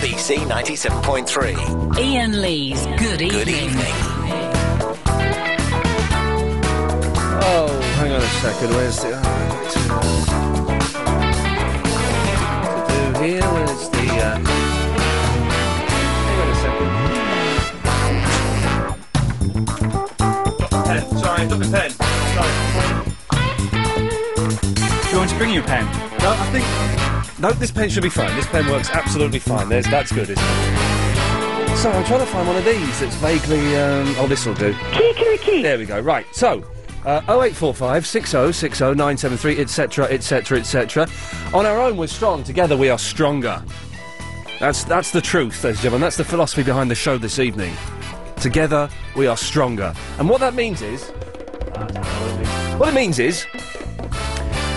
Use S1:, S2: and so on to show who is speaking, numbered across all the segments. S1: BBC 97.3.
S2: Ian Lee's Good Evening.
S1: Good evening.
S3: Oh, hang on a second. Where's the. Oh, what to do here? Where's the. Uh... Hang on a second. Pen. Sorry, I took a pen.
S4: Do you want to bring you a pen?
S3: No, I think. No, this pen should be fine. This pen works absolutely fine. There's, that's good, isn't it? So I'm trying to find one of these that's vaguely. Um, oh, this will do. Key. There we go. Right. So. Uh, 0845 6060 973 etc etc etc. On our own we're strong. Together we are stronger. That's that's the truth, ladies and gentlemen. That's the philosophy behind the show this evening. Together we are stronger. And what that means is, what it means is,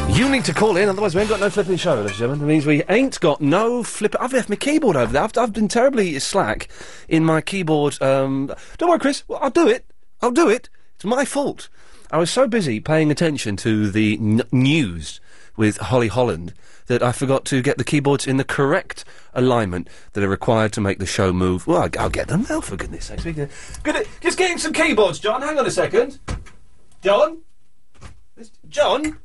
S3: you need to call in, otherwise we ain't got no flipping show, ladies and gentlemen. It means we ain't got no flip. I've left my keyboard over there. I've, I've been terribly slack in my keyboard. Um, don't worry, Chris. Well, I'll do it. I'll do it. It's my fault. I was so busy paying attention to the n- news with Holly Holland that I forgot to get the keyboards in the correct alignment that are required to make the show move. Well, I- I'll get them now, for goodness sakes. We can- Good, just getting some keyboards, John. Hang on a second. John? This- John?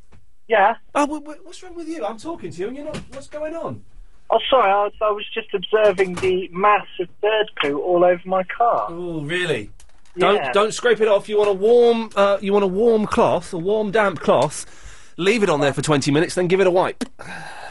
S3: Yeah? Oh, wh- wh- what's wrong with you? I'm talking to you and you're not. What's going on?
S5: Oh, sorry, I was, I was just observing the mass of bird poo all over my car.
S3: Oh, really?
S5: Yeah.
S3: Don't don't scrape it off. You want a warm uh, you want a warm cloth, a warm damp cloth. Leave it on there for twenty minutes, then give it a wipe.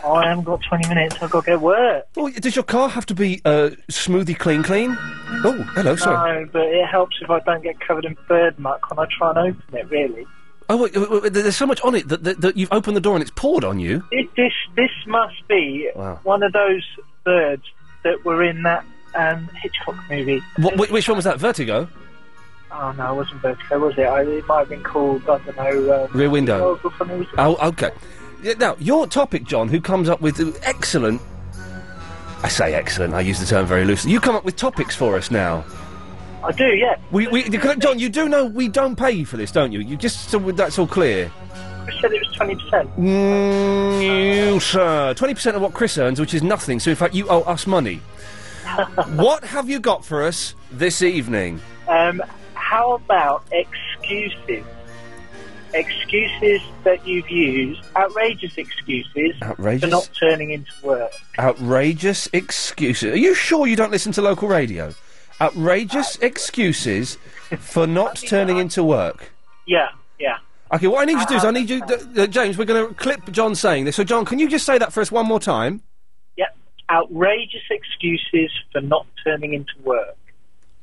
S5: I haven't got 20 minutes, I've got to get work.
S3: Oh, does your car have to be uh, smoothie clean clean? Oh, hello, sorry.
S5: No, but it helps if I don't get covered in bird muck when I try and open it, really.
S3: Oh, wait, wait, wait, there's so much on it that, that, that you've opened the door and it's poured on you.
S5: It, this, this must be
S3: Wow.
S5: one of those birds that were in that um, Hitchcock movie.
S3: What, wh- which one was that? Vertigo,
S5: Oh, no, it wasn't Vertigo, was it? I, it might have been called, I don't know... Um,
S3: rear window.
S5: Horrible Funny Was It?
S3: Oh, okay. Yeah, Now your topic, John, who comes up with uh, excellent. I say excellent. I use the term very loosely. You come up with topics for us now.
S5: I do, yeah.
S3: We, we, John, you do know we don't pay you for this, don't you? You just so that's all clear.
S5: I said it was 20%.
S3: Mm, you, sir, twenty percent of what Chris earns, which is nothing. So in fact, you owe us money. what have you got for us this evening?
S5: Um, how about excuses? Excuses that you've used, outrageous excuses
S3: Outrageous?
S5: for not turning into work.
S3: Outrageous excuses. Are you sure you don't listen to local radio? Outrageous excuses for not turning into work.
S5: Yeah, yeah.
S3: Okay, what I need you to do is I need you, th- th- James. We're going to clip John saying this. So, John, can you just say that for us one more time?
S5: Yep. Outrageous excuses for not turning into work.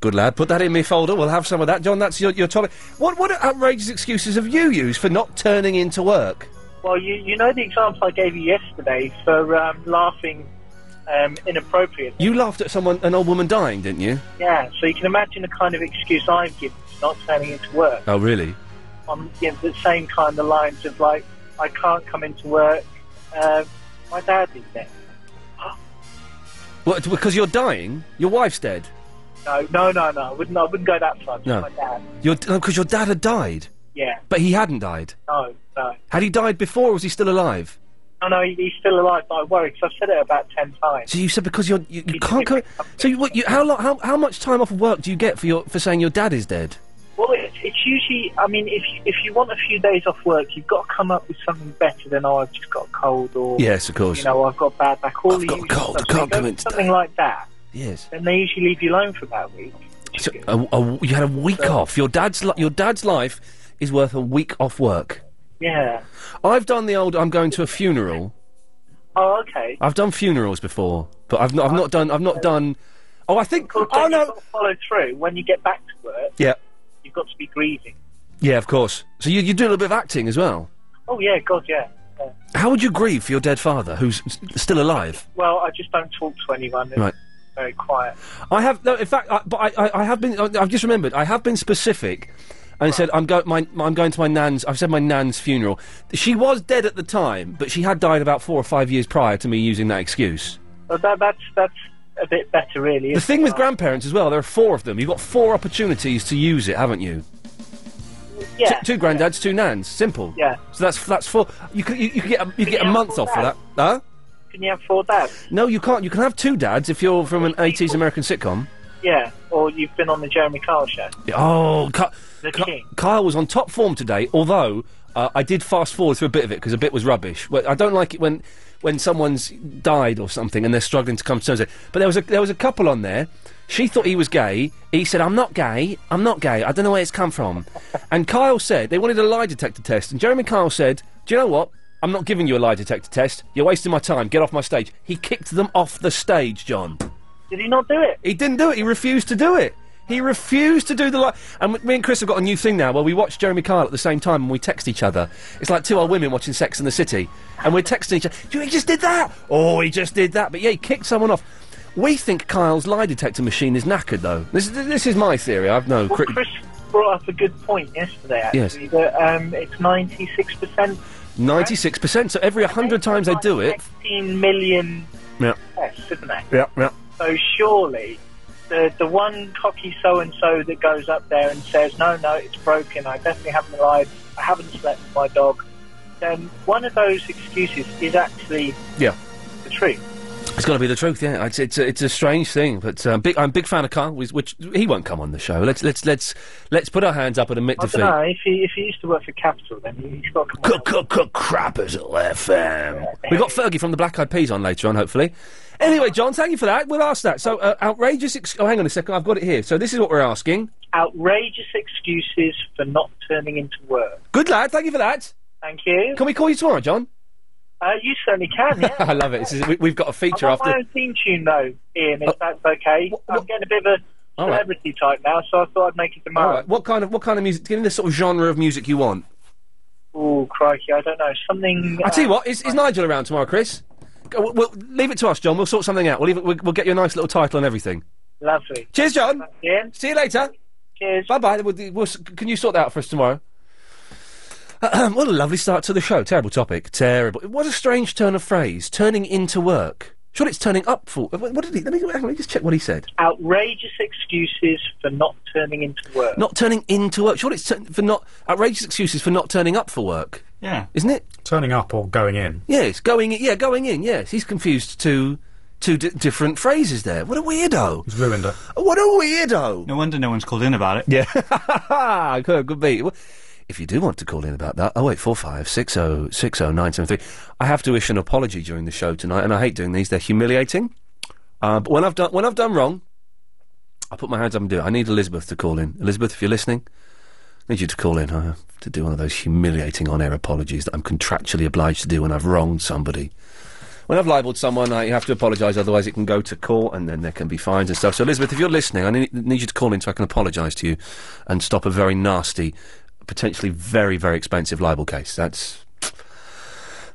S3: Good lad. Put that in my folder. We'll have some of that, John. That's your, your topic. What what outrageous excuses have you used for not turning into work?
S5: Well, you, you know the example I gave you yesterday for um, laughing um, inappropriate.
S3: You laughed at someone, an old woman dying, didn't you?
S5: Yeah, so you can imagine the kind of excuse I've given for not turning into work.
S3: Oh, really?
S5: on you know, the same kind of lines of like, I can't come into work. Uh, my dad is dead.
S3: What, because you're dying. Your wife's dead.
S5: No, no, no, no. I wouldn't. I wouldn't go that far. Just
S3: No.
S5: My dad.
S3: Your because your dad had died,
S5: Yeah.
S3: but he hadn't died.
S5: No, no,
S3: Had he died before, or was he still alive?
S5: no, no. he- He's still alive, but I worry because I've said it about ten times.
S3: So you said because you're, you you can't co- So you, what, you, how long? How, how much time off of work do you get for your for saying your dad is dead?
S5: Well, it's, it's usually. I mean, if you- if you want a few days off work, you've got to come up with something better than oh, I've just got a cold or
S3: Yes, of course.
S5: You know, I've got bad back. All I've
S3: got a cold, I can't come in today.
S5: Something like that.
S3: Yes.
S5: Then they usually leave you alone for about a week.
S3: So, a, a, you had a week off. Your dad's li- your dad's life is worth a week off work.
S5: Yeah.
S3: I've done the old. I'm going to a funeral.
S5: Oh, okay.
S3: I've done funerals before, but I've not. I've not done. I've not done. Oh, I think.
S5: Well,
S3: Oh
S5: then you've
S3: no.
S5: got to follow through when you get back to work.
S3: Yeah.
S5: You've got to be grieving.
S3: Yeah. Of course. So you you do a little bit of acting as well.
S5: Oh yeah, God, yeah. Uh, yeah.
S3: How would you grieve for your dead father, who's s- still alive?
S5: Well, I just don't talk to anyone. It's
S3: Right.
S5: Very quiet.
S3: I have no. In fact, I, but I, I, I have been. I've just remembered. I have been specific, and said I'm going. My I'm going to my nan's. I've said my nan's funeral. She was dead at the time, but she had died about four or five years prior to me using that excuse.
S5: But that, that's that's a bit better, really.
S3: The
S5: isn't
S3: thing
S5: it?
S3: with grandparents as well, there are four of them. You've got four opportunities to use it, haven't you?
S5: yeah,
S3: Two, two granddads, two nans. Simple.
S5: Yeah.
S3: So that's that's four. You could you, you could get a, you get a
S5: Yeah,
S3: month
S5: full
S3: off for
S5: dad.
S3: that. Huh?
S5: Can you have four dads?
S3: No, you can't. You can have two dads if you're from an 80s American sitcom.
S5: Yeah, or you've been on the Jeremy Kyle show.
S3: Oh, Ky-
S5: The King.
S3: Kyle was on top form today, although uh, I did fast forward through a bit of it because a bit was rubbish. Well, I don't like it when when someone's died or something and they're struggling to come to terms with it. But there was a there was a couple on there. She thought he was gay. He said, "I'm not gay. I'm not gay. I don't know where it's come from." and Kyle said they wanted a lie detector test, and Jeremy Kyle said, "Do you know what?" I'm not giving you a lie detector test. You're wasting my time. Get off my stage. He kicked them off the stage, John.
S5: Did he not do it?
S3: He didn't do it. He refused to do it. He refused to do the live. And me and Chris have got a new thing now where we watch Jeremy Kyle at the same time and we text each other. It's like two old women watching Sex in the City. And we're texting each other. "Do you- He just did that. Oh, he just did that. But yeah, he kicked someone off. We think Kyle's lie detector machine is knackered, though. This, is- this is my theory. I've no.
S5: Well,
S3: cri-
S5: Chris brought up a good point yesterday,
S3: Yes.
S5: actually, that um, it's 96%,
S3: 96%. So every 100 times they do it.
S5: 16 million
S3: Yeah.
S5: tests, isn't it?
S3: Yeah, yeah.
S5: So surely the the one cocky so and so that goes up there and says, "No, no, it's broken. I definitely haven't lied. I haven't slept with my dog," then one of those excuses is actually
S3: Yeah.
S5: the truth.
S3: It's got to be the truth, yeah. It's it's a, it's a strange thing, but um, big, I'm a big fan of Kyle. Which, which he won't come on the show. Let's let's let's let's put our hands up and admit
S5: I
S3: defeat.
S5: don't know if he if he used to work for Capital, then he- he's got to come
S3: Cook, cook, cook, Capital FM. We've got Fergie from the Black Eyed Peas on later on, hopefully. Anyway, John, thank you for that. We'll ask that. So, uh, outrageous. Ex- oh, hang on a second. I've got it here. So, this is what we're asking.
S5: outrageous excuses for not turning into work.
S3: Good lad. Thank you for that.
S5: Thank you.
S3: Can we call you tomorrow, John?
S5: Uh, you certainly can. Yeah.
S3: I love it. This is, we, we've got a feature
S5: I want
S3: after. Uh,
S5: my own theme tune though, Ian. If that's okay, I'm getting a bit of a
S3: All right.
S5: celebrity type now, so I thought I'd make it
S3: All
S5: tomorrow.
S3: right. What kind of what kind of music? Give me the sort of genre of music you want.
S5: Oh crikey, I don't know. Something.
S3: I tell you what, is, is Nigel around tomorrow, Chris? Go- We'll, we'll leave it to us, John. We'll sort something out. We'll, leave it, we'll, we'll get you a nice little title and everything.
S5: uh, Lovely.
S3: Cheers, John.
S5: Ian.
S3: See you later.
S5: Cheers.
S3: Bye bye. We'll, do- we'll, s- can you sort that out for us tomorrow? what a lovely start to the show. Terrible topic. Terrible. What a strange turn of phrase. Turning into work. Surely it's turning up for. What, what did he? Let me, hang on, let me just check what he said.
S5: Outrageous excuses for not turning into work.
S3: Not turning into work. Surely it's turn, for not outrageous excuses for not turning up for work.
S4: Yeah.
S3: Isn't it?
S4: Turning up or going in.
S3: Yes, going in. Yeah, going in. Yes, he's confused two two di different phrases there. What a weirdo!
S4: He's ruined it.
S3: What a weirdo!
S4: No wonder no one's called in about it.
S3: Yeah. good, good beat. Well, If you do want to call in about that, oh wait, four five six oh six oh nine seven three. I have to issue an apology during the show tonight, and I hate doing these. They're humiliating. Uh, but when I've done when I've done wrong, I put my hands up and do it. I need Elizabeth to call in. Elizabeth, if you're listening, I need you to call in. I have to do one of those humiliating on-air apologies that I'm contractually obliged to do when I've wronged somebody. When I've libelled someone, I have to apologise, otherwise it can go to court and then there can be fines and stuff. So, Elizabeth, if you're listening, I need, need you to call in so I can apologise to you and stop a very nasty, potentially very, very expensive libel case. That's.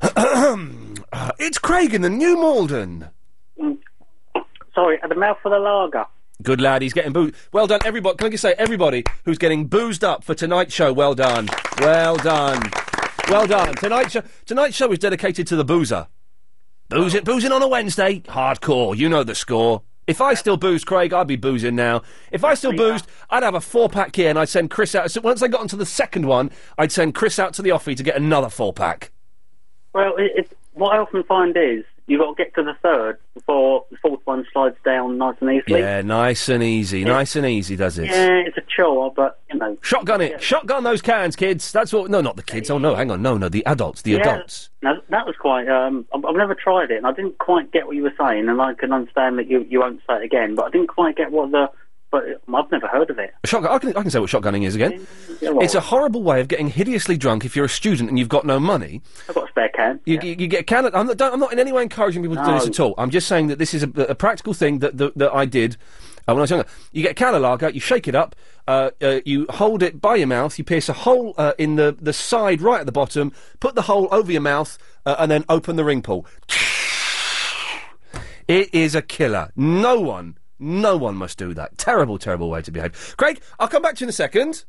S3: Uh, it's Craig in the New Malden.
S6: Sorry, at the mouth of the lager.
S3: Good lad, he's getting booed. Well done, everybody. Can I just say, everybody who's getting boozed up for tonight's show, well done. Well done. Well done. Tonight's show, tonight's show is dedicated to the boozer. Boozing, boozing on a Wednesday, hardcore. You know the score. If I still boozed, Craig, I'd be boozing now. If I still boozed, I'd have a four pack here and I'd send Chris out. So once I got onto the second one, I'd send Chris out to the offie to get another four pack.
S6: Well, it, it, what I often find is you've got to get to the third before the fourth one slides down nice and easily.
S3: Yeah, nice and easy. Nice and easy, does it?
S6: Yeah, it's a chore, but you know.
S3: Shotgun it. Shotgun those cans, kids. That's what. No, not the kids. Oh, no, hang on. No, no, the adults. The
S6: yeah,
S3: adults.
S6: Now, that was quite. Um, I've I've never tried it, and I didn't quite get what you were saying, and I can understand that you you won't say it again, but I didn't quite get what the. But I've never heard of it.
S3: Shotgun. I can, I can say what shotgunning is again.
S6: Yeah, well,
S3: It's a horrible way of getting hideously drunk if you're a student and you've got no money.
S6: I've got a spare can.
S3: You, you, you get a can. Of, I'm, not, don't, I'm not in any way encouraging people to do
S6: No.
S3: this at all. I'm just saying that this is a, a practical thing that, that, that I did uh, when I was younger. You get a can of lager, you shake it up, uh, uh, you hold it by your mouth, you pierce a hole uh, in the, the side right at the bottom, put the hole over your mouth, uh, and then open the ring pull. It is a killer. No one, no one must do that. Terrible, terrible way to behave. Craig, I'll come back to you in a second.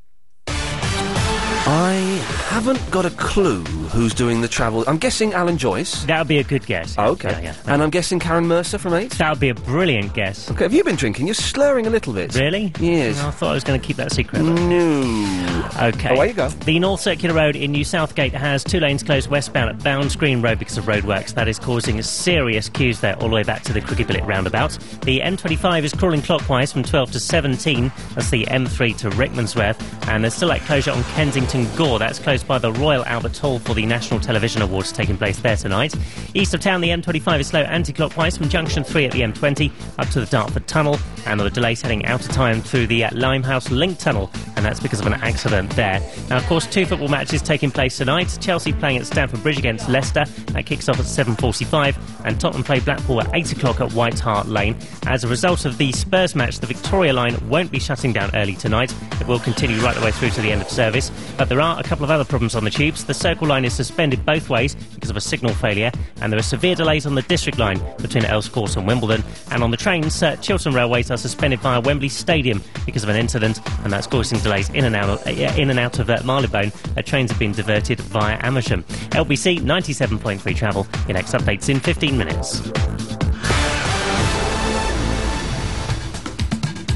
S3: I haven't got a clue who's doing the travel. I'm guessing Alan Joyce. Oh,
S7: That would be a good guess.
S3: okay. And I'm guessing Karen Mercer from Eight.
S7: That would be a brilliant guess.
S3: Okay. Have you been drinking? You're slurring a little bit.
S7: Really?
S3: Yes.
S7: I thought I was going to keep that secret.
S3: No. Oh,
S7: Okay.
S3: Away you go.
S7: The North Circular Road in New Southgate has two lanes closed westbound at Bound Green Road because of roadworks. That is causing serious queues there all the way back to the Cricket Billet roundabout. The M25 is crawling clockwise from 12 to 17. That's the M3 to Rickmansworth. And there's still that closure on Kensington Gore. That's closed by the Royal Albert Hall for the National Television Awards taking place there tonight. East of town, the M25 is slow anti-clockwise from Junction 3 at the M20 up to the Dartford Tunnel. And there are delays heading out of time through the uh, Limehouse Link Tunnel. And that's because of an accident there. Now, of course, two football matches taking place tonight. Chelsea playing at Stamford Bridge against Leicester. That kicks off at 7.45. And Tottenham play Blackpool at 8 o'clock at White Hart Lane. As a result of the Spurs match, the Victoria line won't be shutting down early tonight. It will continue right the way through to the end of service. But there are a couple of other problems on the tubes. The Circle line is suspended both ways because of a signal failure. And there are severe delays on the District line between Earls Court and Wimbledon. And on the trains, uh, Chiltern Railways are suspended via Wembley Stadium because of an incident. And that's causing delays in and out of, uh, yeah, in and out of uh, Marylebone. Uh, trains have been diverted via Amersham. LBC 97.3 travel. Your next update's in 15 minutes.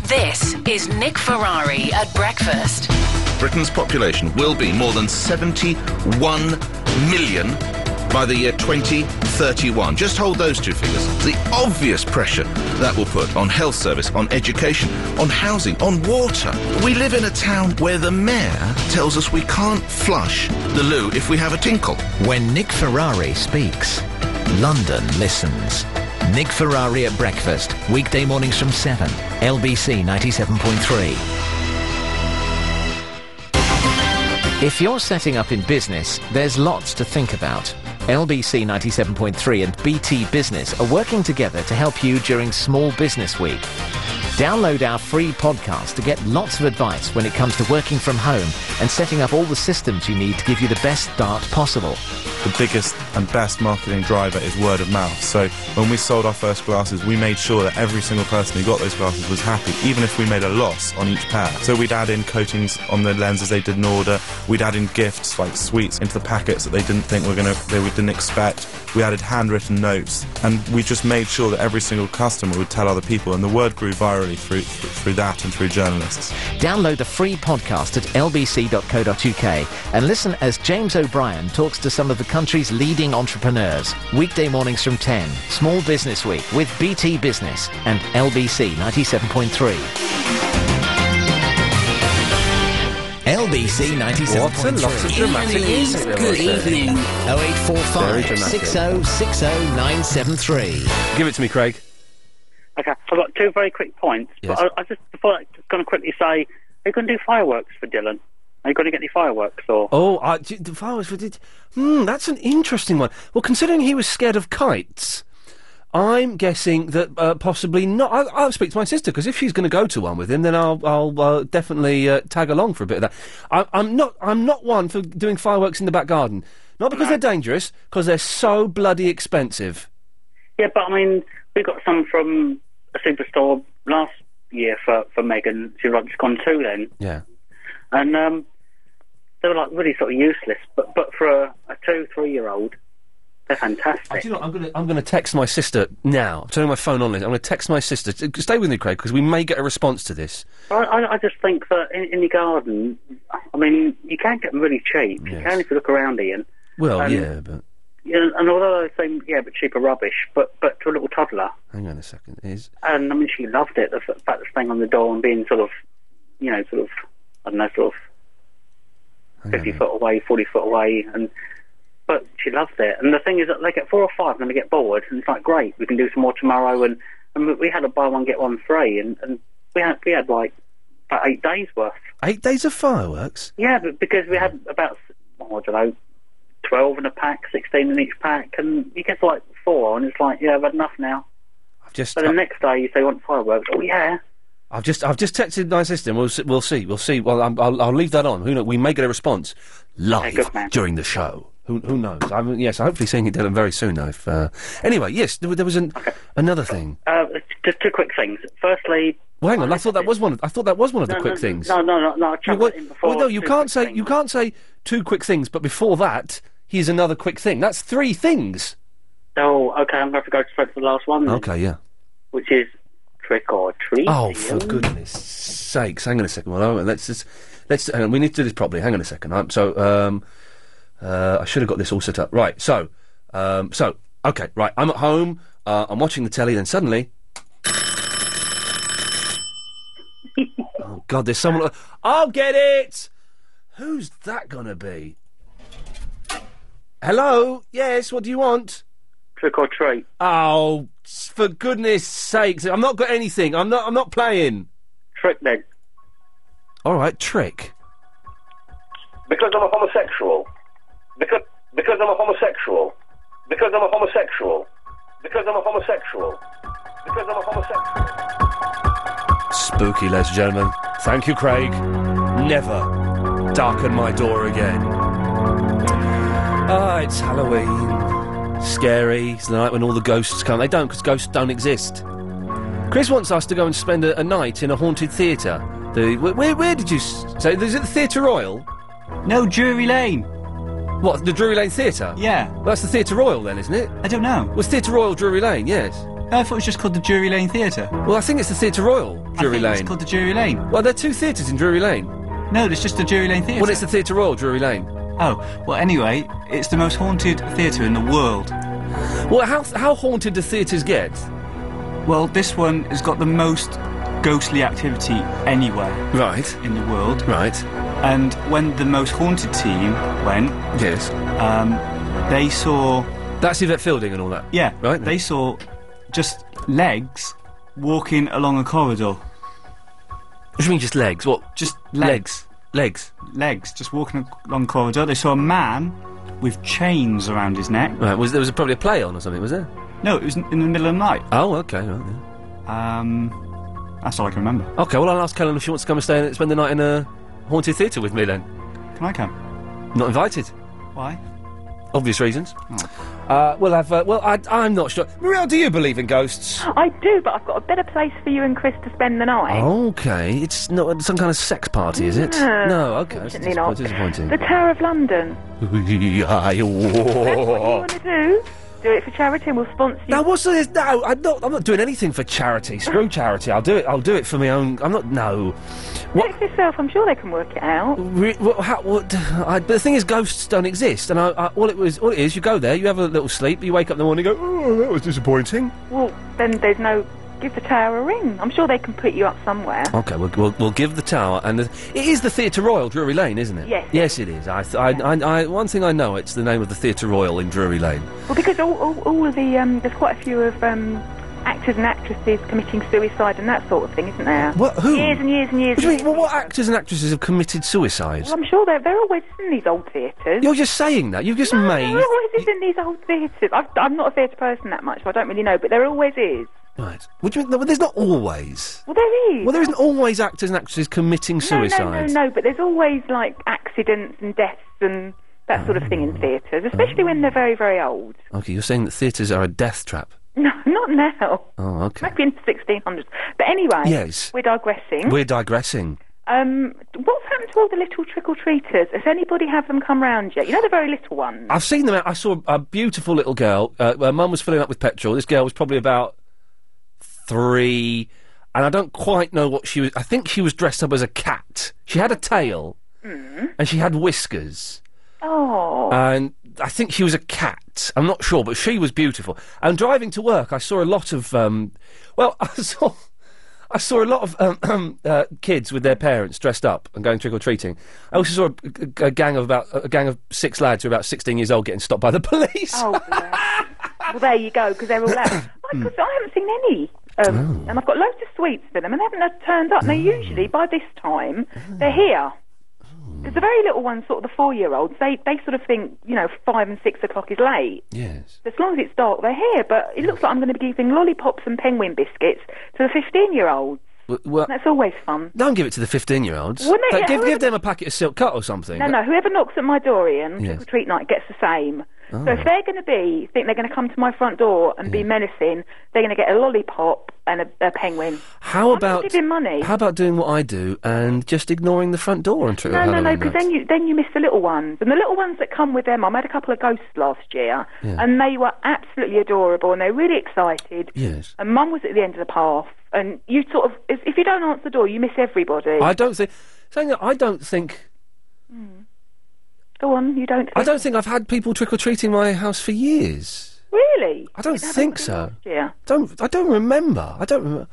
S8: This is Nick Ferrari at breakfast.
S9: Britain's population will be more than 71 million by the year 2031. Just hold those two figures. The obvious pressure that will put on health service, on education, on housing, on water. We live in a town where the mayor tells us we can't flush the loo if we have a tinkle.
S1: When Nick Ferrari speaks, London listens. Nick Ferrari at breakfast, weekday mornings from 7, LBC 97.3. If you're setting up in business, there's lots to think about. LBC 97.3 and BT Business are working together to help you during Small Business Week. Download our free podcast to get lots of advice when it comes to working from home and setting up all the systems you need to give you the best start possible.
S10: The biggest and best marketing driver is word of mouth. So when we sold our first glasses, we made sure that every single person who got those glasses was happy, even if we made a loss on each pair. So we'd add in coatings on the lenses they didn't order. We'd add in gifts like sweets into the packets that they didn't think were gonna, they didn't expect. We added handwritten notes, and we just made sure that every single customer would tell other people. And the word grew virally through through that and through journalists.
S1: Download the free podcast at lbc.co.uk and listen as James O'Brien talks to some of the country's leading entrepreneurs. Weekday mornings from 10, Small Business Week with BT Business and LBC 97.3. LBC 97.3.
S3: What a lot of dramatic
S8: Ian Lee's
S3: music there
S8: Good
S3: was there.
S8: Evening.
S3: Very
S1: 0845
S3: dramatic.
S1: 6060973.
S3: Give it to me, Craig.
S6: Okay, I've got two very quick points.
S3: Yes.
S6: But I, I just before I just going to quickly say, are you going to do fireworks for Dylan? Are you going to get any fireworks or?
S3: Oh, I, d- the flowers. were- Did, hmm, that's an interesting one. Well, considering he was scared of kites, I'm guessing that uh, possibly not. I, I'll speak to my sister because if she's going to go to one with him, then I'll, I'll uh, definitely uh, tag along for a bit of that. I, I'm not. I'm not one for doing fireworks in the back garden. Not because they're dangerous, because they're so bloody expensive.
S6: Yeah, but I mean, we got some from a superstore last year for for Megan. She was like, just gone two then,
S3: Yeah.
S6: and um, they were like really sort of useless. But but for a, a two three year old, they're fantastic.
S3: Do you know what? I'm going to I'm going to text my sister now. I'm turning my phone on. this. I'm going to text my sister. T- Stay with me, Craig, because we may get a response to this.
S6: I, I, I just think that in, in your garden, I mean, you can get them really cheap. You can if you look around, Ian.
S3: Well,
S6: Um,
S3: yeah, but
S6: Yeah, and although they seem yeah, but cheaper rubbish, but but to a little toddler,
S3: hang on a second. Is
S6: and I mean, she loved it. The f- fact of staying on the door and being sort of, you know, sort of, I don't know, sort of fifty foot away, forty foot away, and but she loved it. And the thing is that they get four or five, and then they get bored, and it's like great, we can do some more tomorrow. And and we- we had a buy one get one free, and and we had we had like about eight days worth.
S3: eight days of fireworks?
S6: Yeah, but because we had about oh, I don't know, twelve in a pack, sixteen in each pack, and you get to like four, and it's like yeah, I've had enough now.
S3: I've just
S6: But the next day you say you want fireworks. Oh yeah,
S3: I've just I've just texted my sister. and We'll see, we'll see. We'll see. Well, I'm, I'll, I'll leave that on. Who knows? We may get a response live during the show. Who, who knows? I'm, yes, I'm hopefully seeing it, Dylan, very soon. Though, if, uh... Anyway, yes, there, wa- there was an, another thing.
S6: Uh, just two quick things. Firstly,
S3: Well, hang on. I thought that was one. Of, I thought that was one of the
S6: no,
S3: quick
S6: no,
S3: things.
S6: No, no, no, no. I'll chuck
S3: You- well,
S6: that in before.
S3: well, no, you
S6: two
S3: can't
S6: quick
S3: say
S6: things.
S3: you can't say two quick things. But before that, here's another quick thing. That's three things.
S6: Oh, okay. I'm going to have to go straight to the last one, then,
S3: Okay, yeah.
S6: which is trick or treat.
S3: Oh, for
S6: Ian.
S3: goodness sakes! Hang on a second. Well, hang on, let's just let's. Hang on, we need to do this properly. Hang on a second. I'm, so, um, uh, I should have got this all set up. Right. So, um, so okay. Right. I'm at home. Uh, I'm watching the telly. Then suddenly, oh god, there's someone. I'll get it. Who's that gonna be? Hello. Yes. What do you want?
S6: Trick or treat.
S3: Oh, s- for goodness sakes! I'm not got anything. I'm not. I'm not playing.
S6: Trick then.
S3: All right, trick.
S11: Because I'm a homosexual. Because because I'm a homosexual. Because I'm a homosexual. Because I'm a homosexual. Because I'm a homosexual.
S3: Spooky, ladies and gentlemen. Thank you, Craig. Never darken my door again. Ah, it's Halloween. Scary. It's the night when all the ghosts come. They don't, because ghosts don't exist. Chris wants us to go and spend a, a night in a haunted theatre. The wh- where, where did you s- say? Is it the Theatre Royal? No, Drury Lane. What the Drury Lane Theatre? Yeah, that's the Theatre Royal, then, isn't it? I don't know. Was Theatre Royal Drury Lane? Yes.
S4: Oh,
S3: I thought it was just called the Drury Lane Theatre. Well, I think it's the Theatre Royal, Drury Lane.
S4: it's called the Drury Lane.
S3: Well, there are two theatres in Drury Lane.
S4: No, there's just the Drury Lane Theatre.
S3: Well, it's the Theatre Royal, Drury Lane.
S4: Oh, well, anyway, it's the most haunted theatre in the world.
S3: Well, how, how haunted do theatres get?
S4: Well, this one has got the most ghostly activity anywhere.
S3: Right.
S4: In the world.
S3: Right.
S4: And when the most haunted team went.
S3: Yes.
S4: Um, they saw.
S3: That's Yvette Fielding and all that.
S4: Yeah.
S3: Right.
S4: They saw just legs walking along a corridor.
S3: What do you mean, just legs? What?
S4: Just
S3: legs. Legs.
S4: Legs. Just walking along a corridor. They saw a man with chains around his neck.
S3: Right, was there was probably a play on or something, was there?
S4: No, it was in in the middle of the night.
S3: Oh, okay, right. Yeah.
S4: Um, that's all I can remember.
S3: Okay, well, I'll ask Helen if she wants to come and stay and spend the night in a haunted theatre with me then.
S4: Uh, Can I come?
S3: Not invited.
S4: Why?
S3: Obvious reasons.
S4: Oh.
S3: Uh, we'll have. Uh, well, I, I'm not sure. Muriel, do you believe in ghosts?
S12: I do, but I've got a better place for you and Chris to spend the night.
S3: Oh, Okay, it's not some kind of sex party, is it?
S12: No,
S3: no, okay. That's
S12: Hmm. Definitely not.
S3: disappointing.
S12: The Tower of London.
S3: disappointing.
S12: What do you want to do? Do it for charity and we'll sponsor you.
S3: Now, what's this? No, I'm not. I'm not doing anything for charity. Screw charity. I'll do it. I'll do it for my own. I'm not. No. What?
S12: Check yourself, I'm sure they can work it out.
S3: Re- what, how, what I, but the thing is, ghosts don't exist, and I, I, all it was, all it is, you go there, you have a little sleep, you wake up in the morning, and go, oh, that was disappointing.
S12: Well, then there's no. Give the tower a ring. I'm sure they can put you up somewhere.
S3: Okay, we'll, we'll, we'll give the tower, and the, it is the Theatre Royal, Drury Lane, isn't it?
S12: Yes.
S3: Yes, it is. I, th- I, I, I, one thing I know, it's the name of the Theatre Royal in Drury Lane.
S12: Well, because all, all, all of the. Um, there's quite a few of um, actors and actresses committing suicide and that sort of thing, isn't there?
S3: What? Who?
S12: Years and years and years.
S3: What do you
S12: and
S3: mean?
S12: years.
S3: Well, what actors and actresses have committed suicide?
S12: Well, I'm sure they're, they're always in these old theatres.
S3: You're just saying that. You've just made.
S12: There always is in these old theatres. I've, I'm not a theatre person that much, so I don't really know, but there always is.
S3: Right. What do you mean? No, There's not always.
S12: Well, there is.
S3: Well, there isn't always actors and actresses committing
S12: No, no,
S3: suicide.
S12: no, no, but there's always like accidents and deaths and that sort of thing
S3: Oh.
S12: in theatres, especially when they're very, very old.
S3: Okay, you're saying that theatres are a death trap.
S12: No, not now.
S3: Oh, okay.
S12: Maybe in the 1600s. But anyway,
S3: Yes.
S12: we're digressing.
S3: We're digressing.
S12: Um, what's happened to all the little trick or treaters? Has anybody have them come round yet? You know, the very little ones.
S3: I've seen them. out- I saw a beautiful little girl. Uh, her mum was filling up with petrol. This girl was probably about three, and I don't quite know what she was. I think she was dressed up as a cat. She had a tail, and she had whiskers.
S12: Oh.
S3: And I think she was a cat. I'm not sure, but she was beautiful. And driving to work, I saw a lot of. Um, well, I saw. I saw a lot of um, uh, kids with their parents dressed up and going trick or treating. I also saw a, a- a gang of about a gang of six lads who were about 16 years old getting stopped by the police.
S12: Oh, bless. well, there you go, because they're all out. Because I haven't seen any.
S3: Oh.
S12: Um, And I've got loads of sweets for them, and they haven't had turned up. Now, usually by this time,
S3: Oh.
S12: they're here. 'Cause the very little ones, sort of the four year olds, they, they sort of think, you know, five and six o'clock is late.
S3: Yes.
S12: As long as it's dark, they're here. But it looks like I'm going to be giving lollipops and penguin biscuits to the 15 year olds.
S3: W- Well,
S12: That's always fun.
S3: don't give it to the fifteen-year-olds.
S12: Wouldn't it- yeah,
S3: give, give
S12: whoever-
S3: them a packet of silk cut or something.
S12: No, no. Whoever knocks at my door, Ian,
S3: Yes.
S12: trick or treat night, gets the same.
S3: Oh.
S12: So if they're going to be, think they're going to come to my front door and be menacing, they're going to get a lollipop and a, a penguin.
S3: How about
S12: giving money.
S3: How about doing what I do and just ignoring the front door and
S12: no, no, no, because then you then you miss the little ones and the little ones that come with them. I made a couple of ghosts last year,
S3: Yeah.
S12: and they were absolutely adorable and they're really excited.
S3: Yes.
S12: And Mum was at the end of the path, and you sort of if, if you don't answer the door, you miss everybody.
S3: I don't think. Saying that, I don't think.
S12: Hmm. Go on, you don't.
S3: I don't think I've had people trick or treating my house for years.
S12: Really?
S3: I don't think so.
S12: Yeah.
S3: Don't. I don't remember. I don't remember.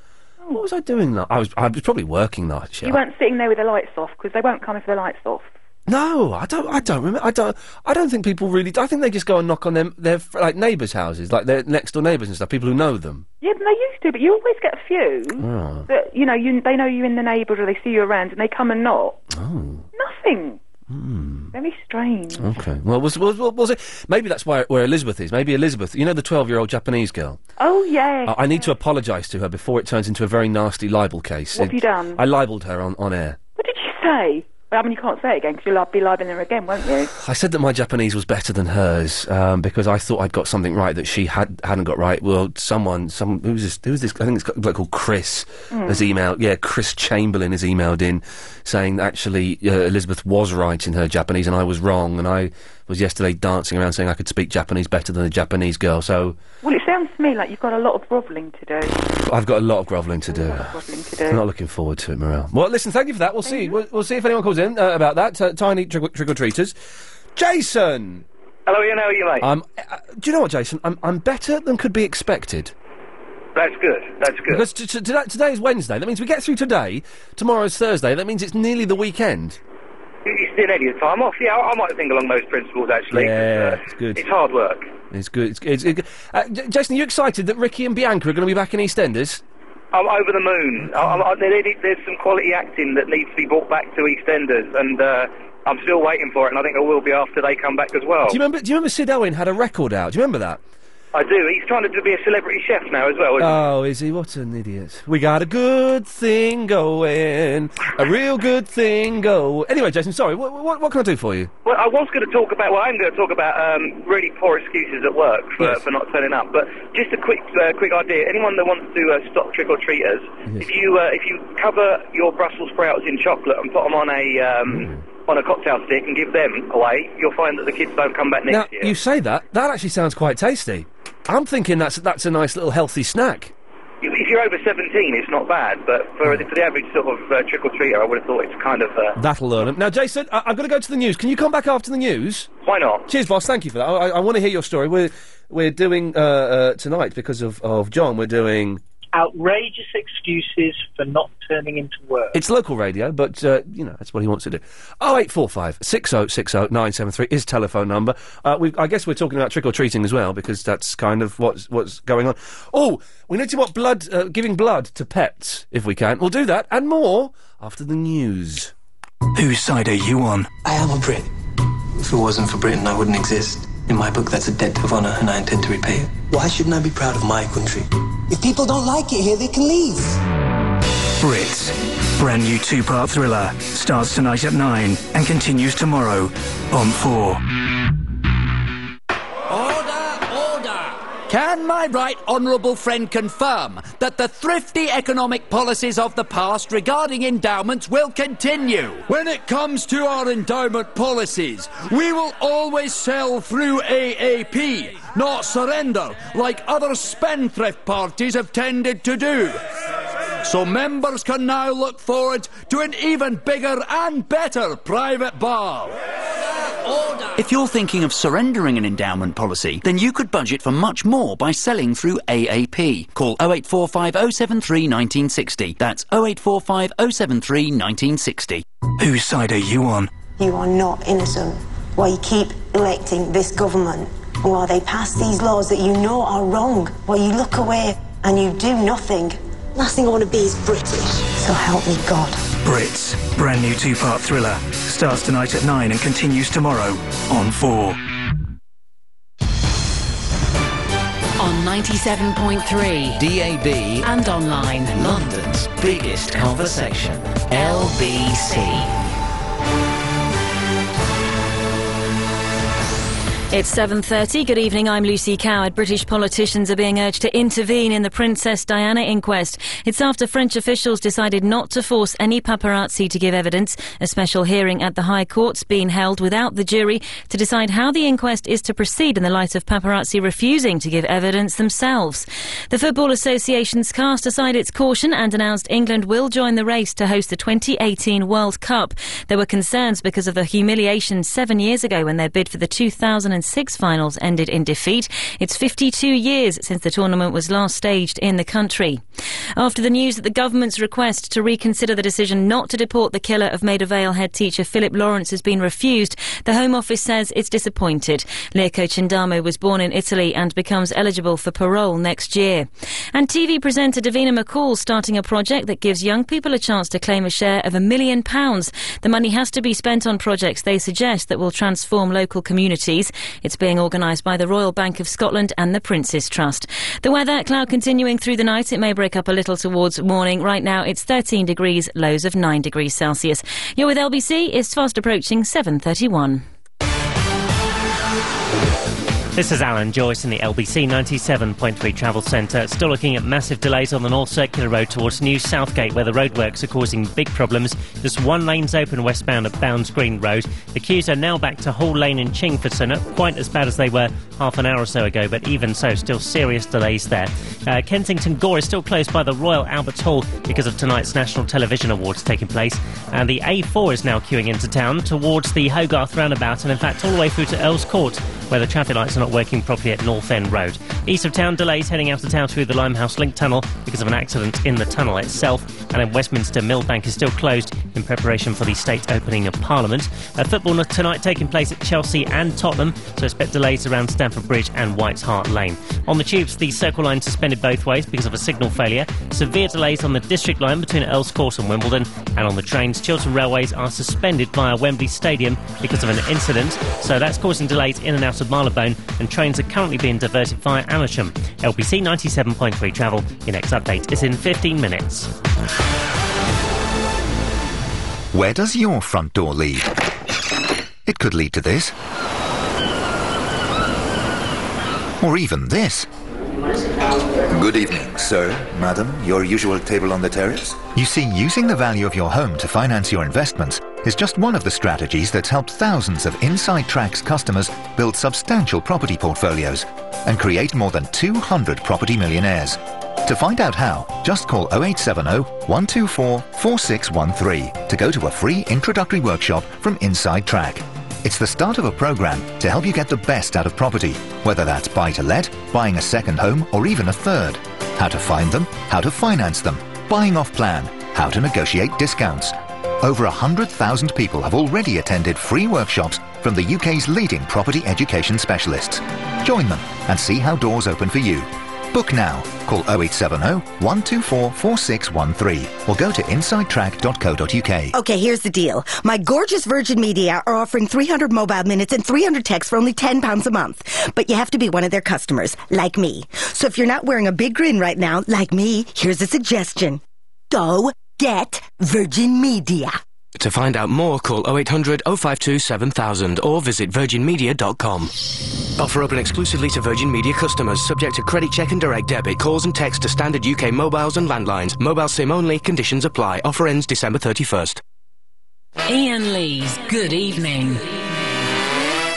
S3: What was I doing? That I was. I was probably working that shit.
S12: Oh. You weren't sitting there with the lights off because they won't come if the lights off.
S3: No, I don't. I don't remember. I don't. I don't think people really. I think they just go and knock on them their fr- like neighbours' houses, like their next door neighbours and stuff. People who know them.
S12: Yeah, but they used to, but you always get a few
S3: Oh.
S12: that you know you they know you in the neighbourhood or they see you around and they come and knock.
S3: Oh.
S12: Nothing.
S3: Hmm.
S12: Very strange.
S3: Okay. Well, we'll, we'll, we'll, we'll see. Maybe that's where, where Elizabeth is. Maybe Elizabeth. You know the twelve-year-old Japanese girl.
S12: Oh yeah.
S3: I, I need to apologise to her before it turns into a very nasty libel case.
S12: What
S3: It-
S12: have you done?
S3: I libelled her on, on air.
S12: What did you say? Well, I mean, you can't say it again because you'll uh, be live in there again, won't you?
S3: I said that my Japanese was better than hers um, because I thought I'd got something right that she had hadn't got right. Well, someone, some who's this? Who's this? I think it's got a bloke called Chris
S12: Hmm.
S13: Mm.
S3: has emailed. Yeah, Chris Chamberlain has emailed in saying that actually uh, Elizabeth was right in her Japanese and I was wrong. And I was yesterday dancing around saying I could speak Japanese better than a Japanese girl. So
S12: Well, it sounds to me like you've got a lot of grovelling to do.
S3: I've got a lot of grovelling to do.
S12: Grovelling to
S3: I'm
S12: do.
S3: not looking forward to it, Morel. Well, listen, thank you for that. We'll see. We'll, we'll see if anyone calls in uh, about that. Uh, tiny trick or treaters. Jason!
S14: Hello, Ian. How are you, mate?
S3: Um, uh, do you know what, Jason? I'm, I'm better than could be expected.
S14: That's good. That's good.
S3: Because t- t- today, today is Wednesday. That means we get through today. Tomorrow's Thursday. That means it's nearly the weekend.
S14: It's nearly your time off. Yeah, I I might think along those principles, actually. 'cause,
S3: Yeah,
S14: uh,
S3: it's good.
S14: It's hard work.
S3: It's good. It's, it's, it's, uh, J- Jason, are you excited that Ricky and Bianca are going to be back in EastEnders?
S14: I'm over the moon. I, I, I, there- there- there's some quality acting that needs to be brought back to EastEnders, and uh, I'm still waiting for it, and I think I will be after they come back as well.
S3: Do you remember? Do you remember Sid Owen had a record out? Do you remember that?
S14: I do. He's trying to be a celebrity chef now as well. Isn't he?
S3: Oh, is he? What an idiot. We got a good thing going. A real good thing go. Anyway, Jason, sorry. What, what, what can I do for you?
S14: Well, I was going to talk about. Well, I'm going to talk about um, really poor excuses at work for,
S3: Yes.
S14: for not turning up. But just a quick, uh, quick idea. Anyone that wants to uh, stop trick or treaters, if you uh, if you cover your Brussels sprouts in chocolate and put them on a um,
S3: Mm.
S14: on a cocktail stick and give them away, you'll find that the kids don't come back
S3: now,
S14: next year.
S3: you say that. That actually sounds quite tasty. I'm thinking that's that's a nice little healthy snack.
S14: If you're over 17, it's not bad. But
S3: Mm.
S14: for, for the average sort of uh, trick or treater, I would have thought it's kind of. Uh,
S3: That'll learn 'em. Now, Jason, I- I've got to go to the news. Can you come back after the news?
S14: Why not?
S3: Cheers, boss. Thank you for that. I, I, I want to hear your story. We're we're doing uh, uh, tonight because of, of John. We're doing.
S15: Outrageous excuses for not turning into work.
S3: It's local radio, but uh, you know that's what he wants to do. Oh eight four five six zero six zero nine seven three is telephone number. Uh, we, I guess we're talking about trick or treating as well because that's kind of what's what's going on. Oh, we need to what blood uh, giving blood to pets if we can. We'll do that and more after the news.
S5: Whose side are you on? I am a Brit. If it wasn't for Britain, I wouldn't exist. In my book, that's a debt of honor, and I intend to repay it. Why shouldn't I be proud of my country?
S16: If people don't like it here, they can leave.
S5: Brits. Brand new two part thriller starts tonight at 9 and continues tomorrow on 4.
S17: Can my right honourable friend confirm that the thrifty economic policies of the past regarding endowments will continue? When it comes to our endowment policies, we will always sell through AAP, not surrender like other spendthrift parties have tended to do. So members can now look forward to an even bigger and better private bar.
S18: If you're thinking of surrendering an endowment policy, then you could budget for much more by selling through AAP. Call 0845 073 1960. That's 0845 073 1960.
S5: Whose side are you on?
S19: You are not innocent. Why you keep electing this government, while they pass these laws that you know are wrong, while you look away and you do nothing. Last thing I want to be is British. So help me God.
S5: Brits. Brand new two part thriller starts tonight at 9 and continues tomorrow on 4.
S20: On
S2: 97.3.
S20: DAB.
S2: And online.
S20: London's biggest conversation. LBC.
S21: It's 7.30. Good evening, I'm Lucy Coward. British politicians are being urged to intervene in the Princess Diana inquest. It's after French officials decided not to force any paparazzi to give evidence. A special hearing at the High Court's been held without the jury to decide how the inquest is to proceed in the light of paparazzi refusing to give evidence themselves. The Football Association's cast aside its caution and announced England will join the race to host the 2018 World Cup. There were concerns because of the humiliation seven years ago when their bid for the 2006 finals ended in defeat. It's 52 years since the tournament was last staged in the country. After the news that the government's request to reconsider the decision not to deport the killer of Maida Vale head teacher Philip Lawrence has been refused, the Home Office says it's disappointed. Lirko Chindamo was born in Italy and becomes eligible for parole next year. And TV presenter Davina McCall starting a project that gives young people a chance to claim a share of a million pounds. The money has to be spent on projects they suggest that will transform local communities. It's being organised by the Royal Bank of Scotland and the Prince's Trust. The weather cloud continuing through the night. It may break up a little towards morning. Right now it's 13 degrees, lows of 9 degrees Celsius. You're with LBC. It's fast approaching 7:31.
S7: This is Alan Joyce in the LBC 97.3 Travel Centre. Still looking at massive delays on the North Circular Road towards New Southgate, where the roadworks are causing big problems. Just one lane's open westbound at Bounds Green Road. The queues are now back to Hall Lane in Chingford, so not quite as bad as they were half an hour or so ago, but even so, still serious delays there. Uh, Kensington Gore is still closed by the Royal Albert Hall because of tonight's National Television Awards taking place, and the A4 is now queuing into town towards the Hogarth roundabout, and in fact, all the way through to Earls Court, where the traffic lights are not working properly at North End Road. East of town, delays heading out of town through the Limehouse Link Tunnel because of an accident in the tunnel itself. And in Westminster, Millbank is still closed in preparation for the state opening of Parliament. Uh, football n- tonight taking place at Chelsea and Tottenham, so expect delays around Stamford Bridge and White's Hart Lane. On the tubes, the Circle Line suspended both ways because of a signal failure. Severe delays on the District Line between Earls Court and Wimbledon. And on the trains, Chiltern Railways are suspended via Wembley Stadium because of an incident. So that's causing delays in and out of Marylebone, and trains are currently being diverted via Amersham. LBC 97.3 travel. Your next update is in 15 minutes.
S22: Where does your front door lead? It could lead to this. Or even this.
S23: Good evening, sir, madam. Your usual table on the terrace?
S22: You see, using the value of your home to finance your investments is just one of the strategies that's helped thousands of Inside Tracks customers build substantial property portfolios and create more than 200 property millionaires. To find out how, just call 0870 124 4613 to go to a free introductory workshop from Inside Track. It's the start of a program to help you get the best out of property, whether that's buy to let, buying a second home, or even a third. How to find them, how to finance them, buying off plan, how to negotiate discounts. Over 100,000 people have already attended free workshops from the UK's leading property education specialists. Join them and see how doors open for you. Book now. Call 0870 124 4613 or go to insidetrack.co.uk.
S24: Okay, here's the deal. My gorgeous Virgin Media are offering 300 mobile minutes and 300 texts for only £10 a month. But you have to be one of their customers, like me. So if you're not wearing a big grin right now, like me, here's a suggestion. Go get Virgin Media.
S25: To find out more, call 0800 052 7000 or visit virginmedia.com. Offer open exclusively to Virgin Media customers, subject to credit check and direct debit. Calls and texts to standard UK mobiles and landlines. Mobile SIM only. Conditions apply. Offer ends December 31st.
S2: Ian Lee's Good Evening.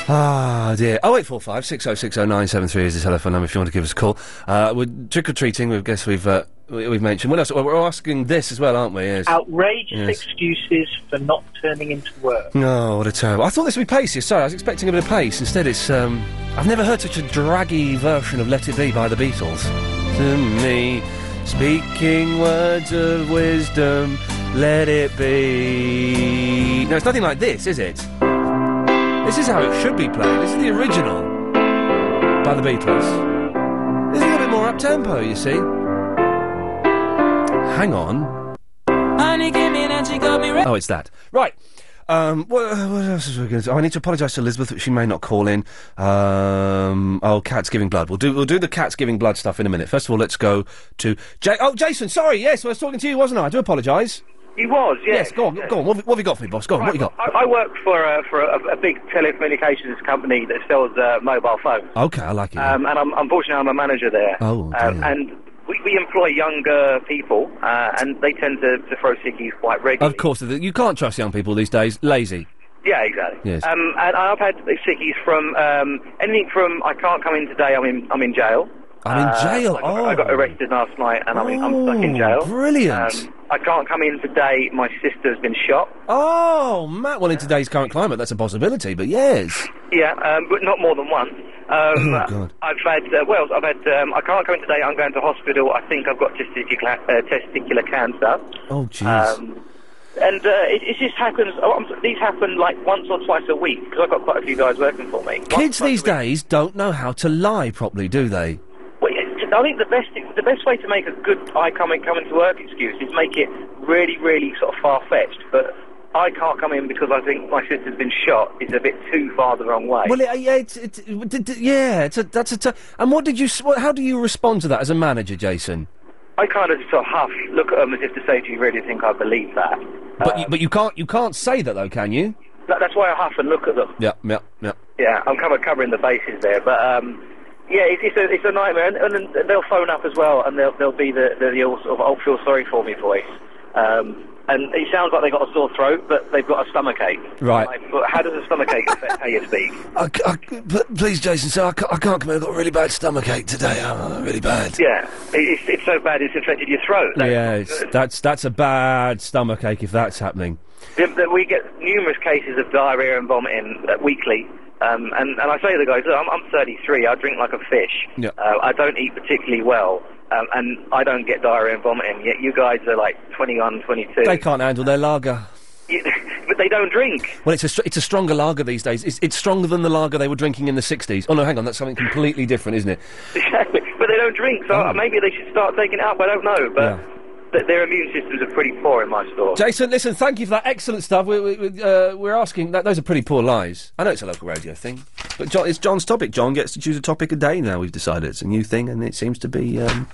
S3: Ah dear. Oh eight four five six oh six oh nine seven three is the telephone number if you want to give us a call. Uh, we're trick or treating. We guess we've uh, we, we've mentioned. What else? Well, We're asking this as well, aren't we? Yes.
S14: Outrageous
S3: Yes.
S14: excuses for not turning into work.
S3: No, Oh, what a terrible. I thought this would be pacey. Sorry, I was expecting a bit of pace. Instead, it's. Um, I've never heard such a draggy version of Let It Be by the Beatles. To me, speaking words of wisdom, let it be. No, it's nothing like this, is it? This is how it should be played. This is the original by the Beatles. It's a little bit more up tempo, you see. Hang on.
S12: Honey came in and she got me
S3: Oh, it's that. Right. Um, what, what else is we going to do? Oh, I need to apologise to Elizabeth. She may not call in. Um, oh, cats giving blood. We'll do. We'll do the cats giving blood stuff in a minute. First of all, let's go to. Ja- oh, Jason. Sorry. Yes, I was talking to you, wasn't I? I do apologise.
S14: He was, yes.
S3: Yes. Go on. Go on. What have, what have you got for me, boss? Go on. What have you got?
S14: I, I work for uh, for a, a big telecommunications company that sells uh, mobile phones.
S3: Okay, I like it.
S14: Um, and I'm, unfortunately, I'm a manager there.
S3: Oh,
S14: um, and we, we employ younger people, uh, and they tend to, to throw sickies quite regularly.
S3: Of course, you can't trust young people these days. Lazy.
S14: Yeah, exactly.
S3: Yes.
S14: Um, and I've had sickies from um, anything from I can't come in today. I'm in I'm in jail.
S3: I'm in
S14: Uh,
S3: jail.
S14: I got, I got arrested last night, and I'm, in, I'm stuck in
S3: Oh,
S14: jail.
S3: brilliant.
S14: Um, I can't come in today. My sister's been shot.
S3: Oh, Matt. Well, in today's current climate, that's a possibility. But yes.
S14: Yeah, um, but not more than once. Um,
S3: Oh, God.
S14: I've had uh, well, I've had um, I can't come in today. I'm going to hospital. I think I've got testicular uh, testicular cancer.
S3: Oh, jeez.
S14: Um, and uh, it, it just happens. oh, I'm- these happen like once or twice a week because I've got quite a few guys working for me.
S3: Kids these days don't know how to lie properly, do they?
S14: Well, yeah, I think the best the best way to make a good I coming coming to work excuse is make it really really sort of far fetched. But I can't come in because I think my sister's been shot is a bit too far the wrong way.
S3: Well, it, uh, yeah, it's, it's, it- d- d- yeah, it's a, that's a. T- and what did you? s- What, how do you respond to that as a manager, Jason?
S14: I kind of sort of huff, look at them as if to say, "Do you really think I believe that?"
S3: But you, but you can't you can't say that though, can you?
S14: That- That's why I huff and look at them.
S3: Yeah, yeah, yeah.
S14: Yeah, I'm kind of covering the bases there, but um, yeah, it's, it's a it's a nightmare, and, and then they'll phone up as well, and they'll they'll be the the, the all sort of "I'll feel sorry for me" voice. Um, and it sounds like they've got a sore throat, but they've got a stomach ache.
S3: Right.
S14: Like, well, how does a stomach ache affect how you speak?
S3: I, c- I c- p- please, Jason, sir, I can't, I can't come in. I've got a really bad stomach ache today. Oh, really bad.
S14: Yeah, it, it's, it's so bad it's affected your throat.
S3: Yeah, it's, that's that's a bad stomach ache if that's happening.
S14: Yeah, but we get numerous cases of diarrhea and vomiting uh, weekly. Um, and, and I say to the guys, look, I'm, I'm 33, I drink like a fish.
S3: Yeah.
S14: Uh, I don't eat particularly well, um, and I don't get diarrhea and vomiting, yet you guys are like 21, 22.
S3: They can't handle their lager.
S14: You- but they don't drink.
S3: Well, it's a str- it's a stronger lager these days. It's, it's stronger than the lager they were drinking in the '60s. Oh no, hang on, that's something completely different, isn't it?
S14: but they don't drink,
S3: Oh.
S14: so maybe they should start taking it up, I don't know. But th- their immune systems are pretty poor in my store.
S3: Jason, listen, thank you for that excellent stuff. We, we, we, uh, we're asking that those are pretty poor lies. I know it's a local radio thing, but John, it's John's topic. John gets to choose a topic a day now. We've decided it's a new thing, and it seems to be, um,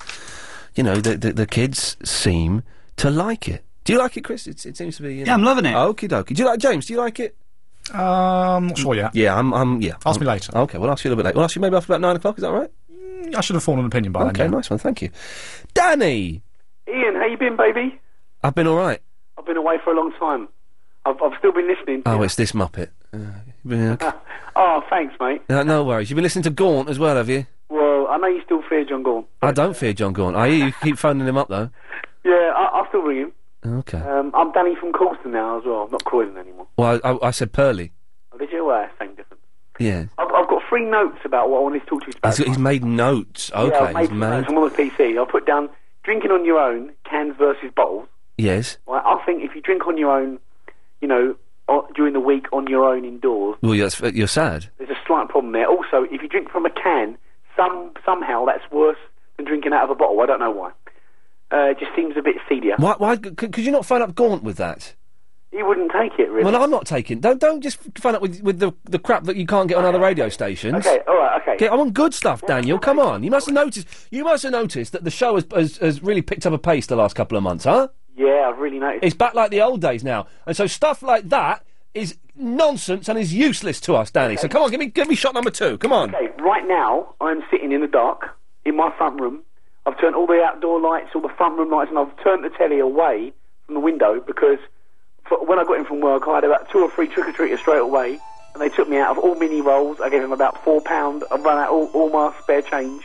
S3: you know, the, the the kids seem to like it. Do you like it, Chris? It's, it seems to be. You know,
S4: Yeah, I'm loving it.
S3: Okie dokie. Do you like James? Do you like it? Um, not sure yet. Yeah, I'm. I'm yeah. Ask me later. Okay, we'll ask you a little bit later. We'll ask you maybe after about nine o'clock. Is that all right? I should have formed an opinion by okay, then. Okay, nice one. Thank you, Danny.
S26: Ian, how you been, baby?
S3: I've been all right.
S26: I've been away for a long time. I've, I've still been listening.
S3: Oh, it's this Muppet. Uh, you been okay?
S26: Oh, thanks, mate.
S3: No, Uh, no worries. You've been listening to Gaunt as well, have you?
S26: Well, I know you still fear John Gorn.
S3: I don't fear John Gaunt. I hear you keep phoning him up though.
S26: Yeah, I, I'll still ring him.
S3: Okay.
S26: Um, I'm Danny from Colston now as well. I'm not Croydon anymore.
S3: Well, I, I, I said Pearly.
S26: Oh, Did you? Uh, same difference.
S3: Yeah.
S26: I've, I've got three notes about what I wanted to talk to you about.
S3: He's, he's made notes. Okay.
S26: yeah, I've made
S3: he's
S26: some
S3: made.
S26: notes. I'm on the PC. I put down drinking on your own, cans versus bottles.
S3: Yes.
S26: Right, I think if you drink on your own, you know, or, during the week on your own indoors,
S3: Well, you're, s- you're sad.
S26: there's a slight problem there. Also, if you drink from a can, some somehow that's worse than drinking out of a bottle. I don't know why. Uh, it just seems a bit seedier.
S3: Why? Why? c- Could you not phone up Gaunt with that?
S26: He wouldn't take it, really.
S3: Well, I'm not taking. Don't don't just phone up with with the the crap that you can't get on other radio stations.
S26: Okay, all right, okay.
S3: Okay, I want good stuff, Daniel. Come on. You must have noticed. You must have noticed that the show has, has has really picked up a pace the last couple of months, huh?
S26: Yeah, I've really noticed.
S3: It's back like the old days now, and so stuff like that is nonsense and is useless to us, Danny. So come on, give me give me shot number two. Come on.
S26: Okay, right now I'm sitting in the dark in my front room. I've turned all the outdoor lights, all the front room lights, and I've turned the telly away from the window because for, when I got in from work, I had about two or three trick or treaters straight away, and they took me out of all mini rolls. I gave them about four pound. I've run out all, all my spare change,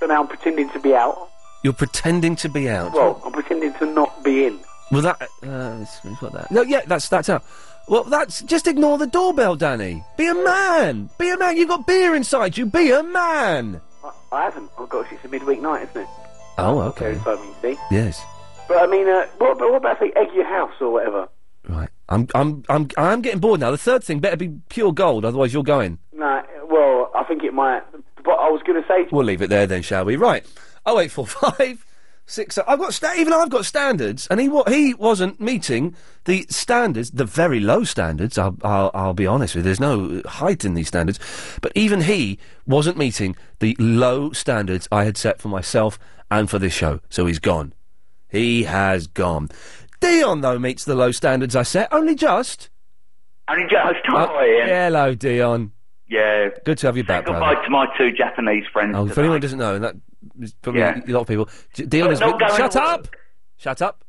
S26: so now I'm pretending to be out.
S3: You're pretending to be out.
S26: Well, I'm pretending to not be in.
S3: Well, that. Uh, it's- it's got that. No, yeah, that's that's out. Well, that's just ignore the doorbell, Danny. Be a man. Be a man. You've got beer inside you. Be a man.
S26: I, I haven't. Oh gosh, it's a midweek night, isn't it?
S3: Oh, okay.
S26: So, I mean, see.
S3: Yes,
S26: But I mean, uh, what, what about if they egg your house or whatever?
S3: I'm. I'm. I'm. I'm getting bored now. The third thing better be pure gold, otherwise you're going.
S26: No, well, I think it might. But I was going to say to
S3: We'll leave it there then, shall we? Right. Oh eight four five Six. I've got sta- even I've got standards, and he wa- he wasn't meeting the standards, the very low standards. I'll, I'll I'll be honest with you. There's no height in these standards, but even he wasn't meeting the low standards I had set for myself and for this show. So he's gone. He has gone. Dion though meets the low standards I set only just.
S13: Only just.
S3: Uh,
S13: Hi, Ian.
S3: hello, Dion.
S13: Yeah.
S3: Good to have you back, brother.
S13: Goodbye to my two Japanese friends.
S3: Oh, if
S13: today.
S3: anyone doesn't know, and that is probably
S13: Yeah.
S3: a lot of people. J- Dion has
S13: Not
S3: been.
S13: going to
S3: Shut
S13: work.
S3: up! Shut up!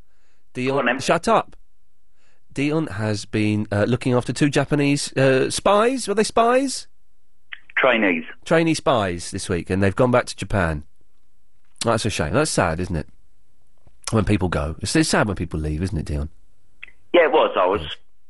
S3: Dion, shut up! Dion has been uh, looking after two Japanese uh, spies. Were they spies?
S13: Trainees.
S3: Trainee spies this week, and they've gone back to Japan. That's a shame. That's sad, isn't it? When people go, it's, it's sad when people leave, isn't it, Dion?
S13: Yeah, it was. I was.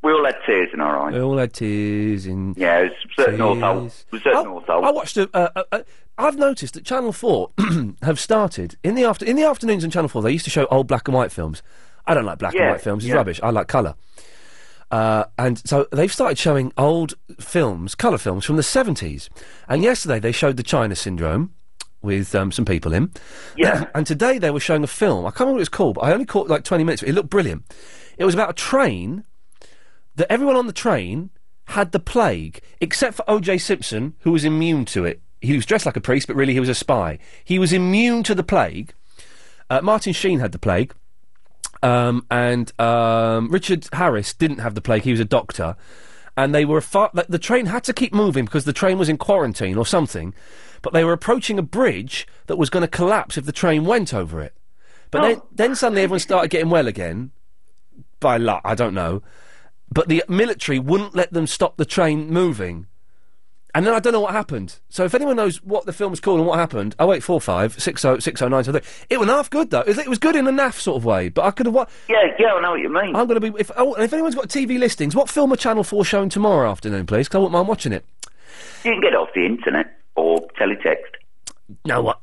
S13: We all had tears in our eyes.
S3: They all had tears in.
S13: Yeah, it was certain North Owl.
S3: Mm. Tears.
S13: It was certain
S3: Oh,
S13: North Owl.
S3: I watched a. Uh, uh, uh, I've noticed that Channel Four have started in the after in the afternoons on Channel Four. They used to show old black and white films. I don't like black and
S13: Yeah,
S3: white films. It's
S13: yeah.
S3: rubbish. I like colour. Uh, and so they've started showing old films, colour films from the seventies. And yesterday they showed the China Syndrome with um, some people in. Yeah. and today they were showing a film. I can't remember what it's called, but I only caught like twenty minutes. of It It looked brilliant. It was about a train that everyone on the train had the plague, except for O.J. Simpson, who was immune to it. He was dressed like a priest, but really he was a spy. He was immune to the plague. Uh, Martin Sheen had the plague. Um, and um, Richard Harris didn't have the plague. He was a doctor. And they were far, like, the train had to keep moving because the train was in quarantine or something. But they were approaching a bridge that was going to collapse if the train went over it. But then, then suddenly everyone started getting well again by luck, I don't know. But the military wouldn't let them stop the train moving. And then I don't know what happened. So if anyone knows what the film's called and what happened, oh, 0845 60 60 It was half good though. It was- it was good in a naff sort of way, but I could have what?
S13: Yeah, yeah, I know what you mean.
S3: I'm going to be if oh, and if anyone's got TV listings, what film are Channel Four showing tomorrow afternoon, please? 'Cause I wouldn't mind watching it.
S13: You can get off the internet or teletext.
S3: No what?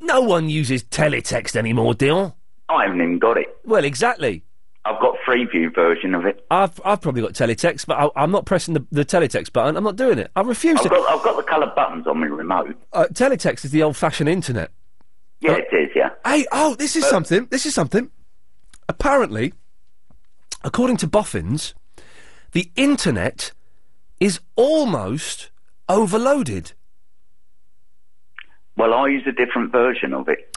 S3: No one uses teletext anymore, Dion.
S13: I haven't even got it.
S3: Well, exactly.
S13: I've got Freeview version of it.
S3: I've I've probably got teletext, but I, I'm not pressing the, the teletext button. I'm not doing it. I refuse
S13: I've
S3: to.
S13: got, I've got the coloured buttons on my remote.
S3: Uh, teletext is the old-fashioned internet.
S13: Yeah, it is. Yeah.
S3: Hey, oh, this is something. This is something. Apparently, according to boffins, the internet is almost overloaded.
S13: Well, I use a different version of it.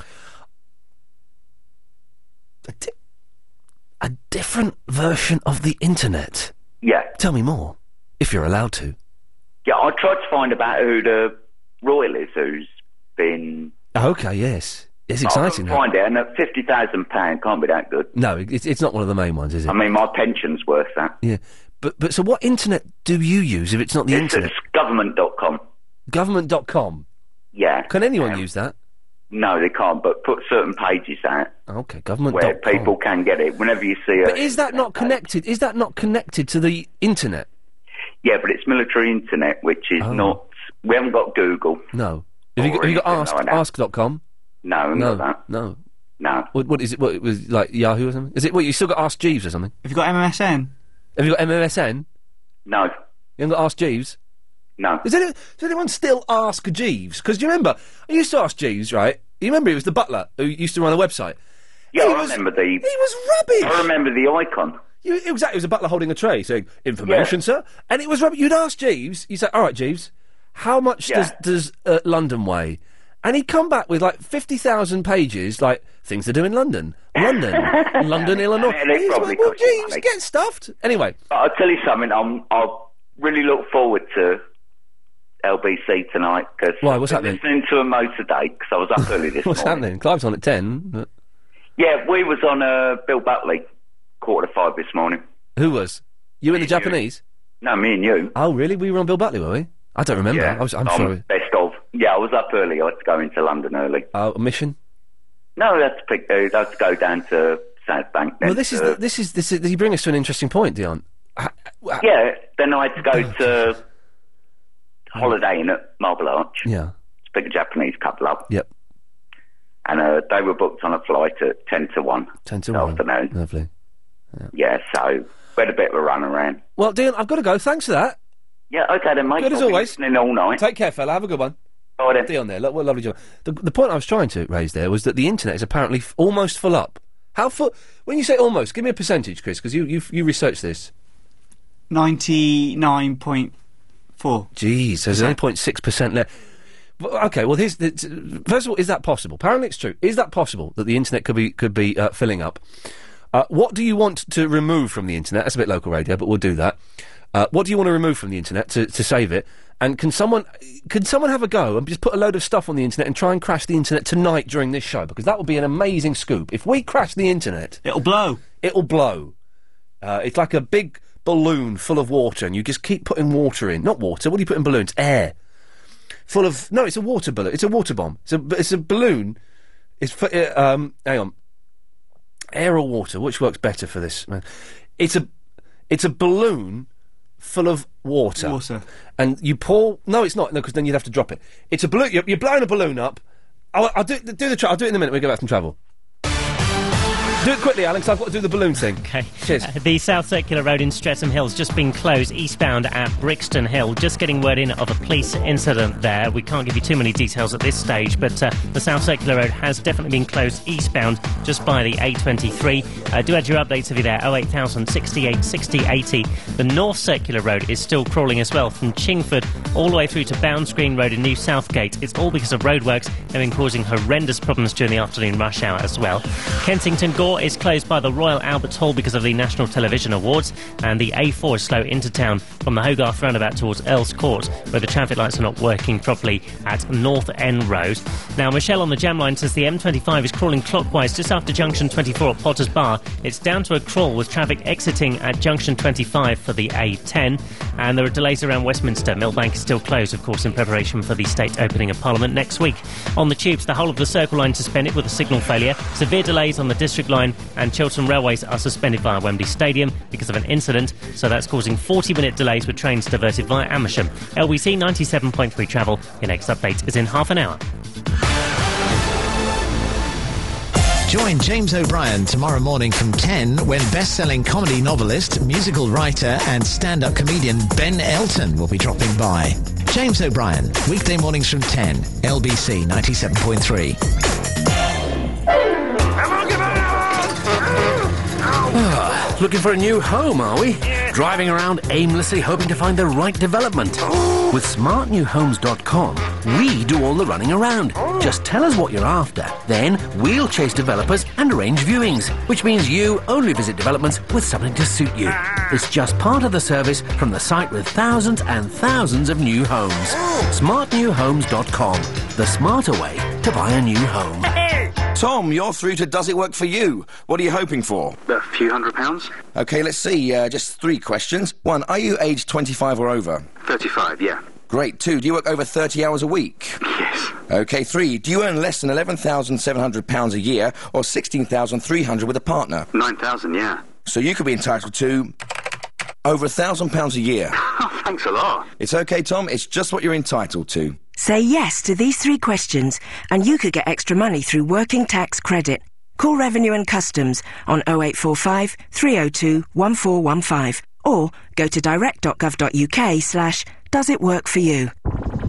S3: Different version of the internet.
S13: Yeah.
S3: Tell me more, if you're allowed to.
S13: Yeah, I tried to find about who the royal is who's been.
S3: Okay, yes, it's
S13: I couldn't
S3: exciting. though.
S13: find it, and at fifty thousand pound can't be that good.
S3: No, it, it's not one of the main ones, is it?
S13: I mean, my pension's worth that.
S3: yeah. But but so, what internet do you use if it's not the internet?
S13: Government.com.
S3: Government.com.
S13: Yeah.
S3: Can anyone use that?
S13: No, they can't. But put certain pages out
S3: Okay, government.
S13: where people can get it whenever you see it.
S3: But is that not connected? Is that not connected to the internet?
S13: Yeah, but it's military internet, which is
S3: Oh.
S13: not. We haven't got Google.
S3: No. Have you, got- have you got ask, ask.com?
S13: No,
S3: no,
S13: not that.
S3: no.
S13: No.
S3: What, what is it? What it was like Yahoo or something? Is it? What you still got Ask Jeeves or something?
S4: Have you got MMSN?
S3: Have you got MMSN?
S13: No. You
S3: haven't got Ask Jeeves?
S13: No.
S3: Does anyone, does anyone still ask Jeeves? Because do you remember? I used to ask Jeeves, right? You remember he was the butler who used to run a website.
S13: Yeah, I
S3: He was-
S13: remember the. He
S3: was rubbish.
S13: I remember the icon.
S3: You, exactly, it was a butler holding a tray saying, information, sir. And it was rubbish. You'd ask Jeeves, you'd say, all right, Jeeves, how much
S13: Yeah.
S3: does, does uh, London weigh? And he'd come back with like 50,000 pages, like things to do in London, London, London, Illinois.
S13: And it
S3: He's
S13: probably
S3: like, well,
S13: cost you
S3: Jeeves,
S13: money.
S3: get stuffed. Anyway,
S13: But I'll tell you something. I'm. I really look forward to LBC tonight because
S3: Why, what's
S13: I've been
S3: happening?
S13: Listening to a motor today because I was up early this
S3: what's
S13: morning.
S3: happening? Clive's on at 10. but-
S13: Yeah, we was on uh, Bill Butley quarter to five this morning.
S3: Who was? You and the Japanese?
S13: No, me and you.
S3: Oh, really? We were on Bill Butley, were we? I don't remember. I was, I'm
S13: Um,
S3: sorry.
S13: Best of. Yeah, I was up early. I had to go into London early.
S3: Uh, mission?
S13: No, I had to, pick, uh, I had to go down to South Bank. Then
S3: Well, this is,
S13: to-
S3: the, this is, this is, you bring us to an interesting point, Dion.
S13: yeah, then I had to go to Holiday Inn at Marble Arch
S3: Yeah.
S13: to pick a Japanese couple up.
S3: Yep.
S13: And uh, they were booked on a flight at 10 to 1.
S3: 10 to 1.
S13: Afternoon.
S3: Lovely.
S13: Yeah, so we had a bit of a run around.
S3: Well, Dion, I've got to go. Thanks for that.
S13: Yeah, okay then, mate.
S3: Good as
S13: I'll be
S3: always.
S13: listening all night.
S3: Take care, fella. Have a good one. Stay on there. Look, what a lovely job. The, the point I was trying to raise there was that the internet is apparently f- almost full up. How full? When you say almost, give me a percentage, Chris, because you you you researched this.
S4: 99.4.
S3: Jeez, there's only 06 percent left. Well, Okay, well, here's the, t- first of all, is that possible? Apparently, it's true. Is that possible that the internet could be could be uh, filling up? Uh, what do you want to remove from the internet? That's a bit local radio, but we'll do that. Uh, what do you want to remove from the internet to, to save it? And can someone can someone have a go and just put a load of stuff on the internet and try and crash the internet tonight during this show? Because that would be an amazing scoop. If we crash the internet, it'll blow. It'll blow. Uh, it's like a big balloon full of water, and you just keep putting water in. Not water. What do you put in balloons? Air full of no. It's a water bullet. It's a water bomb. It's a it's a balloon. It's fu- uh, um. Hang on. Air or water? Which works better for this? man? It's a it's a balloon full of water. Water. And you pour. No, it's not. No, because then you'd have to drop it. It's a balloon. You're, you're blowing a balloon up. I'll, I'll do do the. Tra- I'll do it in a minute. We will go back from travel. Do it quickly, Alex. I've got to do the balloon thing. Okay. Cheers.
S7: Uh, The South Circular Road in Streatham Hills just been closed eastbound at Brixton Hill. Just getting word in of a police incident there. We can't give you too many details at this stage, but uh, the South Circular Road has definitely been closed eastbound just by the A23. Uh, do add your updates if you're there. 08000 68 60 80. The North Circular Road is still crawling as well from Chingford all the way through to Bound Screen Road in New Southgate. It's all because of roadworks. They've been causing horrendous problems during the afternoon rush hour as well. Kensington Gore is closed by the Royal Albert Hall because of the National Television Awards, and the A4 is slow into town from the Hogarth roundabout towards Earls Court, where the traffic lights are not working properly at North End Road. Now, Michelle on the jam line says the M25 is crawling clockwise just after junction 24 at Potter's Bar. It's down to a crawl with traffic exiting at junction 25 for the A10, and there are delays around Westminster. Millbank is still closed, of course, in preparation for the state opening of Parliament next week. On the tubes, the whole of the Circle Line suspended with a signal failure. Severe delays on the District Line, and Chiltern Railways are suspended via Wembley Stadium because of an incident. So that's causing 40-minute delays with trains diverted via Amersham. LBC 97.3 travel. Your next update is in half an hour.
S1: Join James O'Brien tomorrow morning from 10 when best-selling comedy novelist, musical writer and stand-up comedian Ben Elton will be dropping by. James O'Brien, weekday mornings from 10, LBC 97.3.
S27: Ah, Looking for a new home, are we? Driving around aimlessly hoping to find the right development. With smartnewhomes.com, we do all the running around. Just tell us what you're after. Then we'll chase developers and arrange viewings, which means you only visit developments with something to suit you. It's just part of the service from the site with thousands and thousands of new homes. Smartnewhomes.com, the smarter way to buy a new home.
S28: Tom, you're through to Does It Work For You? What are you hoping for?
S26: A few hundred pounds?
S28: Okay, let's see. Uh, just three questions. One, are you age 25 or over?
S26: 35, yeah.
S28: Great. Two, do you work over 30 hours a week? Yes. Okay, three, do you earn less than £11,700 a year or 16300 with a partner?
S26: 9,000, yeah.
S28: So you could be entitled to over £1,000 a year.
S26: Oh, Thanks a lot.
S28: it's okay, Tom. It's just what you're entitled to.
S19: Say yes to these three questions, and you could get extra money through working tax credit. Call Revenue and Customs on 0845 302 1415 or go to direct.gov.uk slash does it work for you.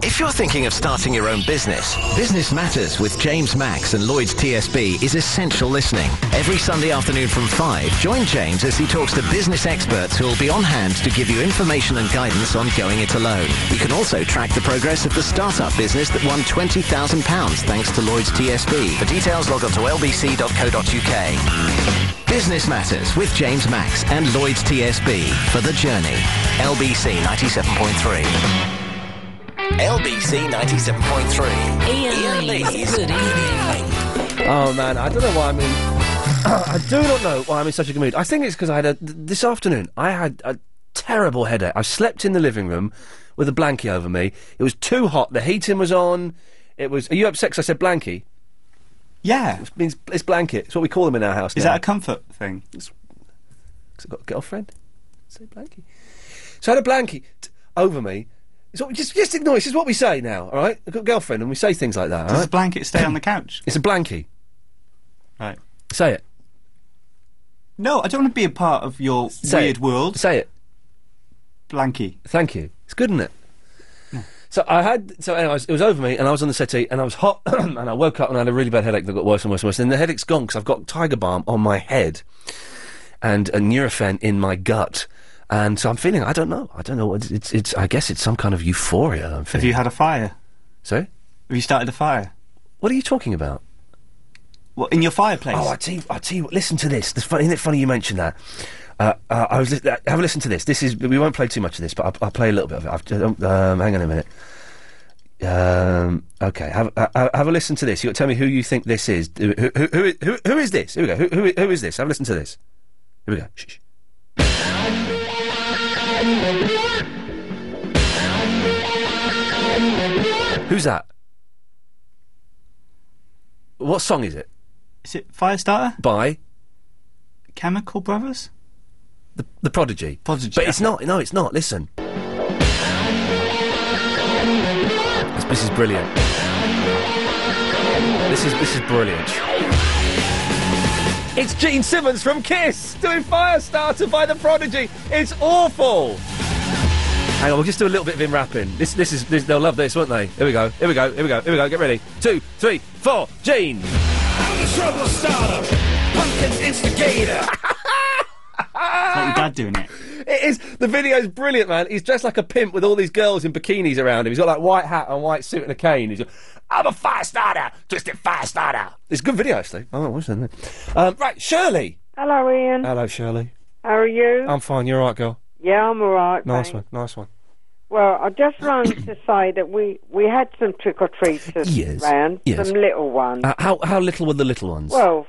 S1: If you're thinking of starting your own business, Business Matters with James Max and Lloyd's TSB is essential listening. Every Sunday afternoon from 5, join James as he talks to business experts who will be on hand to give you information and guidance on going it alone. You can also track the progress of the startup business that won £20,000 thanks to Lloyd's TSB. For details, log on to lbc.co.uk. Business Matters with James Max and Lloyd's TSB for the journey. LBC 97.3. LBC 97.3.
S2: Ian, Lee's Good Evening.
S3: Oh man, I don't know why I'm in. I do not know why I'm in such a good mood. I think it's because I had a th- this afternoon. I had a terrible headache. I slept in the living room with a blankie over me. It was too hot. The heating was on. It was. Are you upset? 'cause I said blankie.
S4: Yeah,
S3: it means it's blanket. It's what we call them in our house.
S4: Is
S3: now.
S4: that a comfort thing?
S3: Has it got a girlfriend? Say blankie. So I had a blankie t- over me. It's what, just, just ignore. it. This is what we say now, all right? I've got a girlfriend, and we say things like that. Does
S4: a blanket stay on the couch?
S3: It's a blankie.
S4: Right.
S3: Say it.
S4: No, I don't want to be a part of your
S3: Say
S4: weird
S3: it.
S4: world.
S3: Say it.
S4: Blankie.
S3: Thank you. It's good, isn't it? So I had so anyways, it was over me, and I was on the settee, and I was hot, and I woke up, and I had a really bad headache that got worse and worse and worse. And the headache's gone because I've got tiger balm on my head, and a Nurofen in my gut, and so I'm feeling I don't know, I don't know what it's. It's, it's I guess it's some kind of euphoria. I'm feeling.
S4: Have you had a fire?
S3: Sorry?
S4: Have you started a fire?
S3: What are you talking about?
S4: What, in your fireplace?
S3: Oh, I tell you, I tell you, what, listen to this. this funny, isn't it funny you mentioned that? Uh, uh, I was li- uh, have a listen to this. This is we won't play too much of this, but I'll, I'll play a little bit of it. I've, ju- um, hang on a minute. Um, okay, have, uh, have a listen to this. You tell me who you think this is. Who, who, who, is- who, who is this? Here we go. Who, who, who is this? Have a listen to this. Here we go. Shh. shh. Who's that? What song is it?
S4: Is it Firestarter?
S3: By
S4: Chemical Brothers?
S3: The Prodigy. Prodigy. But it's not. No, it's not. Listen. This, this is brilliant. This is this is brilliant. It's Gene Simmons from Kiss doing Firestarter by the Prodigy. It's awful. Hang on, we'll just do a little bit of him rapping. This this is this, they'll love this, won't they? Here we go. Here we go. Here we go. Here we go. Get ready. Two, three, four. Gene.
S29: I'm the trouble starter, pumpkin instigator.
S4: Like your dad doing it.
S3: It is. The video's brilliant, man. He's dressed like a pimp with all these girls in bikinis around him. He's got like white hat and white suit and a cane. He's like, I'm a fire starter, twisted fire starter. It's a good video, actually. I don't watch that. no. Um, right, Shirley.
S30: Hello, Ian.
S3: Hello, Shirley.
S30: How are you?
S3: Uh, I'm fine. You're all right, girl.
S30: yeah, I'm all right.
S3: Nice
S30: thanks.
S3: one. Nice one.
S30: Well, I just rang to say that we, we had some trick or treaters
S3: Yes,
S30: round,
S3: yes.
S30: some little ones.
S3: Uh, how how little were the little ones?
S30: well,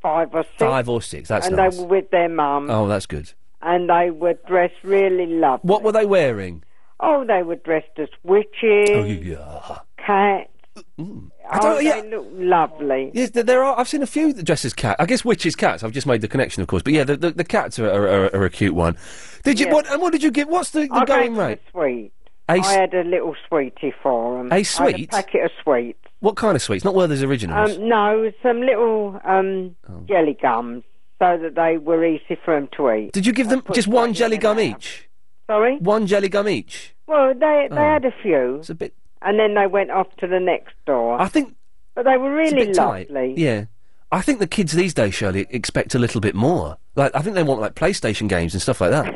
S30: five or six.
S3: Five or six. That's
S30: and
S3: nice.
S30: they were with their mum,
S3: Oh, that's good.
S30: and they were dressed really lovely.
S3: What were they wearing?
S30: Oh, they were dressed as witches,
S3: Oh, yeah.
S30: cats.
S3: I don't-
S30: oh,
S3: yeah.
S30: they looked lovely.
S3: Yes, there- there are. I've seen a few that dress as cat. I guess witches cats. I've just made the connection, of course. But yeah, the the, the cats are, are, are, are a cute one. Did you
S30: Yeah.
S3: what? And what did you get? What's the, the
S30: I
S3: going
S30: gave them
S3: rate?
S30: A sweet.
S3: A
S30: I
S3: s-
S30: had a little sweetie for them.
S3: A sweet?
S30: I had a packet of sweets.
S3: What kind of sweets? Not Werther's originals.
S30: Um, no, some little um,
S3: Oh.
S30: jelly gums, so that they were easy for them to eat.
S3: Did you give them just one jelly gum each?
S30: Sorry.
S3: One jelly gum each.
S30: Well, they they
S3: Oh.
S30: had a few.
S3: It's a bit.
S30: And then they went off to the next door.
S3: I think.
S30: But they were
S3: It's a
S30: really
S3: bit tight.
S30: lovely.
S3: Yeah. I think the kids these days, Shirley, expect a little bit more. Like I think they want like PlayStation games and stuff like that.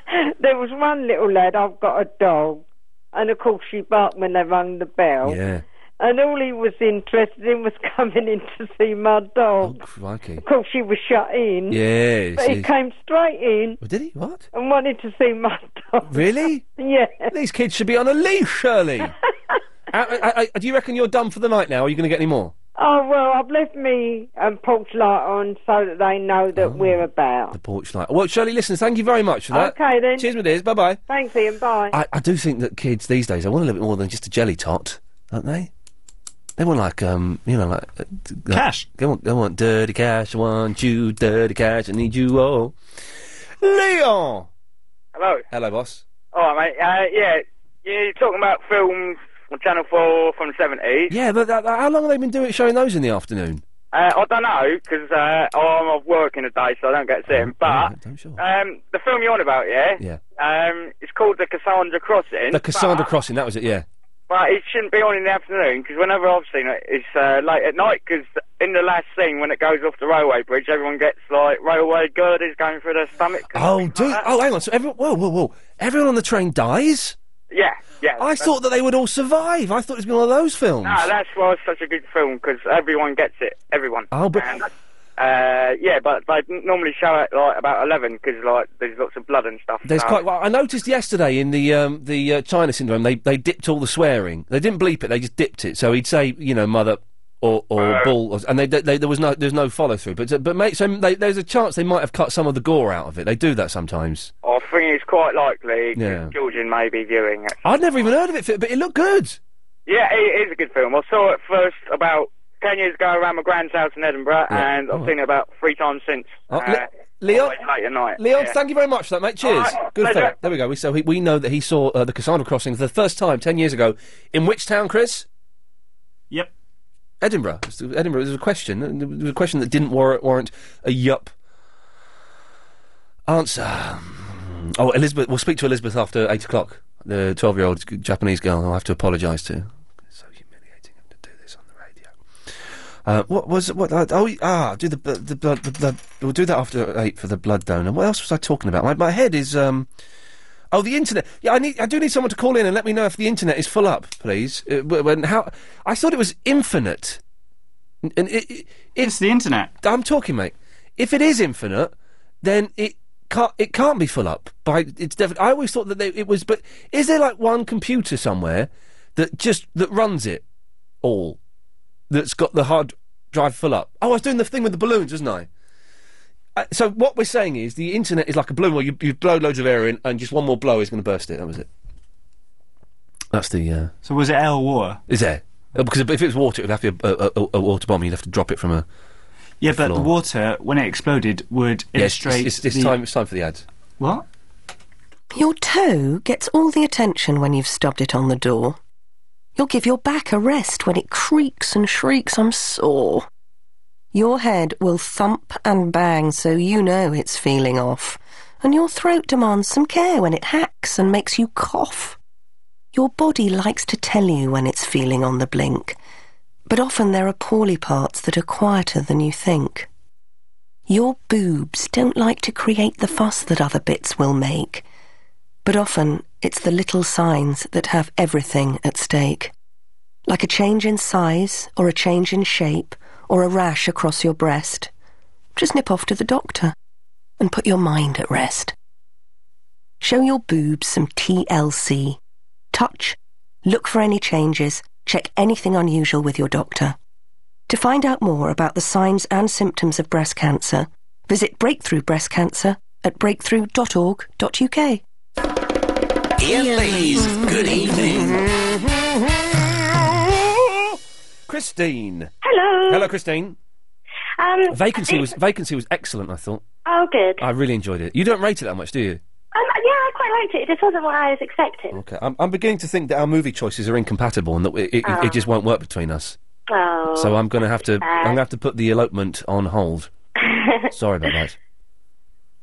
S30: there was one little lad. I've got a dog, and of course she barked when they rang the bell.
S3: Yeah.
S30: And all he was interested in was coming in to see my dog.
S3: Crikey.
S30: Of course, she was shut in.
S3: Yes,
S30: But he
S3: yes.
S30: came straight in.
S3: Oh, Did he? What?
S30: And wanted to see my dog.
S3: Really?
S30: Yeah.
S3: These kids should be on a leash, Shirley. Uh, I, I, I, do you reckon you're done for the night now? Are you going to get any more?
S30: Oh, well, I've left me um, porch light on so that they know that we're about.
S3: Oh. The porch light. Well, Shirley, listen. Thank you very much for that.
S30: Okay, then.
S3: Cheers, my dears. Bye bye.
S30: Thanks, Ian. Bye.
S3: I, I do think that kids these days they want a little bit more than just a jelly tot, don't they? They want like um, you know, like, uh, d- like-
S4: Cash.
S3: They want, they want dirty cash. I want you dirty cash. I need you all. Leon.
S31: Hello.
S3: Hello, boss.
S31: All right, mate. Uh, yeah, you're talking about films on Channel 4 from the 70s.
S3: Yeah, but that, that- how long have they been doing showing those in the afternoon?
S31: Uh, I don't know, because uh, I'm off work in the day, so I don't get to see them.
S3: Oh,
S31: But um, the film you're on about, yeah?
S3: Yeah.
S31: Um, it's called The Cassandra Crossing.
S3: The Cassandra Crossing. That was it. Yeah.
S31: But it shouldn't be on in the afternoon, because whenever I've seen it, it's uh, late at night, because in the last scene, when it goes off the railway bridge, everyone gets, like, railway girders going through their stomach.
S3: Oh, do oh, hang on. So everyone, whoa, whoa, whoa! Everyone on the train dies.
S31: Yeah, yeah.
S3: I thought that they would all survive. I thought it was one of those films.
S31: No, Ah, that's why it's such a good film because everyone gets it. Everyone.
S3: Oh, but-
S31: And, uh, yeah, but they n- normally show it like about eleven because like there's lots of blood and stuff.
S3: There's
S31: so-
S3: quite. Well, I noticed yesterday in the um, the uh, China syndrome, they they dipped all the swearing. They didn't bleep it. They just dipped it. So he'd say, you know, mother or or
S31: Uh.
S3: bull, or, and they, they, there was no there's no follow through. But but mate, so they, there's a chance they might have cut some of the gore out of it. They do that sometimes.
S31: I think it's quite likely 'cause
S3: Yeah.
S31: children may be viewing it.
S3: I'd never even heard of it, but it looked good.
S31: Yeah, it is a good film. I saw it first about ten years ago around my grand's house in Edinburgh,
S3: Yeah.
S31: and
S3: Oh.
S31: I've seen it about three times since.
S3: Oh,
S31: uh,
S3: Le- Leon,
S31: always late at night.
S3: Leon,
S31: yeah.
S3: thank you very much for that, mate. Cheers.
S31: All right.
S3: Good
S31: Pleasure.
S3: fella. There we go. We, so he, we know that he saw uh, the Cassandra Crossing for the first time 10 years ago. In which town, Chris?
S4: Yep.
S3: Edinburgh. It's- Edinburgh. There was a question. uh, There was a question that didn't warrant, warrant a yup answer. Oh, Elizabeth. We'll speak to Elizabeth after 8 o'clock. the 12 year old Japanese girl who I have to apologise to. Uh, what was what? I, oh, ah, do the bl- the blood. The, blood we'll do that after uh, eight for the blood donor. What else was I talking about? My, my head is um. Oh, the internet. Yeah, I need. I do need someone to call in and let me know if the internet is full up, please. Uh, wh- when how? I thought it was infinite. N- And it, it, it's the internet. I'm talking, mate. If it is infinite, then it can't. It can't be full up. By it's definitely. I always thought that they, it was. But is there like one computer somewhere that just that runs it all? that's got the hard drive full up. Oh, I was doing the thing with the balloons, wasn't I? Uh, so what we're saying is the internet is like a balloon where you, you blow loads of air in, and just one more blow is going to burst it. That was it. That's the. Uh,
S4: So was it L War?
S3: is there? Uh, Because if it was water, it would have to be a, a, a, a water bomb. You'd have to drop it from a.
S4: Yeah, but
S3: floor.
S4: the water when it exploded would
S3: Yeah, it's-
S4: illustrate.
S3: it's- it's
S4: the-
S3: time. It's time for the ads.
S4: What?
S32: Your toe gets all the attention when you've stubbed it on the door. You'll give your back a rest when it creaks and shrieks, I'm sore. Your head will thump and bang so you know it's feeling off. And your throat demands some care when it hacks and makes you cough. Your body likes to tell you when it's feeling on the blink, but often there are poorly parts that are quieter than you think. Your boobs don't like to create the fuss that other bits will make, but often it's the little signs that have everything at stake. Like a change in size, or a change in shape, or a rash across your breast. Just nip off to the doctor and put your mind at rest. Show your boobs some TLC. Touch, look for any changes, check anything unusual with your doctor. To find out more about the signs and symptoms of breast cancer, visit Breakthrough Breast Cancer at breakthrough.org.uk.
S33: Ian Lee's Good Evening.
S3: Christine.
S34: Hello.
S3: Hello, Christine.
S34: Um,
S3: Vacancy
S34: it-
S3: was vacancy was excellent. I thought.
S34: Oh, good.
S3: I really enjoyed it. You don't rate it that much, do you?
S34: Um, yeah, I quite liked it. It just wasn't what I was expecting.
S3: Okay. I'm, I'm beginning to think that our movie choices are incompatible and that it, it,
S34: Ah.
S3: it just won't work between us.
S34: Oh.
S3: so um, I'm going to have to.
S34: sad.
S3: I'm going to have to put the elopement on hold. Sorry about that.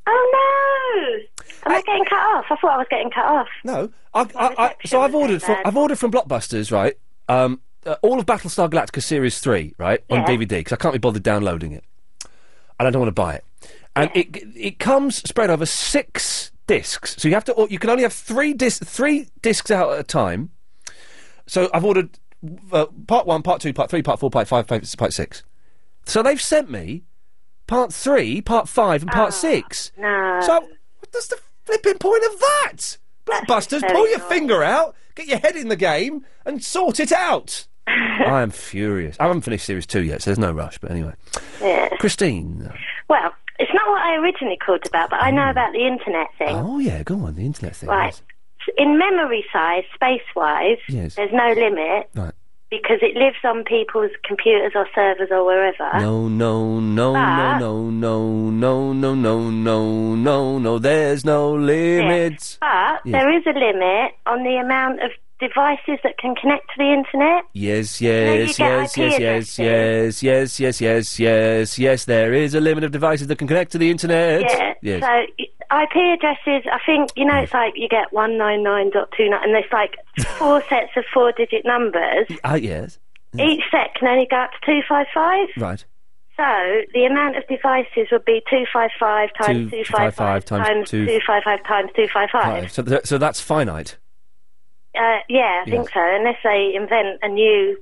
S34: oh no! Am I, getting cut off? I thought I was getting cut off.
S3: No. I, I, I, so I've ordered from I've ordered from Blockbusters, right? Um, uh, all of Battlestar Galactica series three, right, on
S34: Yeah.
S3: DVD because I can't be bothered downloading it, and I don't want to buy it. And it it comes spread over six discs, so you have to or- you can only have three dis- three discs out at a time. So I've ordered uh, part one, part two, part three, part four, part five, part part six. So they've sent me part three, part five, and part six.
S34: No.
S3: So what does the flipping point of that? Blockbusters,
S34: very
S3: pull your
S34: odd.
S3: finger out, get your head in the game, and sort it out. I am furious. I haven't finished series two yet, so there's no rush. But anyway,
S34: Yeah.
S3: Christine.
S34: Well, it's not what I originally called about, but I know about the internet thing.
S3: Oh yeah, go on the internet thing.
S34: Right. In memory size, space wise,
S3: Yes.
S34: there's no limit
S3: Right.
S34: because it lives on people's computers or servers or wherever.
S3: No, no, no,
S34: uh, But-
S3: no, no, no, no, no, no, no, no, no. There's no limit.
S34: But
S3: Yes.
S34: there is a limit on the amount of devices that can connect to the internet.
S3: Yes,
S34: No, you
S3: yes,
S34: get
S3: yes, yes,
S34: IP
S3: yes, yes, yes, yes, yes, yes, yes. There is a limit of devices that can connect to the internet.
S34: Yeah.
S3: Yes.
S34: So y- IP addresses, I think you
S3: Mm.
S34: know, it's like you get one nine nine dot two nine, and there's like four sets of four digit numbers.
S3: Ah, yes.
S34: Each set can only go up to two five five.
S3: Right.
S34: So the amount of devices would be two five five times two five
S3: 255
S34: five
S3: times
S34: times
S3: two-
S34: two five five times two five five.
S3: Five. So, th- so that's finite.
S34: Uh, yeah, I
S3: Yes.
S34: think so. Unless they invent a new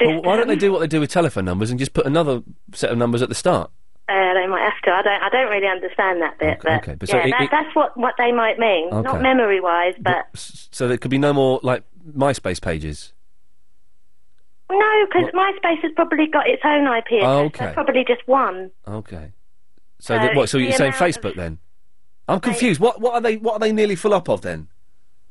S3: Well, why
S34: um,
S3: don't they do what they do with telephone numbers and just put another set of numbers at the start?
S34: Uh, they might have to. I don't. I don't really understand that bit. but
S3: okay, but so
S34: yeah,
S3: it-
S34: that,
S3: it-
S34: that's what what they might mean.
S3: Okay.
S34: Not memory wise, but
S3: So there could be no more like MySpace pages.
S34: no, because MySpace has probably got its own IP address.
S3: Oh, okay.
S34: That's probably just one.
S3: Okay. So
S34: So
S3: that, what? So
S34: it's
S3: you're
S34: the
S3: saying
S34: amount
S3: Facebook then? I'm confused. What? What are they? What are they nearly full up of then?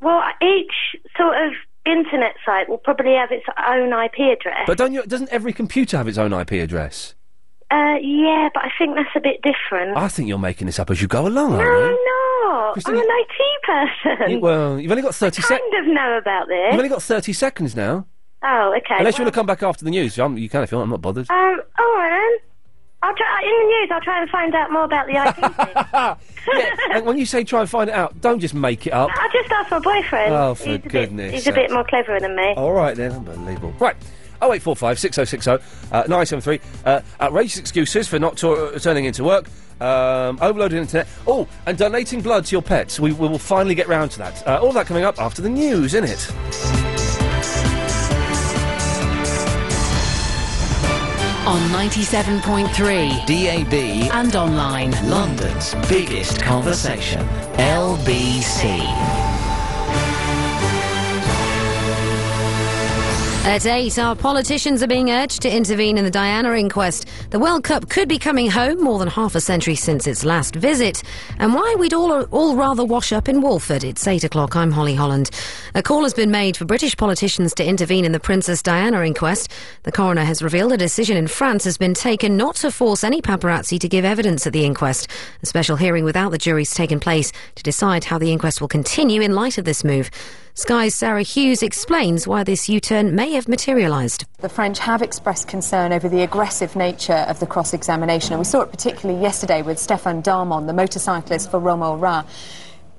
S34: Well, each sort of internet site will probably have its own IP address.
S3: But don't you? Doesn't every computer have its own IP address?
S34: uh, yeah, but I think that's a bit different.
S3: I think you're making this up as you go along,
S34: no,
S3: aren't you?
S34: I'm not.
S3: Christine,
S34: I'm an
S3: you-
S34: IT person.
S3: You- well, you've only got thirty seconds.
S34: kind of know about this.
S3: You've only got thirty seconds now.
S34: Oh, okay.
S3: Unless you
S34: well,
S3: want to come back after the news, I'm, you can if you want. I'm not bothered.
S34: Um, all right I'll try, in the news, I'll try and find out more about the IT thing.
S3: and when you say try and find it out, don't just make it up.
S34: I just asked my boyfriend.
S3: Oh, for
S34: he's a
S3: goodness Oh.
S34: Bit, he's a bit
S3: sakes.
S34: more cleverer than me.
S3: All right then, unbelievable. Right. 0845 6060 uh, 973. Uh, outrageous excuses for not to- uh, turning into work. Um, overloaded internet. Oh, and donating blood to your pets. We, we will finally get round to that. Uh, all that coming up after the news, isn't it?
S20: On 97.3
S1: DAB
S20: and online.
S1: London's biggest conversation. LBC.
S35: At eight, our politicians are being urged to intervene in the Diana inquest. The World Cup could be coming home more than half a century since its last visit. And why we'd all, all rather wash up in Walford. It's eight o'clock. I'm Holly Holland. A call has been made for British politicians to intervene in the Princess Diana inquest. The coroner has revealed a decision in France has been taken not to force any paparazzi to give evidence at the inquest. A special hearing without the jury's taken place to decide how the inquest will continue in light of this move. Sky's Sarah Hughes explains why this U turn may have materialised.
S36: The French have expressed concern over the aggressive nature of the cross examination, and we saw it particularly yesterday with Stéphane Darmon, the motorcyclist for Romain Ra.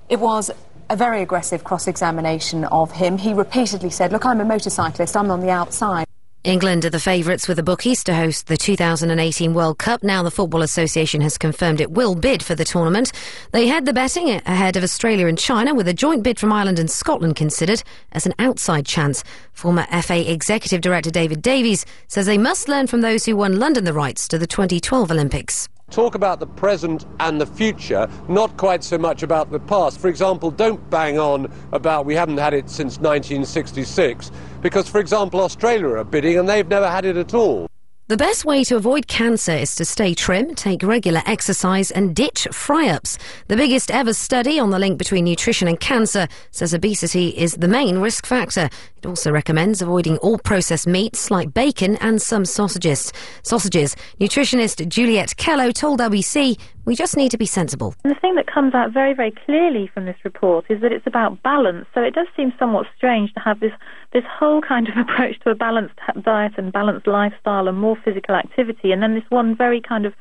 S36: It was a very aggressive cross examination of him. He repeatedly said, Look, I'm a motorcyclist, I'm on the outside.
S35: England are the favourites with the bookies to host the 2018 World Cup. Now the Football Association has confirmed it will bid for the tournament. They had the betting ahead of Australia and China, with a joint bid from Ireland and Scotland considered as an outside chance. Former FA Executive Director David Davies says they must learn from those who won London the rights to the 2012 Olympics.
S37: Talk about the present and the future, not quite so much about the past. For example, don't bang on about we haven't had it since 1966, because, for example, Australia are bidding and they've never had it at all.
S35: The best way to avoid cancer is to stay trim, take regular exercise, and ditch fry ups. The biggest ever study on the link between nutrition and cancer says obesity is the main risk factor. It also recommends avoiding all processed meats like bacon and some sausages. Sausages. Nutritionist Juliet Kello told LBC, "We just need to be sensible."
S38: And the thing that comes out very, very clearly from this report is that it's about balance. So it does seem somewhat strange to have this, this whole kind of approach to a balanced ha- diet and balanced lifestyle and more physical activity, and then this one very kind of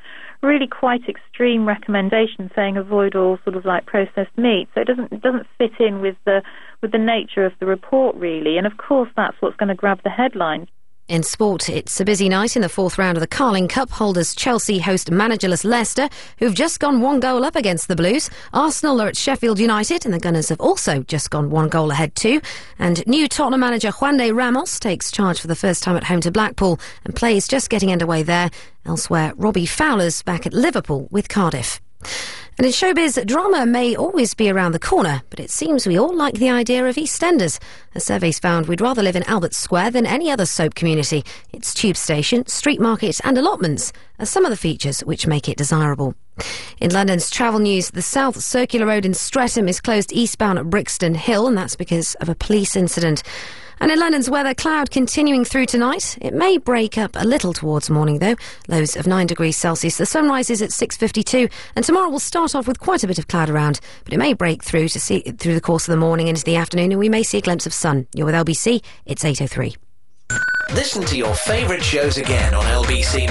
S38: really quite extreme recommendation saying avoid all sort of like processed meat. So it doesn't it doesn't fit in with the with the nature of the report really. And of course that's what's going to grab the headlines.
S35: In sport, it's a busy night in the fourth round of the Carling Cup. Holders Chelsea host managerless Leicester, who've just gone one goal up against the Blues. Arsenal are at Sheffield United, and the Gunners have also just gone one goal ahead too. And new Tottenham manager Juan de Ramos takes charge for the first time at home to Blackpool, and play is just getting underway there. Elsewhere, Robbie Fowler's back at Liverpool with Cardiff. And in showbiz, drama may always be around the corner, but it seems we all like the idea of EastEnders. A survey's found we'd rather live in Albert Square than any other soap community. Its tube station, street market, and allotments are some of the features which make it desirable. In London's travel news, the South Circular Road in Streatham is closed eastbound at Brixton Hill, and that's because of a police incident. And in London's weather, cloud continuing through tonight. It may break up a little towards morning, though. Lows of 9 degrees Celsius. The sun rises at 6.52, and tomorrow we'll start off with quite a bit of cloud around, but it may break through to see through the course of the morning into the afternoon, and we may see a glimpse of sun. You're with LBC. It's 8.03.
S1: Listen to your favourite shows again on LBC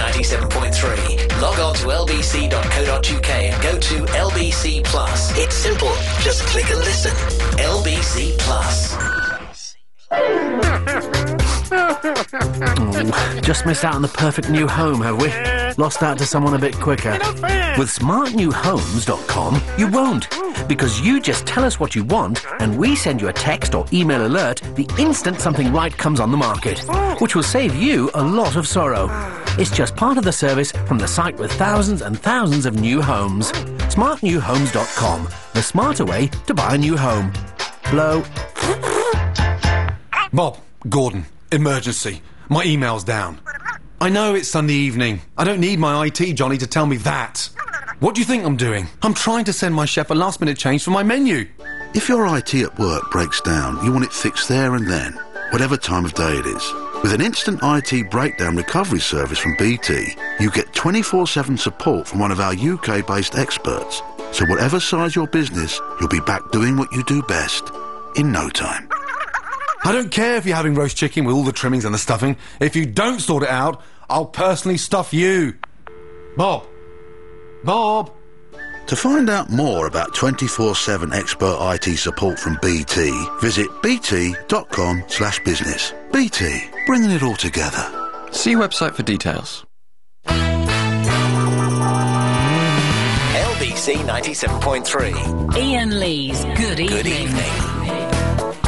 S1: 97.3. Log on to lbc.co.uk and go to LBC Plus. It's simple. Just click and listen. LBC Plus.
S27: Just missed out on the perfect new home, have we? Lost out to someone a bit quicker. With smartnewhomes.com, you won't. Because you just tell us what you want, and we send you a text or email alert the instant something right comes on the market, which will save you a lot of sorrow. It's just part of the service from the site with thousands and thousands of new homes. Smartnewhomes.com, the smarter way to buy a new home. Blow
S39: Bob, Gordon, emergency. My email's down. I know it's Sunday evening. I don't need my IT Johnny to tell me that. What do you think I'm doing? I'm trying to send my chef a last minute change for my menu.
S40: If your IT at work breaks down, you want it fixed there and then, whatever time of day it is. With an instant IT breakdown recovery service from BT, you get 24 7 support from one of our UK based experts. So, whatever size your business, you'll be back doing what you do best in no time.
S39: I don't care if you're having roast chicken with all the trimmings and the stuffing. If you don't sort it out, I'll personally stuff you. Bob! Bob!
S40: To find out more about 24-7 expert IT support from BT, visit bt.com slash business. BT, bringing it all together. See website for details.
S1: LBC 97.3.
S2: Ian Lee's Good Evening. Good evening.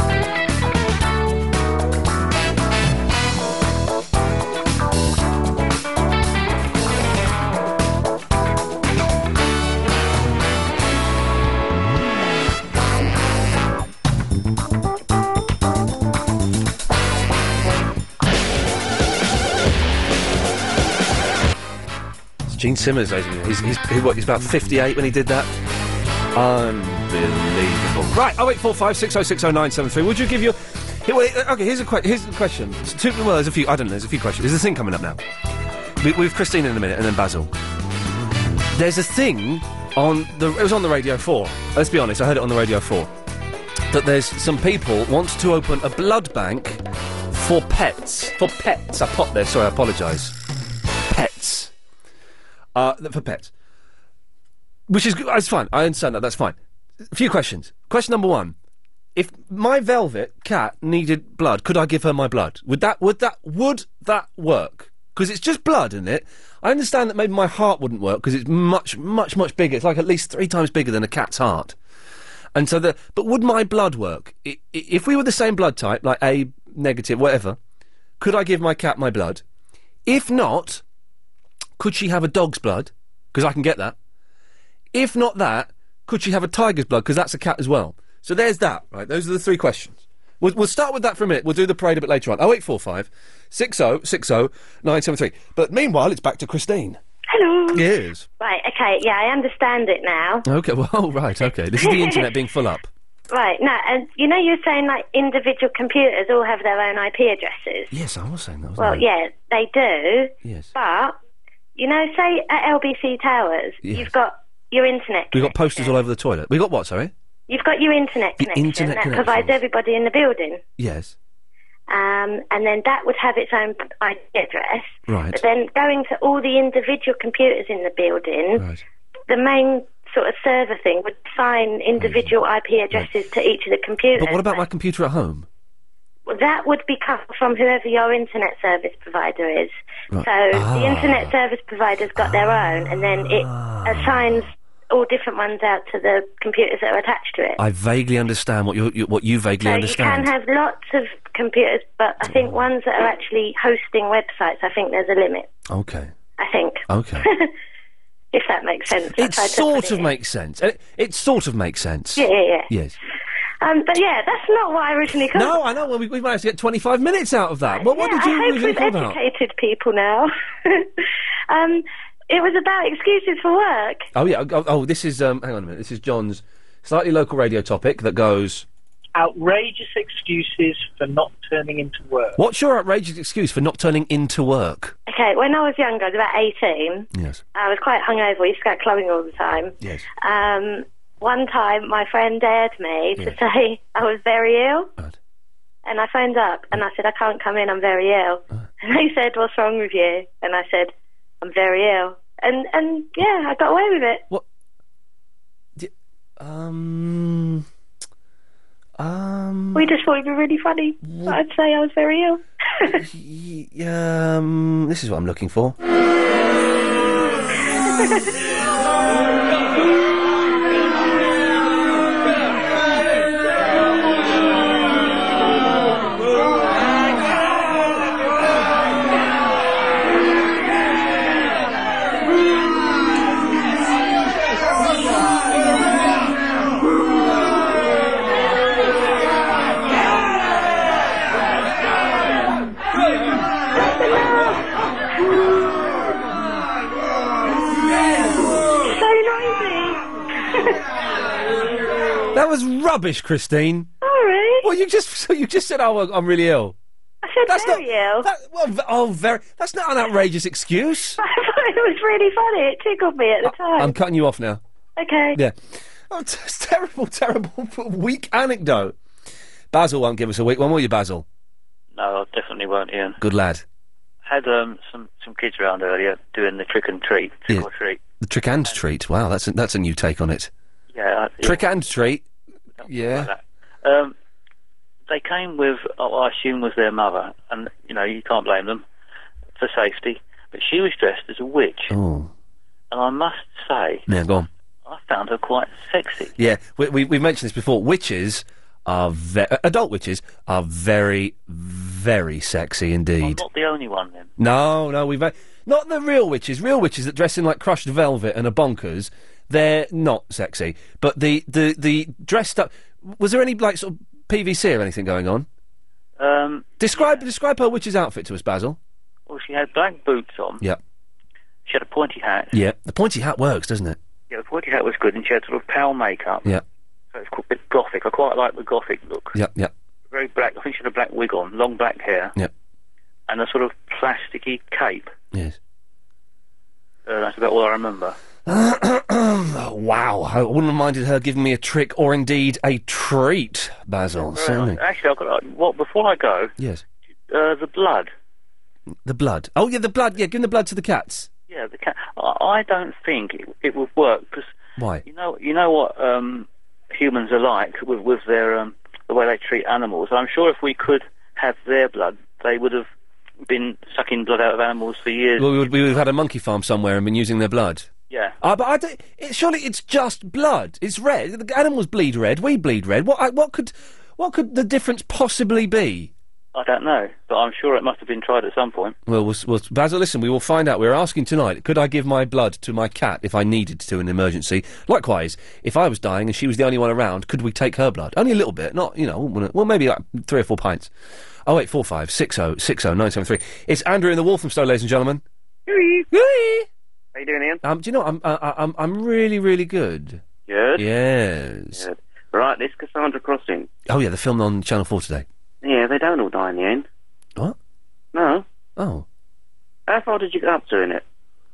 S3: It's Gene Simmons, ladies and gentlemen. He's, he's, he, what, he's about 58 when he did that. Unbelievable. Right, 0845 606 0973. Would you give your. Here, wait, uh, okay, here's a, que- here's a question. It's two- well, there's a few. I don't know, there's a few questions. There's a thing coming up now. We, we have Christine in a minute and then Basil. There's a thing on the. It was on the Radio 4. Let's be honest, I heard it on the Radio 4. That there's some people want to open a blood bank for pets. For pets. I popped there, sorry, I apologise. Pets uh, th- for pets. Which is g- it's fine. I understand that. That's fine. A few questions. Question number one: If my velvet cat needed blood, could I give her my blood? Would that would that would that work? Because it's just blood, isn't it? I understand that maybe my heart wouldn't work because it's much much much bigger. It's like at least three times bigger than a cat's heart. And so the but would my blood work I, i- if we were the same blood type, like A negative, whatever? Could I give my cat my blood? If not, could she have a dog's blood? Because I can get that. If not that, could she have a tiger's blood? Because that's a cat as well. So there's that, right? Those are the three questions. We'll, we'll start with that for a minute. We'll do the parade a bit later on. 0845 6060 973. But meanwhile, it's back to Christine.
S34: Hello.
S3: Yes.
S34: Right, okay, yeah, I understand it now.
S3: Okay, well, oh, right, okay. This is the internet being full up.
S34: Right, no, and you know you're saying like individual computers all have their own IP addresses.
S3: Yes, I was saying that.
S34: Well, yeah, they do.
S3: Yes.
S34: But you know, say at LBC Towers,
S3: Yes.
S34: you've got your internet.
S3: We've got posters all over the toilet. we got what, sorry?
S34: You've got your internet
S3: The
S34: connection
S3: internet
S34: that
S3: connections.
S34: provides everybody in the building,
S3: Yes.
S34: um, and then that would have its own IP address.
S3: Right.
S34: But then going to all the individual computers in the building, the main sort of server thing would assign individual IP addresses to each of the computers.
S3: But what about my computer at home?
S34: Well, that would be come from whoever your internet service provider is.
S3: Right.
S34: So the
S3: Ah.
S34: internet service provider's got their own, and then it assigns all different ones out to the computers that are attached to it.
S3: I vaguely understand what you, you what you vaguely
S34: so you
S3: understand.
S34: can have lots of computers, but I think ones that are actually hosting websites, I think there's a limit.
S3: Okay.
S34: I think.
S3: Okay.
S34: if that makes sense. I
S3: it
S34: tried to
S3: sort
S34: put
S3: of
S34: in.
S3: makes sense. It, it sort of makes sense.
S34: Yeah, yeah, yeah.
S3: Yes.
S34: Um, but yeah, that's not what I originally called.
S3: No, I know. Well, we, we managed to get 25 minutes out of that. Well, what
S34: Yeah,
S3: did you
S34: I hope
S3: originally
S34: we've
S3: call about?
S34: educated people now. um, it was about excuses for work.
S3: Oh, yeah. Oh, oh, this is, um, hang on a minute. This is John's slightly local radio topic that goes,
S5: Outrageous excuses for not turning into work.
S3: What's your outrageous excuse for not turning into work?
S34: Okay, when I was younger, I was about 18.
S3: Yes.
S34: I was quite hungover. We used to go out clubbing all the time.
S3: Yes.
S34: Um, one time, my friend dared me to
S3: Yes.
S34: say I was very ill. And I phoned up and I said, I can't come in, I'm very ill. And they said, What's wrong with you? And I said, I'm very ill. And, and yeah, I got away with it.
S3: What? Um. Um.
S34: We just thought it'd be really funny. But I'd say I was very ill.
S3: Um, this is what I'm looking for.
S34: so noisy.
S3: That was rubbish, Christine.
S34: Sorry.
S3: Well, you just so you just said, "Oh, well, I'm really ill."
S34: I said
S3: that's
S34: very
S3: not,
S34: ill.
S3: That, well, v- oh, very. That's not an outrageous excuse.
S34: I thought it was really funny. It tickled me at the time.
S3: I'm cutting you off now.
S34: okay.
S3: Yeah. Oh, t- it's terrible, terrible, weak anecdote. Basil won't give us a weak one, will you, Basil?
S41: No, I definitely won't, Ian.
S3: Good lad.
S41: had um, some some kids around earlier doing the trick and treat, trick
S3: Yeah.
S41: or treat.
S3: The trick and treat. Wow, that's a, that's a new take on it.
S41: Yeah, I-
S3: Trick and treat. Yeah.
S41: Um, they came with, oh, I assume, was their mother, and you know you can't blame them for safety. But she was dressed as a witch,
S3: Oh.
S41: and I must say,
S3: Yeah, go on.
S41: I found her quite sexy.
S3: Yeah, we, we, we've mentioned this before. Witches are ve- adult witches are very, very sexy indeed.
S41: Not the only one then.
S3: No, no, we've not the real witches. Real witches that dress in like crushed velvet and are bonkers. They're not sexy. But the the the dressed up. Was there any like sort of PVC or anything going on?
S41: Um,
S3: Describe describe her witch's outfit to us, Basil.
S41: well, she had black boots on.
S3: Yeah,
S41: She had a pointy hat.
S3: yeah. The pointy hat works, doesn't it?
S41: Yeah, the pointy hat was good, and she had sort of pale makeup.
S3: Yeah.
S41: So it's quite a bit gothic. I quite like the gothic look.
S3: Yeah, yeah.
S41: Very black. I think she had a black wig on, long black hair.
S3: Yep.
S41: And a sort of plasticky cape.
S3: Yes.
S41: Uh, that's about all I remember.
S3: wow, I wouldn't have minded her giving me a trick or indeed a treat, Basil. certainly.
S41: Actually, I've got. uh, Well, before I go,
S3: Yes.
S41: uh, the blood.
S3: The blood. Oh yeah, the blood. Yeah, give the blood to the cats.
S41: Yeah, the cat. I, I don't think it, it would work because
S3: Why?
S41: you know you know what um, humans are like with, with their um, the way they treat animals. I'm sure if we could have their blood, they would have been sucking blood out of animals for years.
S3: Well, we would, we would have had a monkey farm somewhere and been using their blood.
S41: yeah.
S3: Ah, but I don't, it, surely it's just blood. It's red. The animals bleed red. We bleed red. What? I, what could? What could the difference possibly be?
S41: I don't know, but I'm sure it must have been tried at some point.
S3: Well, we'll, we'll Basil, listen. We will find out. We're asking tonight. Could I give my blood to my cat if I needed to in an emergency? Likewise, if I was dying and she was the only one around, could we take her blood? Only a little bit. Not you know. wouldn't- Well, maybe like three or four pints. Oh wait, four five six oh six oh nine seven three. It's Andrew in the Walthamstow, ladies and gentlemen.
S42: How you doing, Ian?
S3: Um, do you know what? I'm I, I- I'm I'm really really good.
S42: Good.
S3: Yes.
S42: Good. Right, this Cassandra Crossing.
S3: Oh yeah, the film on Channel Four today.
S42: Yeah, they don't all die in the end.
S3: What?
S42: No.
S3: Oh.
S42: How far did you get up to in it?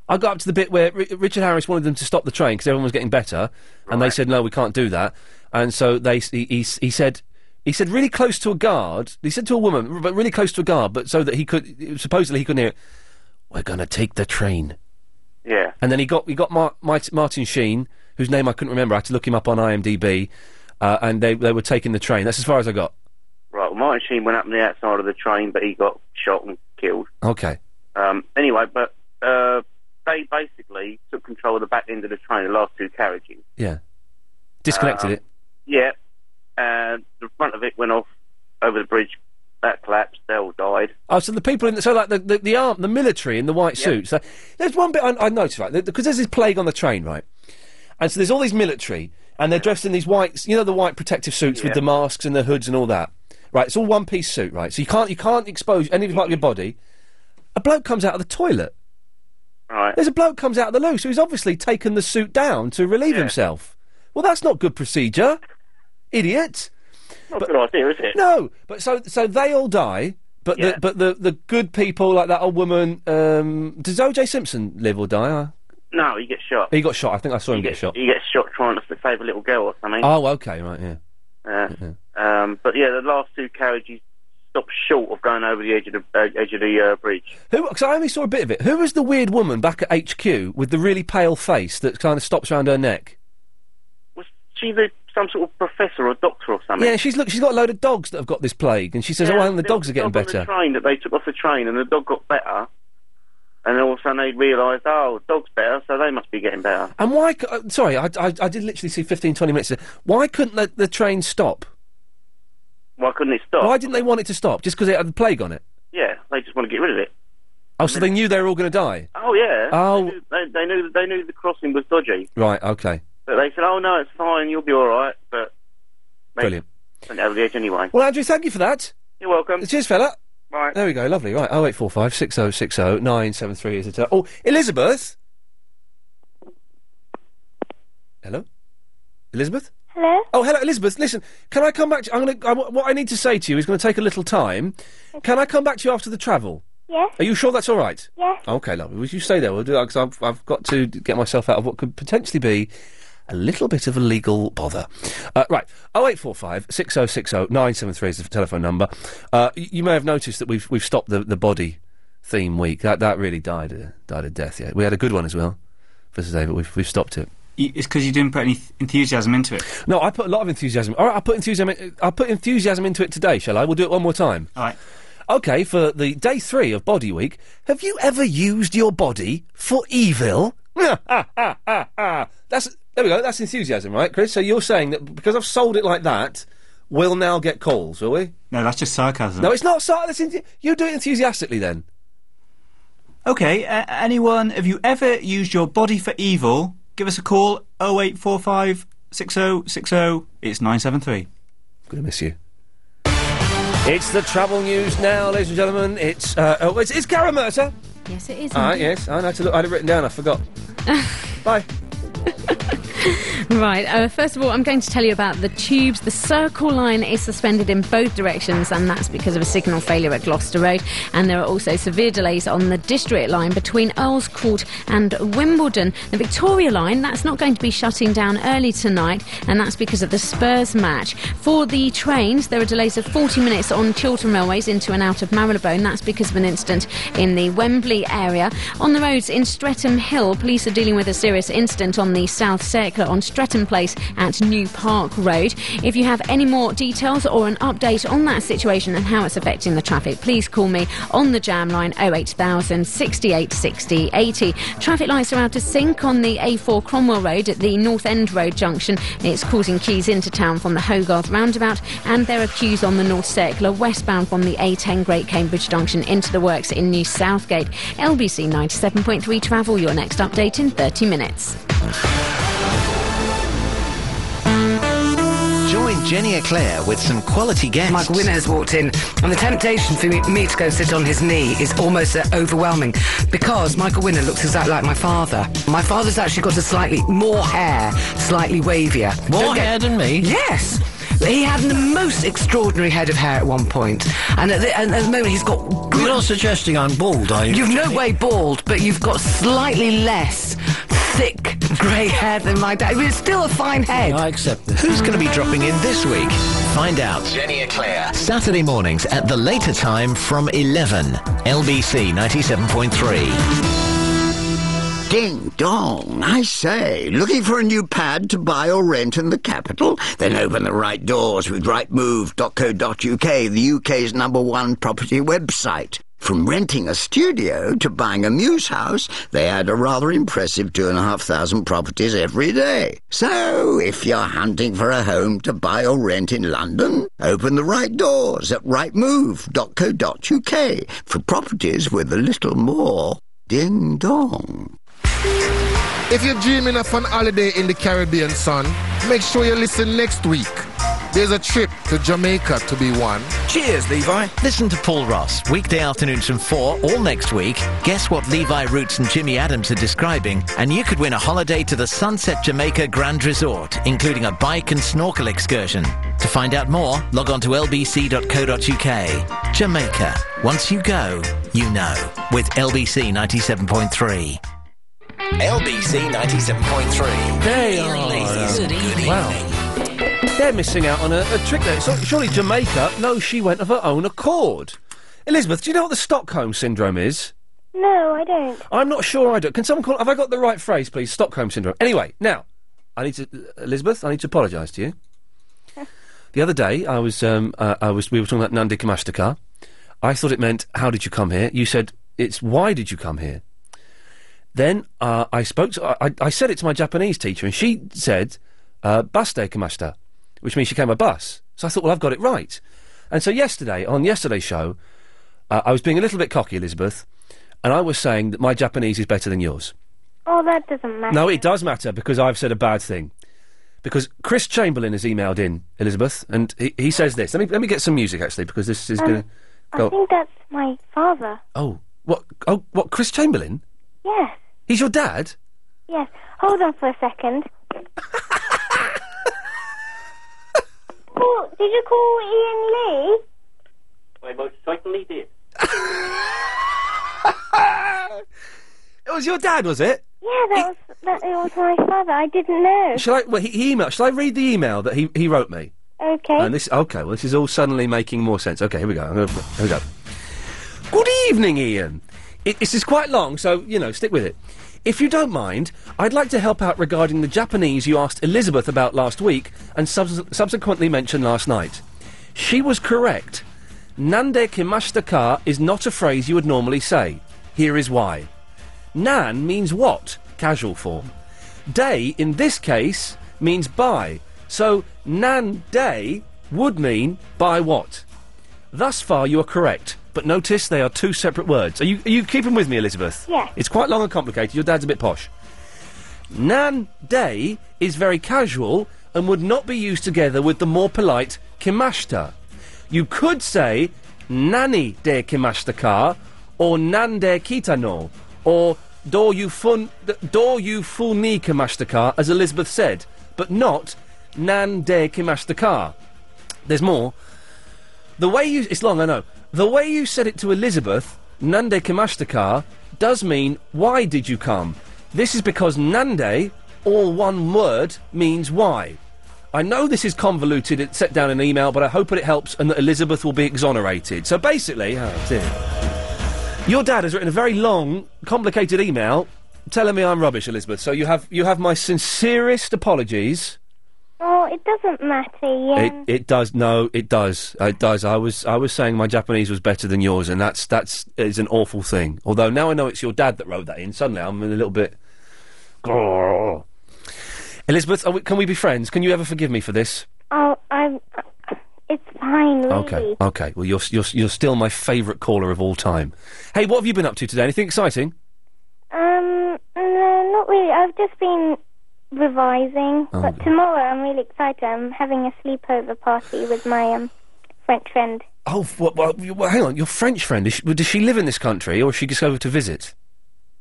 S3: I got up to the bit where R- Richard Harris wanted them to stop the train because everyone was getting better, and they said no, we can't do that. And so they he, he s- he said he said really close to a guard. He said to a woman, r- but really close to a guard, but so that he could supposedly he couldn't hear it. We're gonna take the train.
S42: Yeah.
S3: And then he got he got Mar- Mart- Martin Sheen, whose name I couldn't remember. I had to look him up on IMDb, uh, and they they were taking the train. That's as far as I got.
S42: Right, well, Martin Sheen went up on the outside of the train, but he got shot and killed.
S3: Okay.
S42: Um, anyway, but uh, they basically took control of the back end of the train, the last two carriages.
S3: Yeah. Disconnected
S42: Um,
S3: it.
S42: Yeah. And the front of it went off over the bridge. That collapsed. They all died.
S3: Oh, so the people in the, so like the the, the arm, the military in the white suits. uh, there's one bit I, I noticed right because there's this plague on the train, right? And so there's all these military, and they're dressed in these white, you know, the white protective suits with
S42: Yeah.
S3: the masks and the hoods and all that. Right, it's all one piece suit, right? So you can't you can't expose any part of your body. A bloke comes out of the toilet.
S42: Right.
S3: There's a bloke comes out of the loo, so he's obviously taken the suit down to relieve himself. Well, that's not good procedure, idiot.
S42: Not a good idea, is it?
S3: No, but so so they all die. But
S42: Yeah.
S3: the but the the good people like that old woman. Um, does O.J. Simpson live or die?
S42: No, he gets shot.
S3: Uh, he got shot. I think I saw him get shot.
S42: He gets shot trying to save a little girl or something.
S3: Oh, okay, right, yeah.
S42: Uh, um, but yeah, the last two carriages stopped short of going over the edge of the uh, edge of the uh, bridge.
S3: Who? Because I only saw a bit of it. Who was the weird woman back at HQ with the really pale face that kind of stops around her neck?
S42: She's a, some sort of professor or doctor or something.
S3: yeah, she's look. She's got a load of dogs that have got this plague, and she says,
S42: Yeah,
S3: "Oh, hang on, the
S42: there
S3: dogs
S42: was
S3: are
S42: a
S3: getting
S42: dog on
S3: better."
S42: The train that they took off the train, and the dog got better. And all of a sudden they realised, oh, the dog's better, so they must be getting better.
S3: And why? c- Uh, sorry, I, I I did literally see 15, 20 minutes. of- Why couldn't the, the train stop?
S42: Why couldn't it stop?
S3: Why didn't they want it to stop? Just because it had the plague on it?
S42: Yeah, they just want to get rid of it.
S3: Oh, so they knew they were all going to die.
S42: Oh yeah.
S3: Oh.
S42: They knew, they, they knew they knew the crossing was dodgy,
S3: Right. Okay.
S42: but they said, oh no, it's fine, you'll be all right. But they
S3: Brilliant.
S42: went over the edge anyway.
S3: Well, Andrew, thank you for that.
S42: You're welcome.
S3: Cheers, fella.
S42: Right.
S3: There we go. Lovely. Right. Oh eight four five six zero six zero nine seven three is the tel- Oh, Elizabeth. Hello, Elizabeth.
S43: Hello?
S3: Oh, hello, Elizabeth. Listen, can I come back? To, I'm going to. What I need to say to you is going to take a little time. Can I come back to you after the travel?
S43: Yes?
S3: Are you sure that's all right?
S43: Yes.
S3: Okay, lovely. Would you stay there? We'll do that because I've, I've got to d- get myself out of what could potentially be a little bit of a legal bother. Uh, right, 0845 6060 973 is the telephone number. Uh, y- you may have noticed that we've we've stopped the, the body theme week. That that really died a, died a death. Yeah, we had a good one as well versus Ava. We've we've stopped it.
S4: You- It's because you didn't put any th- enthusiasm into it.
S3: No, I put a lot of enthusiasm. All right, I'll put enthusiasm. in- I'll put enthusiasm into it today, shall I? We'll do it one more time.
S4: All right.
S3: Okay, for the day three of Body Week, have you ever used your body for evil? That's there we go. That's enthusiasm, right, Chris? So you're saying that because I've sold it like that, we'll now get calls, will we?
S4: No, that's just sarcasm.
S3: No, it's not. Sorry, that's enthu- you do it enthusiastically then.
S4: Okay, uh, anyone, have you ever used your body for evil? Give us a call 0845 6060. It's 973.
S3: Gonna miss you. It's the travel news now, ladies and gentlemen. It's uh, oh, it's, it's Cara Murta.
S44: Yes, it is.
S3: Ah,
S44: indeed.
S3: yes, I had to look. I had it written down. I forgot. Bye.
S44: Right, uh, first of all, I'm going to tell you about the tubes. The circle line is suspended in both directions, and that's because of a signal failure at Gloucester Road. And there are also severe delays on the district line between Earls Court and Wimbledon. The Victoria line, that's not going to be shutting down early tonight, and that's because of the Spurs match. For the trains, there are delays of 40 minutes on Chiltern Railways into and out of Marylebone. That's because of an incident in the Wembley area. On the roads in Streatham Hill, police are dealing with a serious incident on the South Circular on Streatham Place at New Park Road. If you have any more details or an update on that situation and how it's affecting the traffic, please call me on the jam line 08000 68 60 80. Traffic lights are out of sync on the A4 Cromwell Road at the North End Road junction. It's causing queues into town from the Hogarth roundabout, and there are queues on the North Circular westbound from the A10 Great Cambridge junction into the works in New Southgate. LBC 97.3 travel, your next update in 30 minutes.
S1: Join Jenny Eclair with some quality guests.
S45: Mike Winners walked in, and the temptation for me, me to go sit on his knee is almost uh, overwhelming because Michael Winner looks exactly like my father. My father's actually got a slightly more hair, slightly wavier.
S1: More
S45: Don't get-
S1: hair than me?
S45: Yes. He had the most extraordinary head of hair at one point, and at the, and at the moment he's got. You're
S1: not suggesting I'm bald, are you?
S45: You've no way bald, but you've got slightly less thick grey hair than my dad. I mean, it's still a fine head.
S1: I accept this. Who's going to be dropping in this week? Find out.
S45: Jenny
S1: Eclair. Saturday mornings at the later time from 11. LBC 97.3.
S46: Ding dong, I say. Looking for a new pad to buy or rent in the capital? Then open the right doors with rightmove.co.uk, the UK's number one property website. From renting a studio to buying a muse house, they add a rather impressive 2,500 properties every day. So, if you're hunting for a home to buy or rent in London, open the right doors at rightmove.co.uk for properties with a little more ding dong.
S47: If you're dreaming of an holiday in the Caribbean, son, make sure you listen next week. There's a trip to Jamaica to be won.
S1: Cheers, Levi. Listen to Paul Ross, weekday afternoons from 4 all next week. Guess what Levi Roots and Jimmy Adams are describing, and you could win a holiday to the Sunset Jamaica Grand Resort, including a bike and snorkel excursion. To find out more, log on to lbc.co.uk. Jamaica. Once you go, you know. With LBC 97.3. LBC 97.3.
S3: They are.
S1: ladies, Oh, good evening.
S3: wow. They're missing out on a, a trick there. So, surely Jamaica? No, she went of her own accord. Elizabeth, do you know what the Stockholm syndrome is?
S48: No, I don't.
S3: I'm not sure I do. Can someone call? Have I got the right phrase, please? Stockholm syndrome. Anyway, now I need to, Elizabeth. I need to apologise to you. the other day, I was, um, uh, I was, we were talking about Nandi Kamastakar. I thought it meant how did you come here. You said it's why did you come here. Then uh, I spoke. To, I, I- I said it to my Japanese teacher, and she said uh, "bus day kamashita," which means she came by bus. So I thought, well, I've got it right. And so yesterday, on yesterday's show, uh, I was being a little bit cocky, Elizabeth, and I was saying that my Japanese is better than yours.
S48: Oh, that doesn't matter.
S3: No, it does matter because I've said a bad thing. Because Chris Chamberlain has emailed in Elizabeth, and he, he says this. Let me let me get some music actually, because this is
S48: Um,
S3: going to
S48: I
S3: go.
S48: think that's my father.
S3: Oh, what? Oh, what? Chris Chamberlain?
S48: Yes,
S3: He's your dad?
S48: yes. Hold on for a second. oh, did you call Ian Lee?
S49: I most certainly did.
S3: It was your dad, was it?
S48: Yeah, that was that. It was my father. I didn't know.
S3: Shall I? Well, he, he emailed. Shall I read the email that he, he wrote me?
S48: Okay.
S3: And this okay, well this is all suddenly making more sense. Okay, here we go. I'm gonna, here we go. Good evening, Ian. It, this is quite long, so, you know, stick with it. If you don't mind, I'd like to help out regarding the Japanese you asked Elizabeth about last week and subs- subsequently mentioned last night. She was correct. Nande kimashita ka is not a phrase you would normally say. Here is why. Nan means what? Casual form. Day, in this case, means by. So, nan day would mean by what? Thus far, you are correct. But notice they are two separate words. Are you, are you keeping with me, Elizabeth?
S12: Yeah.
S3: It's quite long and complicated. Your dad's a bit posh. Nan day is very casual and would not be used together with the more polite kimashita. You could say nani de kimashita ka or nan de kitano or do you fun do you fu ni kimashita ka as Elizabeth said, but not nan de kimashita ka. There's more. The way you it's long, I know. The way you said it to Elizabeth, Nande Kamashtakar, does mean why did you come? This is because Nande, all one word, means why. I know this is convoluted, it's set down in an email, but I hope that it helps and that Elizabeth will be exonerated. So basically, oh dear. Your dad has written a very long, complicated email telling me I'm rubbish, Elizabeth. So you have you have my sincerest apologies.
S14: Oh, it doesn't matter,
S3: It,
S14: Ian.
S3: it does. No, it does. Uh, It does. I was I was saying my Japanese was better than yours, and that's that's is an awful thing. Although now I know it's your dad that wrote that in. Suddenly I'm in a little bit. Grrr. Elizabeth, are we, can we be friends? Can you ever forgive me for this?
S14: Oh, I'm. It's fine, really.
S3: Okay. Okay. Well, you're you're you're still my favourite caller of all time. Hey, what have you been up to today? Anything exciting?
S14: Um, no, not really. I've just been revising,
S3: Oh,
S14: but tomorrow I'm really excited. I'm having a sleepover party with my um French friend.
S3: Oh, f- well, well, you- well, hang on. Your French friend is she, well, does she live in this country or is she just over to visit?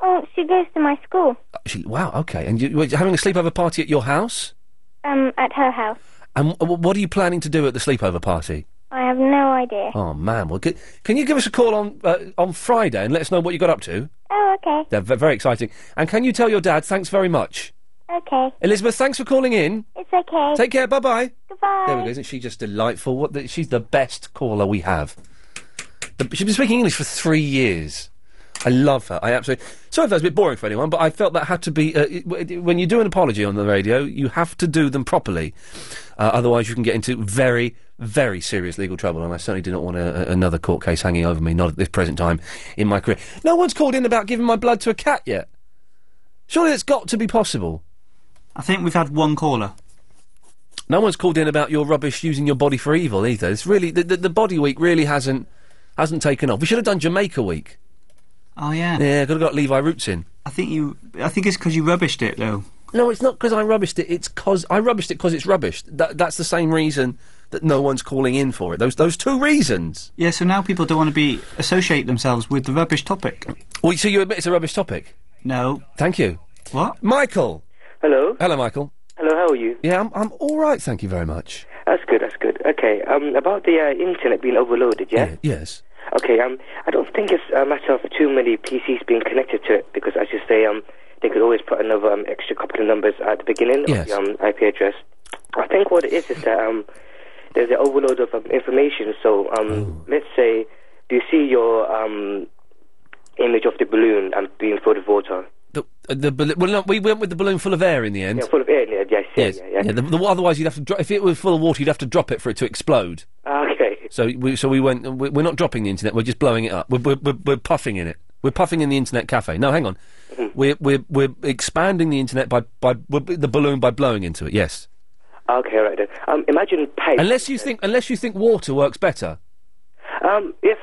S14: Oh, she goes to my school.
S3: Uh, She, wow. Okay. And you, you're having a sleepover party at your house?
S14: Um, at her house.
S3: And w- what are you planning to do at the sleepover party?
S14: I have no idea.
S3: Oh man, well, c- can you give us a call on uh, on Friday and let us know what you got up to?
S14: Oh, okay.
S3: They're ve- very exciting. And can you tell your dad thanks very much?
S14: Okay.
S3: Elizabeth, thanks for calling in.
S14: It's okay.
S3: Take care. Bye bye.
S14: Goodbye.
S3: There we go. Isn't she just delightful? What the, she's the best caller we have. The, she's been speaking English for three years. I love her. I absolutely. Sorry if that was a bit boring for anyone, but I felt that had to be. Uh, it- w- it- when you do an apology on the radio, you have to do them properly. Uh, otherwise, you can get into very, very serious legal trouble. And I certainly do not want a, a- another court case hanging over me, not at this present time in my career. No one's called in about giving my blood to a cat yet. Surely it's got to be possible.
S4: I think we've had one caller.
S3: No one's called in about your rubbish using your body for evil either. It's really the, the, the body week really hasn't hasn't taken off. We should have done Jamaica week.
S4: Oh yeah.
S3: Yeah, could have got Levi Roots in.
S4: I think you. I think it's because you rubbished it though.
S3: No, it's not because I rubbished it. It's because I rubbished it because it's rubbish. That, that's the same reason that no one's calling in for it. Those those two reasons.
S4: Yeah. So now people don't want to be associate themselves with the rubbish topic.
S3: Well, so you admit it's a rubbish topic?
S4: No.
S3: Thank you.
S4: What?
S3: Michael.
S16: Hello.
S3: Hello, Michael.
S16: Hello, how are you?
S3: Yeah, I'm I'm all right. Thank you very much.
S16: That's good, that's good. Okay, um, about the uh, internet being overloaded, yeah?
S3: Yes.
S16: Okay, um, I don't think it's a matter of too many PCs being connected to it because, as you say, um, they could always put another um, extra couple of numbers at the beginning
S50: Yes.
S16: of the um, IP address. I think what it is is that um, there's an overload of um, information. So, um, let's say you see your um, image of the balloon and being full of water.
S3: The uh, the ballo- well, no, we went with the balloon full of air in the end.
S16: Yeah, full of air in it, yes,
S3: Yes. Yeah, the, the, otherwise, you'd have to dro- if it was full of water, you'd have to drop it for it to explode.
S16: Okay.
S3: So we so we went. we- We're not dropping the internet. We're just blowing it up. We're we're, we're, we're puffing in it. We're puffing in the internet cafe. No, hang on.
S16: Mm-hmm.
S3: We're we're we're expanding the internet by by we're, the balloon by blowing into it. Yes.
S16: Okay, right then. Um, imagine paste.
S3: Unless you think unless you think water works better.
S16: Um, if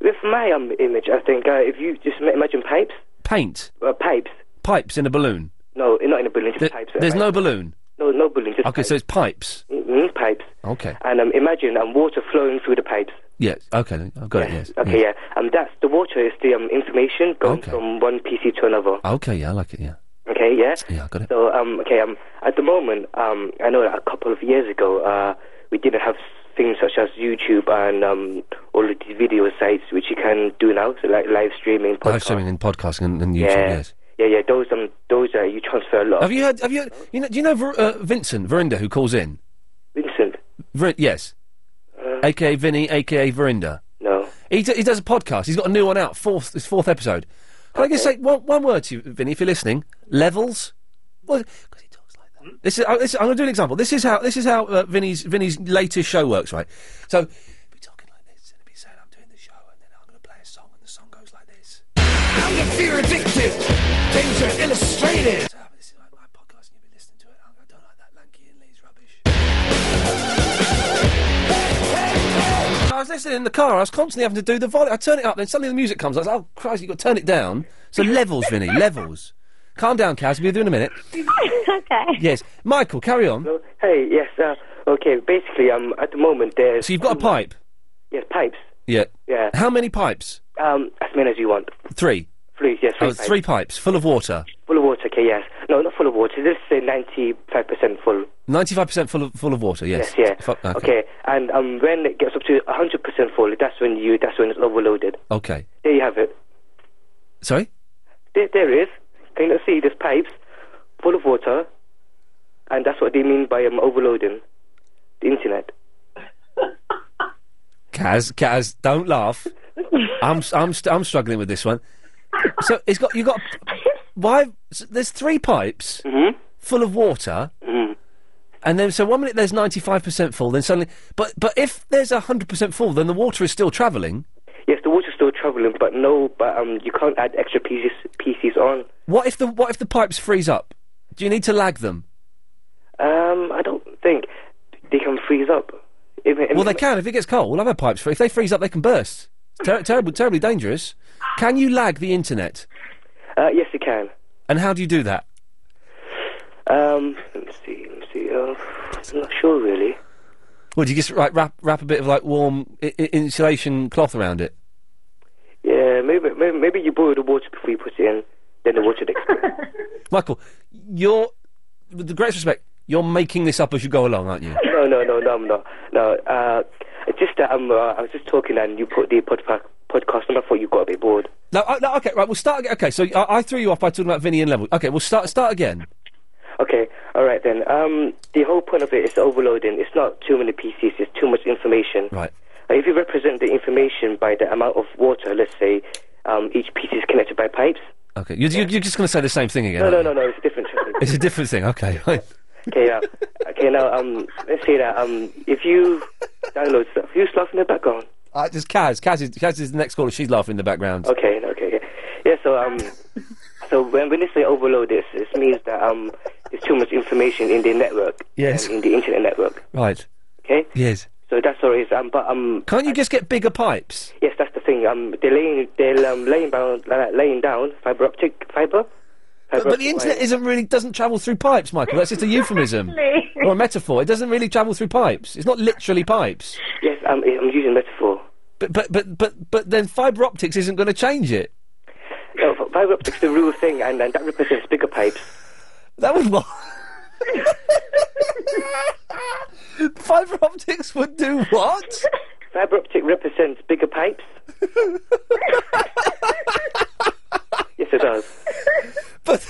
S16: with my um image, I think uh, if you just ma- imagine pipes,
S3: Paint
S16: uh, pipes.
S3: pipes in a balloon.
S16: No, eh, not in a balloon, just
S3: There-
S16: pipes.
S3: there's
S16: right?
S3: no balloon.
S16: no, no balloon, just
S3: Okay, so it's pipes.
S16: mm pipes.
S3: Okay.
S16: And um, imagine um water flowing through the pipes.
S3: Yes. Okay. then. I've got it. Yes.
S16: Okay, yeah. Um, that's the water is the um information going from one PC to another.
S3: Okay. Yeah. I like it. Yeah.
S16: Okay, yeah.
S3: Yeah. I got it.
S16: So um, okay, um, at the moment, um, I know that a couple of years ago, uh, we didn't have things such as YouTube and um all of the video sites which you can do now, so like live streaming,
S3: Live streaming and podcasting and, and YouTube.
S16: Yeah.
S3: Yes.
S16: Yeah, yeah, those um, those uh, you transfer a lot.
S3: Have you heard? Have you? heard- You know? Do you know Ver, uh, Vincent Verinda who calls in?
S16: Vincent? Uh,
S3: Ver, yes. AKA Vinny, AKA Verinda.
S16: No.
S3: He, d- he does a podcast. He's got a new one out. Fourth, his fourth episode. Can I just say one, one word to you, Vinny, if you're listening? Levels. Well, because he talks like
S16: Hmm?
S3: that. This is, uh, this, I'm going to do an example. This is how this is how uh, Vinny's Vinny's latest show works, right?
S12: I'm
S3: So
S12: the fear addicted, danger illustrated.
S3: I was listening in the car. I was constantly having to do the volume. I turn it up, then suddenly the music comes. I was like, "Oh Christ, you have got to turn it down." So levels, Vinny, levels. Calm down, Kaz. We'll be there in a minute.
S12: okay.
S3: Yes, Michael, carry on.
S16: Hey, yes, uh, okay, basically, um, at the moment there's...
S3: So you've got a pipe.
S16: Yes, pipes,
S3: Yeah.
S16: yeah.
S3: How many pipes?
S16: Um, as many as you want.
S3: Three.
S16: Three, yes, three
S3: Oh,
S16: pipes.
S3: three pipes full of water.
S16: Full of water, okay, yes. No, not full of water, just say 95% full.
S3: Ninety-five percent full of full of water. Yes.
S16: Yes, yeah.
S3: Fu- okay.
S16: Okay, and um, when it gets up to 100% full, that's when you, that's when it's overloaded.
S3: Okay.
S16: There you have it.
S3: Sorry.
S16: There, there is. Can you not see there's pipes full of water? And that's what they mean by um, overloading the internet.
S3: Kaz, Kaz, don't laugh. I'm s- I'm st- I'm struggling with this one. So it's got you got why? so there's three pipes
S16: Mm-hmm.
S3: full of water, and then so one minute there's ninety five percent full, then suddenly, but but if there's hundred percent full, then the water is still travelling.
S16: Yes, the water's still travelling, but no, but um, you can't add extra pieces pieces on.
S3: What if the what if the pipes freeze up? Do you need to lag them?
S16: Um, I don't think they can freeze up. If- if-
S3: Well, they can if it gets cold. We'll have our pipes free. If they freeze up, they can burst. Ter- terrible, terribly dangerous. Can you lag the internet?
S16: Uh, yes, it can.
S3: And how do you do that?
S16: Um, let me see, let me see. Uh, I'm not sure really.
S3: Well, do you just like, wrap wrap a bit of like warm I- I- insulation cloth around it?
S16: Yeah, maybe maybe, maybe you boil the water before you put it in, then the water expands.
S3: Michael, you're with the greatest respect, you're making this up as you go along, aren't you?
S16: no, no, no, no, I'm not. No, uh, it's just that I'm. Uh, I was just talking, and you put the podpa- podcast on. I thought you got a bit bored.
S3: No, I, no okay, right. We'll start. aga- Okay, so I, I threw you off by talking about Vinny and level. Okay, we'll start start again.
S16: Okay, all right then. Um, the whole point of it is overloading. It's not too many pieces. It's too much information.
S3: Right.
S16: And if you represent the information by the amount of water, let's say um, each piece is connected by pipes.
S3: Okay, you're, you're, you're just going to say the same thing again.
S16: no, no,
S3: aren't
S16: no, no.
S3: you?
S16: It's different.
S3: It's a different thing. Okay, right.
S16: okay, now, okay, now, um, let's say that um, if you download stuff, who's laughing in the background?
S3: Uh, just Kaz. Kaz is, Kaz is the next caller. She's laughing in the background.
S16: Okay, okay, yeah. yeah so um, so when when they say overload, this this means that um, there's too much information in the network.
S3: Yes.
S16: and In the internet network.
S3: Right.
S16: Okay.
S3: Yes.
S16: So that's all it is. Um, but um,
S3: can't you just get bigger pipes?
S16: Yes, that's the thing. Um, they're laying they're um, laying down uh, laying down fiber optic fiber.
S3: But, but the internet isn't really doesn't travel through pipes, Michael. That's just a euphemism
S16: Really?
S3: or a metaphor. It doesn't really travel through pipes. It's not literally pipes.
S16: Yes, um, I- I'm using metaphor.
S3: But but but but but then fibre optics isn't going to change it.
S16: No, f- fiber optic's the real thing, and, and that represents bigger pipes.
S3: That was what. Fibre optics would do what?
S16: Fiber optic represents bigger pipes. yes, it does.
S3: But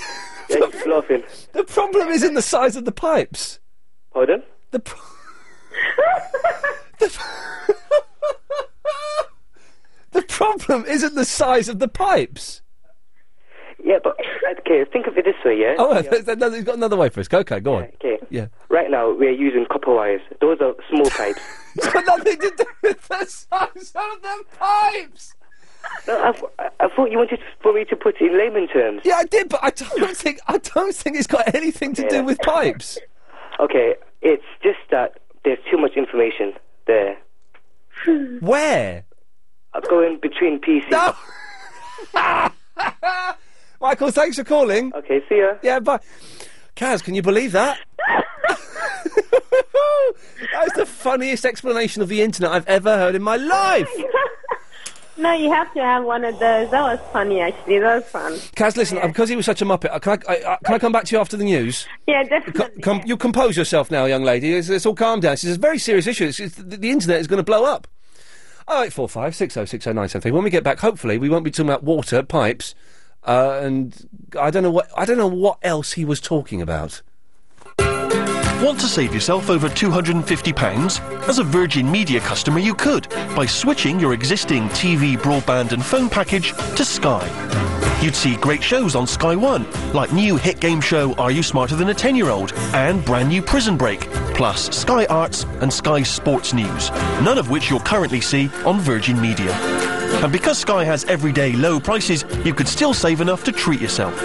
S16: yeah, keep laughing.
S3: The problem is in the size of the pipes.
S16: Pardon?
S3: The. Pro- the, the problem isn't the size of the pipes.
S16: Yeah, but okay. Think of it this way, yeah.
S3: Oh,
S16: Yeah.
S3: there's, there's got another way for us. Go, okay, go on.
S16: Okay.
S3: Yeah.
S16: Right now we're using copper wires. Those are small pipes.
S3: It's got nothing to do with the size of the pipes.
S16: No, I, th- I- I thought you wanted for me to put it in layman terms.
S3: Yeah, I did, but I don't think I don't think it's got anything to do with pipes.
S16: Okay, it's just that there's too much information there.
S3: Where?
S16: I'm going between pieces.
S3: No. Michael, thanks for calling.
S16: Okay, see ya.
S3: Yeah, bye. Kaz, can you believe that? That's the funniest explanation of the internet I've ever heard in my life.
S50: No, you have to have one of those. That was funny, actually. That was fun.
S3: Kaz, listen, because he was such a muppet, uh, can I, I, I- can I come back to you after the news?
S50: Yeah, definitely.
S3: Com- You compose yourself now, young lady. It's, it's all calm down. This is a very serious issue. It's, it's, the, the internet is going to blow up. Oh eight four five six oh six oh nine something. When we get back, hopefully we won't be talking about water pipes, uh, and I don't know what I don't know what else he was talking about.
S31: Want to save yourself over £250? As a Virgin Media customer, you could by switching your existing TV, broadband, and phone package to Sky. You'd see great shows on Sky One, like new hit game show Are You Smarter Than a 10 Year Old? and brand new Prison Break, plus Sky Arts and Sky Sports News, none of which you'll currently see on Virgin Media. And because Sky has everyday low prices, you could still save enough to treat yourself.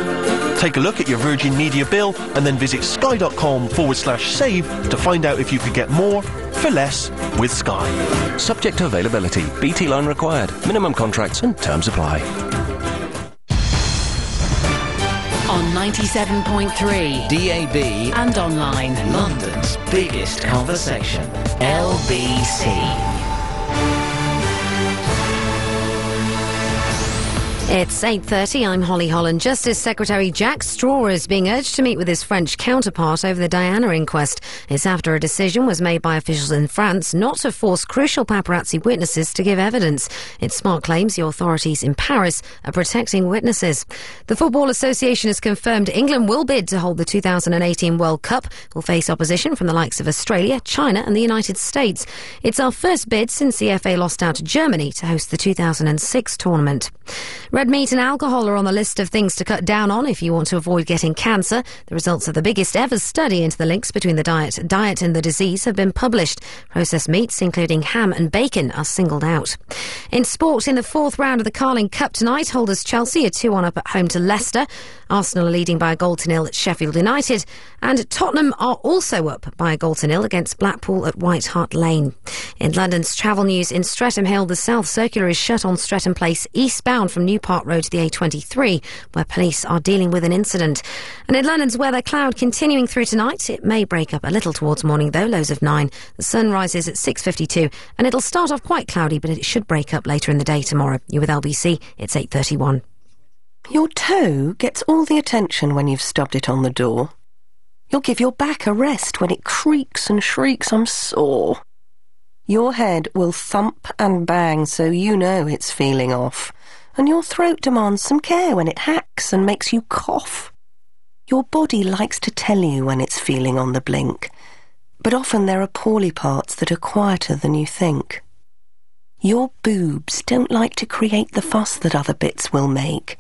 S31: Take a look at your Virgin Media bill and then visit sky.com forward slash save to find out if you could get more for less with Sky. Subject to availability. BT line required. Minimum contracts and terms apply.
S20: On 97.3
S1: DAB
S20: and online.
S1: London's biggest conversation. LBC.
S35: It's 8.30, I'm Holly Holland. Justice Secretary Jack Straw is being urged to meet with his French counterpart over the Diana inquest. It's after a decision was made by officials in France not to force crucial paparazzi witnesses to give evidence. It's smart claims the authorities in Paris are protecting witnesses. The Football Association has confirmed England will bid to hold the 2018 World Cup. Will face opposition from the likes of Australia, China and the United States. It's our first bid since the FA lost out to Germany to host the 2006 tournament. Red meat and alcohol are on the list of things to cut down on if you want to avoid getting cancer. The results of the biggest ever study into the links between the diet, diet and the disease have been published. Processed meats, including ham and bacon, are singled out. In sport, in the fourth round of the Carling Cup tonight, holders Chelsea are 2 1 up at home to Leicester. Arsenal are leading by a goal to nil at Sheffield United. And Tottenham are also up by a goal to nil against Blackpool at White Hart Lane. In London's travel news, in Streatham Hill, the South Circular is shut on Streatham Place eastbound from New Park Road to the A23, where police are dealing with an incident. And in London's weather, cloud continuing through tonight. It may break up a little towards morning, though. Lows of nine. The sun rises at 6:52, and it'll start off quite cloudy, but it should break up later in the day tomorrow. You with LBC? It's 8:31.
S32: Your toe gets all the attention when you've stubbed it on the door. You'll give your back a rest when it creaks and shrieks, I'm sore. Your head will thump and bang so you know it's feeling off, and your throat demands some care when it hacks and makes you cough. Your body likes to tell you when it's feeling on the blink, but often there are poorly parts that are quieter than you think. Your boobs don't like to create the fuss that other bits will make,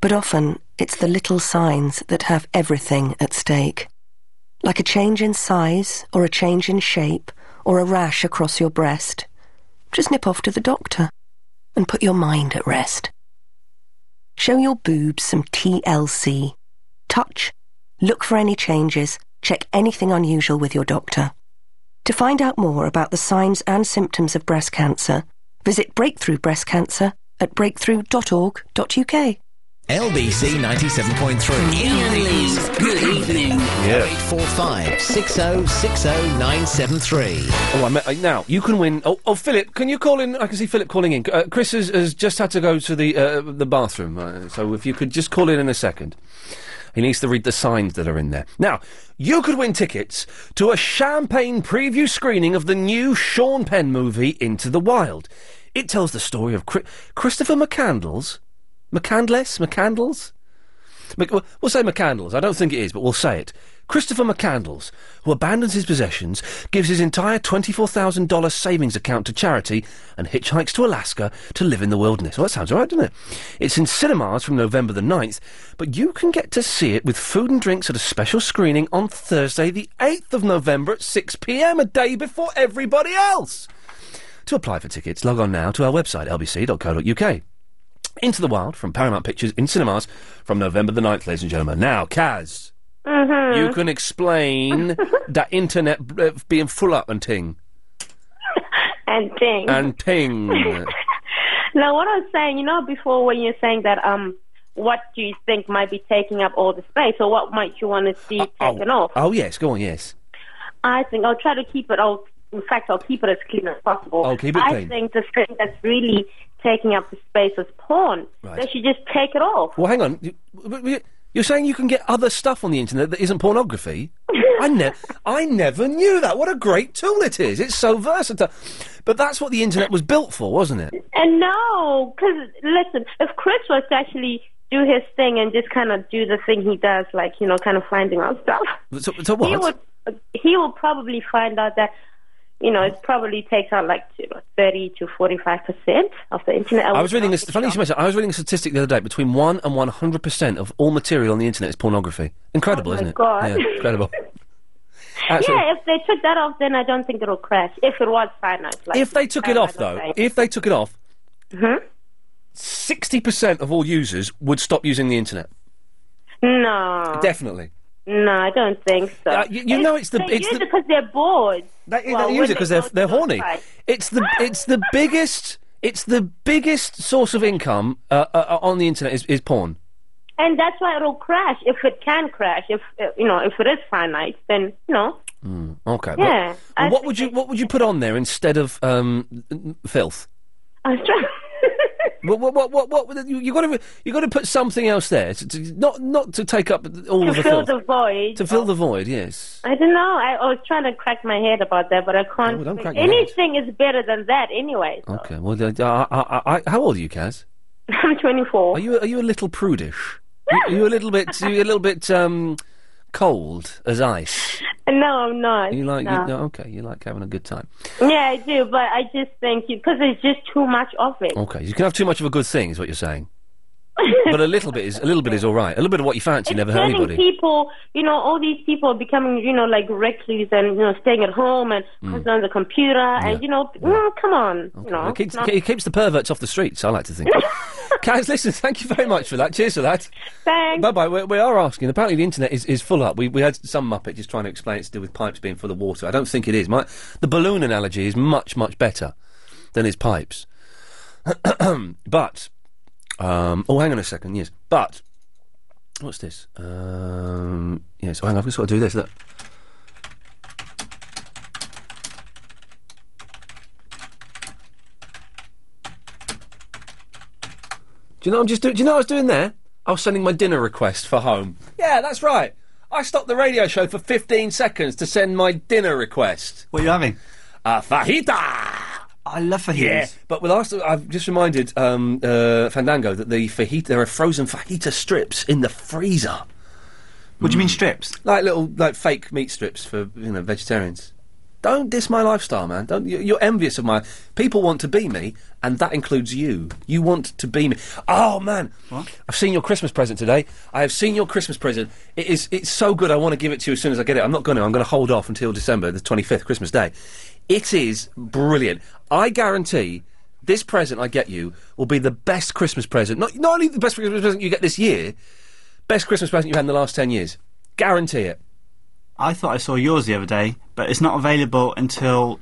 S32: but often it's the little signs that have everything at stake. Like a change in size, or a change in shape, or a rash across your breast. Just nip off to the doctor and put your mind at rest. Show your boobs some TLC. Touch, look for any changes, check anything unusual with your doctor. To find out more about the signs and symptoms of breast cancer, visit Breakthrough Breast Cancer at breakthrough.org.uk.
S1: LBC 97.3.
S32: Ian Lee's Good Evening.
S1: Yeah. 845
S3: Oh, I met, uh, now you can win. Oh, oh, Philip, can you call in? I can see Philip calling in. Uh, Chris has, has just had to go to the uh, the bathroom, uh, so if you could just call in in a second. He needs to read the signs that are in there. Now, you could win tickets to a champagne preview screening of the new Sean Penn movie, Into the Wild. It tells the story of Chri- Christopher McCandles. McCandless? McCandles? Mc- we'll we'll say McCandles. I don't think it is, but we'll say it. Christopher McCandles, who abandons his possessions, gives his entire $24,000 savings account to charity, and hitchhikes to Alaska to live in the wilderness. Well, that sounds all right, doesn't it? It's in cinemas from November the 9th, but you can get to see it with food and drinks at a special screening on Thursday, the 8th of November at 6pm, a day before everybody else. To apply for tickets, log on now to our website, lbc.co.uk. Into the Wild from Paramount Pictures in cinemas from November the 9th, ladies and gentlemen. Now, Kaz,
S50: Uh-huh.
S12: Mhm.
S34: Mm-hmm.
S3: you can explain that internet uh, being full up and ting.
S50: And thing.
S3: And ting.
S50: Now, what I was saying, you know, before when you're saying that, um, what do you think might be taking up all the space, or what might you want to see taken off?
S3: oh, yes, go on, yes.
S50: I think I'll try to keep it. I'll, in fact, I'll keep it as clean as possible.
S3: Oh, keep it
S50: I
S3: clean.
S50: think the thing that's really taking up the space is porn.
S3: Right.
S50: They should just take it off.
S3: Well, hang on. You- w- w- You're saying you can get other stuff on the internet that isn't pornography? I, ne- I never knew that. What a great tool it is. It's so versatile. But that's what the internet was built for, wasn't it?
S50: And no, because listen, if Chris was to actually do his thing and just kind of do the thing he does, like you know, kind of finding out stuff,
S3: So, so what?
S50: he would he will probably find out that you know it probably takes out like you know, thirty to forty five percent of the internet.
S3: I was reading this. Funny you should mention. I was reading a statistic the other day. Between one and one hundred percent of all material on the internet is pornography. Incredible,
S50: Oh my
S3: isn't it?
S50: God.
S3: Yeah, incredible. Absolutely.
S50: Yeah, if they took that off, then I don't think it'll crash. If it was finite, like
S3: if they took it off, though, if they took it off,
S50: Hmm?
S3: sixty percent of all users would stop using the internet.
S50: no,
S3: Definitely.
S50: no, I don't think so.
S3: you- you know it's the-
S50: they
S3: it's
S50: use
S3: the-
S50: it because they're bored.
S3: They, they use it because they're they're horny. It's the it's the biggest it's the biggest source of income uh, uh, uh, on the internet is, is porn.
S50: and that's why it'll crash if it can crash. If uh, you know, if it is finite, then you know,
S3: Mm, okay.
S50: Yeah,
S3: But,
S50: I
S3: well, what would you what would you put on there instead of um, n- filth?
S50: I was trying.
S3: What what what what, what you, you got to you got to put something else there to, to- not not to take up all
S50: to
S3: of the filth
S50: fill the void.
S3: to fill the void. Yes.
S50: I don't know. I, I was trying to crack my head about that, but I can't.
S3: don't crack your head.
S50: anything is better than that, anyway.
S3: Okay. Well, uh, I, I, I, how old are you, Kaz?
S50: I'm 24.
S3: Are you are you a little prudish? Are you a little bit are you a little bit um, cold as ice?
S50: No, I'm not.
S3: You like
S50: no.
S3: you, no, okay, you like having a good time.
S50: Yeah, I do, but I just think because there's just too much of it.
S3: Okay, you can have too much of a good thing, is what you're saying. but a little bit is a little bit is all right. A little bit of what you fancy never hurt
S50: Turning
S3: anybody.
S50: people, you know, all these people are becoming, you know, like recluse and you know, staying at home and
S3: Mm.
S50: constantly on the computer, and you know, oh, come on, you know,
S3: it, keeps,
S50: not-
S3: it keeps the perverts off the streets. I like to think. Guys, listen. Thank you very much for that. Cheers for that.
S50: Thanks.
S3: Bye bye. We, we are asking. Apparently, the internet is, is full up. We, we had some muppet just trying to explain it's to do with pipes being full of water. I don't think it is. My, the balloon analogy is much much better than his pipes. but um, oh, hang on a second. Yes, but what's this? Um, yes. Oh, hang on. I've just got to do this. Look. Do you know what I'm just doing? Do you know what I was doing there? I was sending my dinner request for home. Yeah, that's right. I stopped the radio show for 15 seconds to send my dinner request.
S4: What are you having?
S3: A fajita.
S4: I love fajitas.
S3: Yeah, but well, also, I've just reminded um, uh, Fandango that the fajita there are frozen fajita strips in the freezer.
S4: What do you mean strips?
S3: Mm. Like little like fake meat strips for you know vegetarians. Don't diss my lifestyle, man. Don't you- you're envious of my people want to be me, and that includes you. You want to be me. Oh man, I've seen your Christmas present today. I have seen your Christmas present. It is it's so good. I want to give it to you as soon as I get it. I'm not going to. I'm going to hold off until December the 25th, Christmas Day. It is brilliant. I guarantee this present I get you will be the best Christmas present. Not not only the best Christmas present you get this year, best Christmas present you've had in the last ten years. Guarantee it.
S4: I thought I saw yours the other day, but it's not available until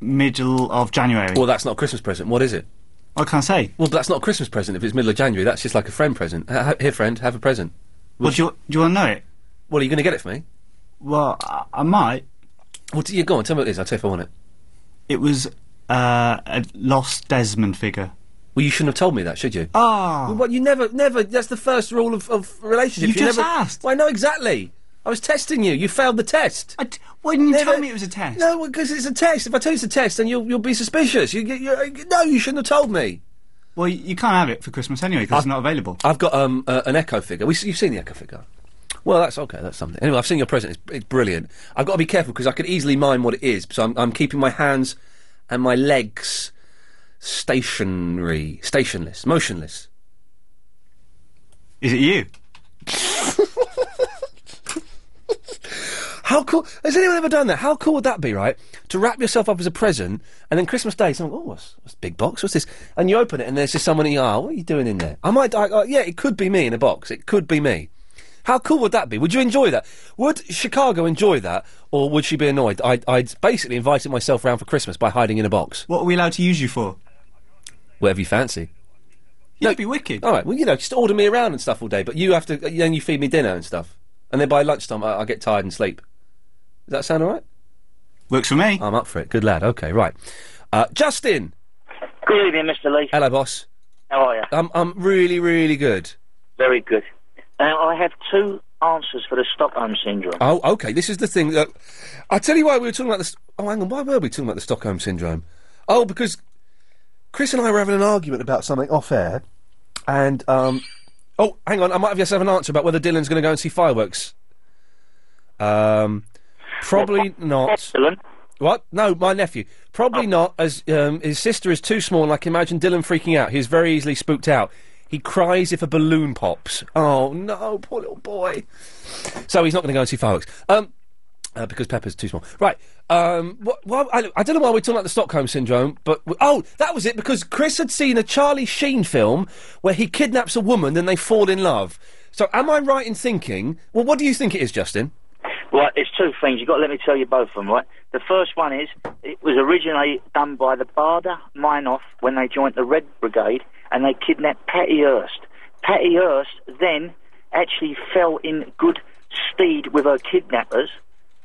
S4: middle of January.
S3: Well, that's not a Christmas present. What is it?
S4: I can't say.
S3: Well, that's not a Christmas present if it's middle of January. That's just like a friend present. Ha- ha- here, friend, have a present.
S4: Well, do you, do you want to know it?
S3: Well, are you going to get it for me?
S4: Well, I, I might.
S3: Well, do you go on. Tell me what it is. I'll tell you if I want it.
S4: It was uh, a lost Desmond figure.
S3: Well, you shouldn't have told me that, should you?
S4: Ah.
S3: Well, what, you never, never. That's the first rule of, of relationship.
S4: You've just
S3: never,
S4: asked.
S3: Well, I know exactly. I was testing you. You failed the test. I
S4: d- why didn't you tell me it was a test?
S3: No, because it's a test. If I tell you it's a test, then you'll you'll be suspicious. You, get- you, no, you shouldn't have told me.
S4: Well, y- you can't have it for Christmas anyway because it's not available.
S3: I've got um, uh, an echo figure. We, you've seen the echo figure. Well, that's okay. That's something. Anyway, I've seen your present. It's, it's brilliant. I've got to be careful because I could easily mime what it is. So I'm, I'm keeping my hands and my legs stationary, stationless, motionless.
S4: Is it you?
S3: How cool? Has anyone ever done that? How cool would that be, right? To wrap yourself up as a present and then Christmas Day, someone, oh, what's, what's big box? What's this? And you open it and there's just someone in your oh, what are you doing in there? I might, I, I, yeah, it could be me in a box. It could be me. How cool would that be? Would you enjoy that? Would Chicago enjoy that, or would she be annoyed? I, I'd basically invited myself round for Christmas by hiding in a box.
S4: What are we allowed to use you for?
S3: Whatever you fancy.
S4: You'd be wicked.
S3: All right, well, you know, just order me around and stuff all day, but you have to, then you feed me dinner and stuff. And then by lunchtime, I, I get tired and sleep. Does that sound all right?
S4: Works for me.
S3: I'm up for it. Good lad. Okay, right. Uh, Justin.
S22: Good evening, Mr. Lee.
S3: Hello, boss.
S22: How are you?
S3: I'm I'm really really good.
S22: Very good. Now, I have two answers for the Stockholm syndrome.
S3: Oh, okay. This is the thing that I tell you why we were talking about this. Oh, hang on. Why were we talking about the Stockholm syndrome? Oh, because Chris and I were having an argument about something off air, and um, oh, hang on. I might have yes have an answer about whether Dylan's going to go and see fireworks. Um, Probably not. What? No, my nephew. Probably not, as um, his sister is too small, and I can imagine Dylan freaking out. He's very easily spooked out. He cries if a balloon pops. Oh, no, poor little boy. So he's not going to go and see fireworks. Um, uh, because Pepper's too small. Right. Um, what, why- I, I don't know why we're talking about the Stockholm Syndrome, but. w oh, that was it, because Chris had seen a Charlie Sheen film where he kidnaps a woman, then they fall in love. So am I right in thinking. Well, what do you think it is, Justin?
S22: Right, it's two things. You've got to let me tell you both of them, right? The first one is it was originally done by the Bader Meinhof when they joined the Red Brigade and they kidnapped Patty Hearst. Patty Hearst then actually fell in good stead with her kidnappers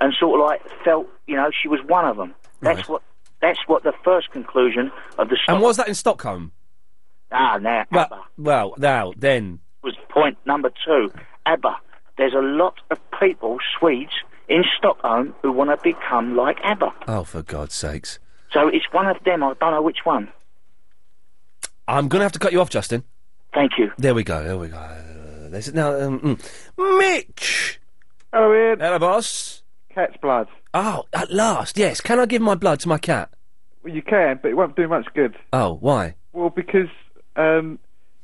S22: and sort of like felt, you know, she was one of them. That's what that's what the first conclusion of the
S3: And was that in Stockholm?
S22: Ah, now, ABBA.
S3: Well, now, then.
S22: was point number two. ABBA. There's a lot of people, Swedes, in Stockholm who want to become like ABBA.
S3: Oh, for God's sakes.
S22: So it's one of them. I don't know which one.
S3: I'm going to have to cut you off, Justin.
S22: Thank you.
S3: There we go. There we go. Uh, There's now um, mm. Mitch. Hello, Ian. Hello, boss.
S43: Cat's blood.
S3: Oh, at last, yes. Can I give my blood to my cat?
S43: Well, you can, but it won't do much good.
S3: Oh, why?
S43: Well, because um,